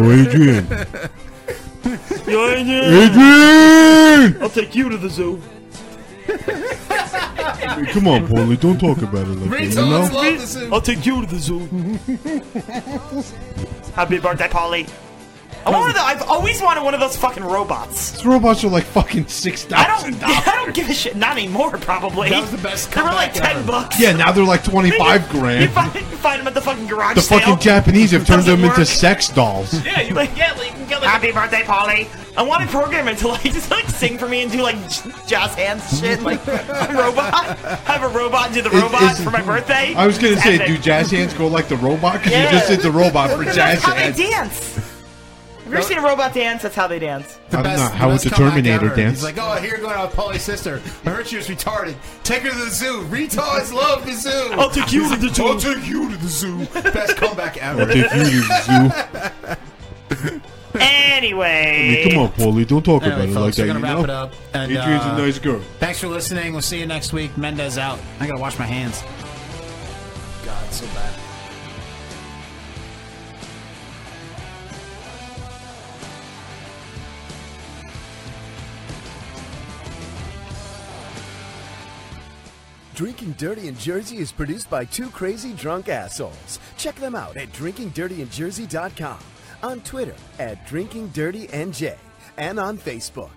[SPEAKER 6] yo, Adrian. Adrian!
[SPEAKER 5] I'll take you to the zoo.
[SPEAKER 6] Hey, come on, Paulie. Don't talk about it like that, you know?
[SPEAKER 4] I'll take you to the zoo. Happy birthday, Polly. I wanted. The, I've always wanted one of those fucking robots.
[SPEAKER 6] These robots are like fucking six
[SPEAKER 4] I
[SPEAKER 6] thousand.
[SPEAKER 4] don't. I don't give a shit. Not anymore, probably. That was the best. They were like ten bucks.
[SPEAKER 6] Yeah, now they're like twenty-five
[SPEAKER 4] You
[SPEAKER 6] grand.
[SPEAKER 4] find, you find them at the fucking garage
[SPEAKER 6] The
[SPEAKER 4] sale.
[SPEAKER 6] fucking Japanese have turned
[SPEAKER 4] Doesn't
[SPEAKER 6] them into
[SPEAKER 4] work.
[SPEAKER 6] sex dolls.
[SPEAKER 5] Yeah, you can get, like, you can get like
[SPEAKER 4] Happy birthday, Polly. I want to program it to like just like sing for me and do like j- jazz hands shit, like a robot. Have a robot do the
[SPEAKER 6] Is-
[SPEAKER 4] robot
[SPEAKER 6] is-
[SPEAKER 4] for my birthday.
[SPEAKER 6] I was gonna
[SPEAKER 4] It's
[SPEAKER 6] say,
[SPEAKER 4] epic.
[SPEAKER 6] do jazz hands go like the robot? Because
[SPEAKER 4] Yeah.
[SPEAKER 6] you just did the robot for
[SPEAKER 4] That's
[SPEAKER 6] jazz
[SPEAKER 4] how they
[SPEAKER 6] hands.
[SPEAKER 4] dance. Have you ever seen a robot dance? That's how they dance.
[SPEAKER 6] I don't know
[SPEAKER 2] Best-
[SPEAKER 6] how would
[SPEAKER 2] best
[SPEAKER 6] the
[SPEAKER 2] comeback
[SPEAKER 6] Terminator
[SPEAKER 2] ever.
[SPEAKER 6] dance.
[SPEAKER 2] He's like, oh, here you're going out with Polly's sister. I heard she was retarded. Take her to the zoo. Retards love the zoo.
[SPEAKER 6] I'll take you to the zoo.
[SPEAKER 2] I'll take you to the zoo. Best comeback ever.
[SPEAKER 6] I'll take you to the zoo. I
[SPEAKER 4] Anyway,
[SPEAKER 6] mean, come on, Paulie. Don't talk
[SPEAKER 2] Anyway,
[SPEAKER 6] about it like
[SPEAKER 2] folks,
[SPEAKER 6] that,
[SPEAKER 2] we're
[SPEAKER 6] you
[SPEAKER 2] gonna wrap
[SPEAKER 6] know?
[SPEAKER 2] it up. And,
[SPEAKER 6] Adrian's
[SPEAKER 2] uh,
[SPEAKER 6] a nice girl.
[SPEAKER 2] Thanks for listening. We'll see you next week. Mendez out. I gotta wash my hands. God, so bad.
[SPEAKER 10] Drinking Dirty in Jersey is produced by two crazy drunk assholes. Check them out at drinkingdirtyinjersey.com, on Twitter at drinkingdirtynj, and on Facebook.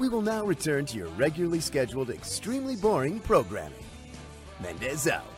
[SPEAKER 10] We will now return to your regularly scheduled, extremely boring programming. Mendez out.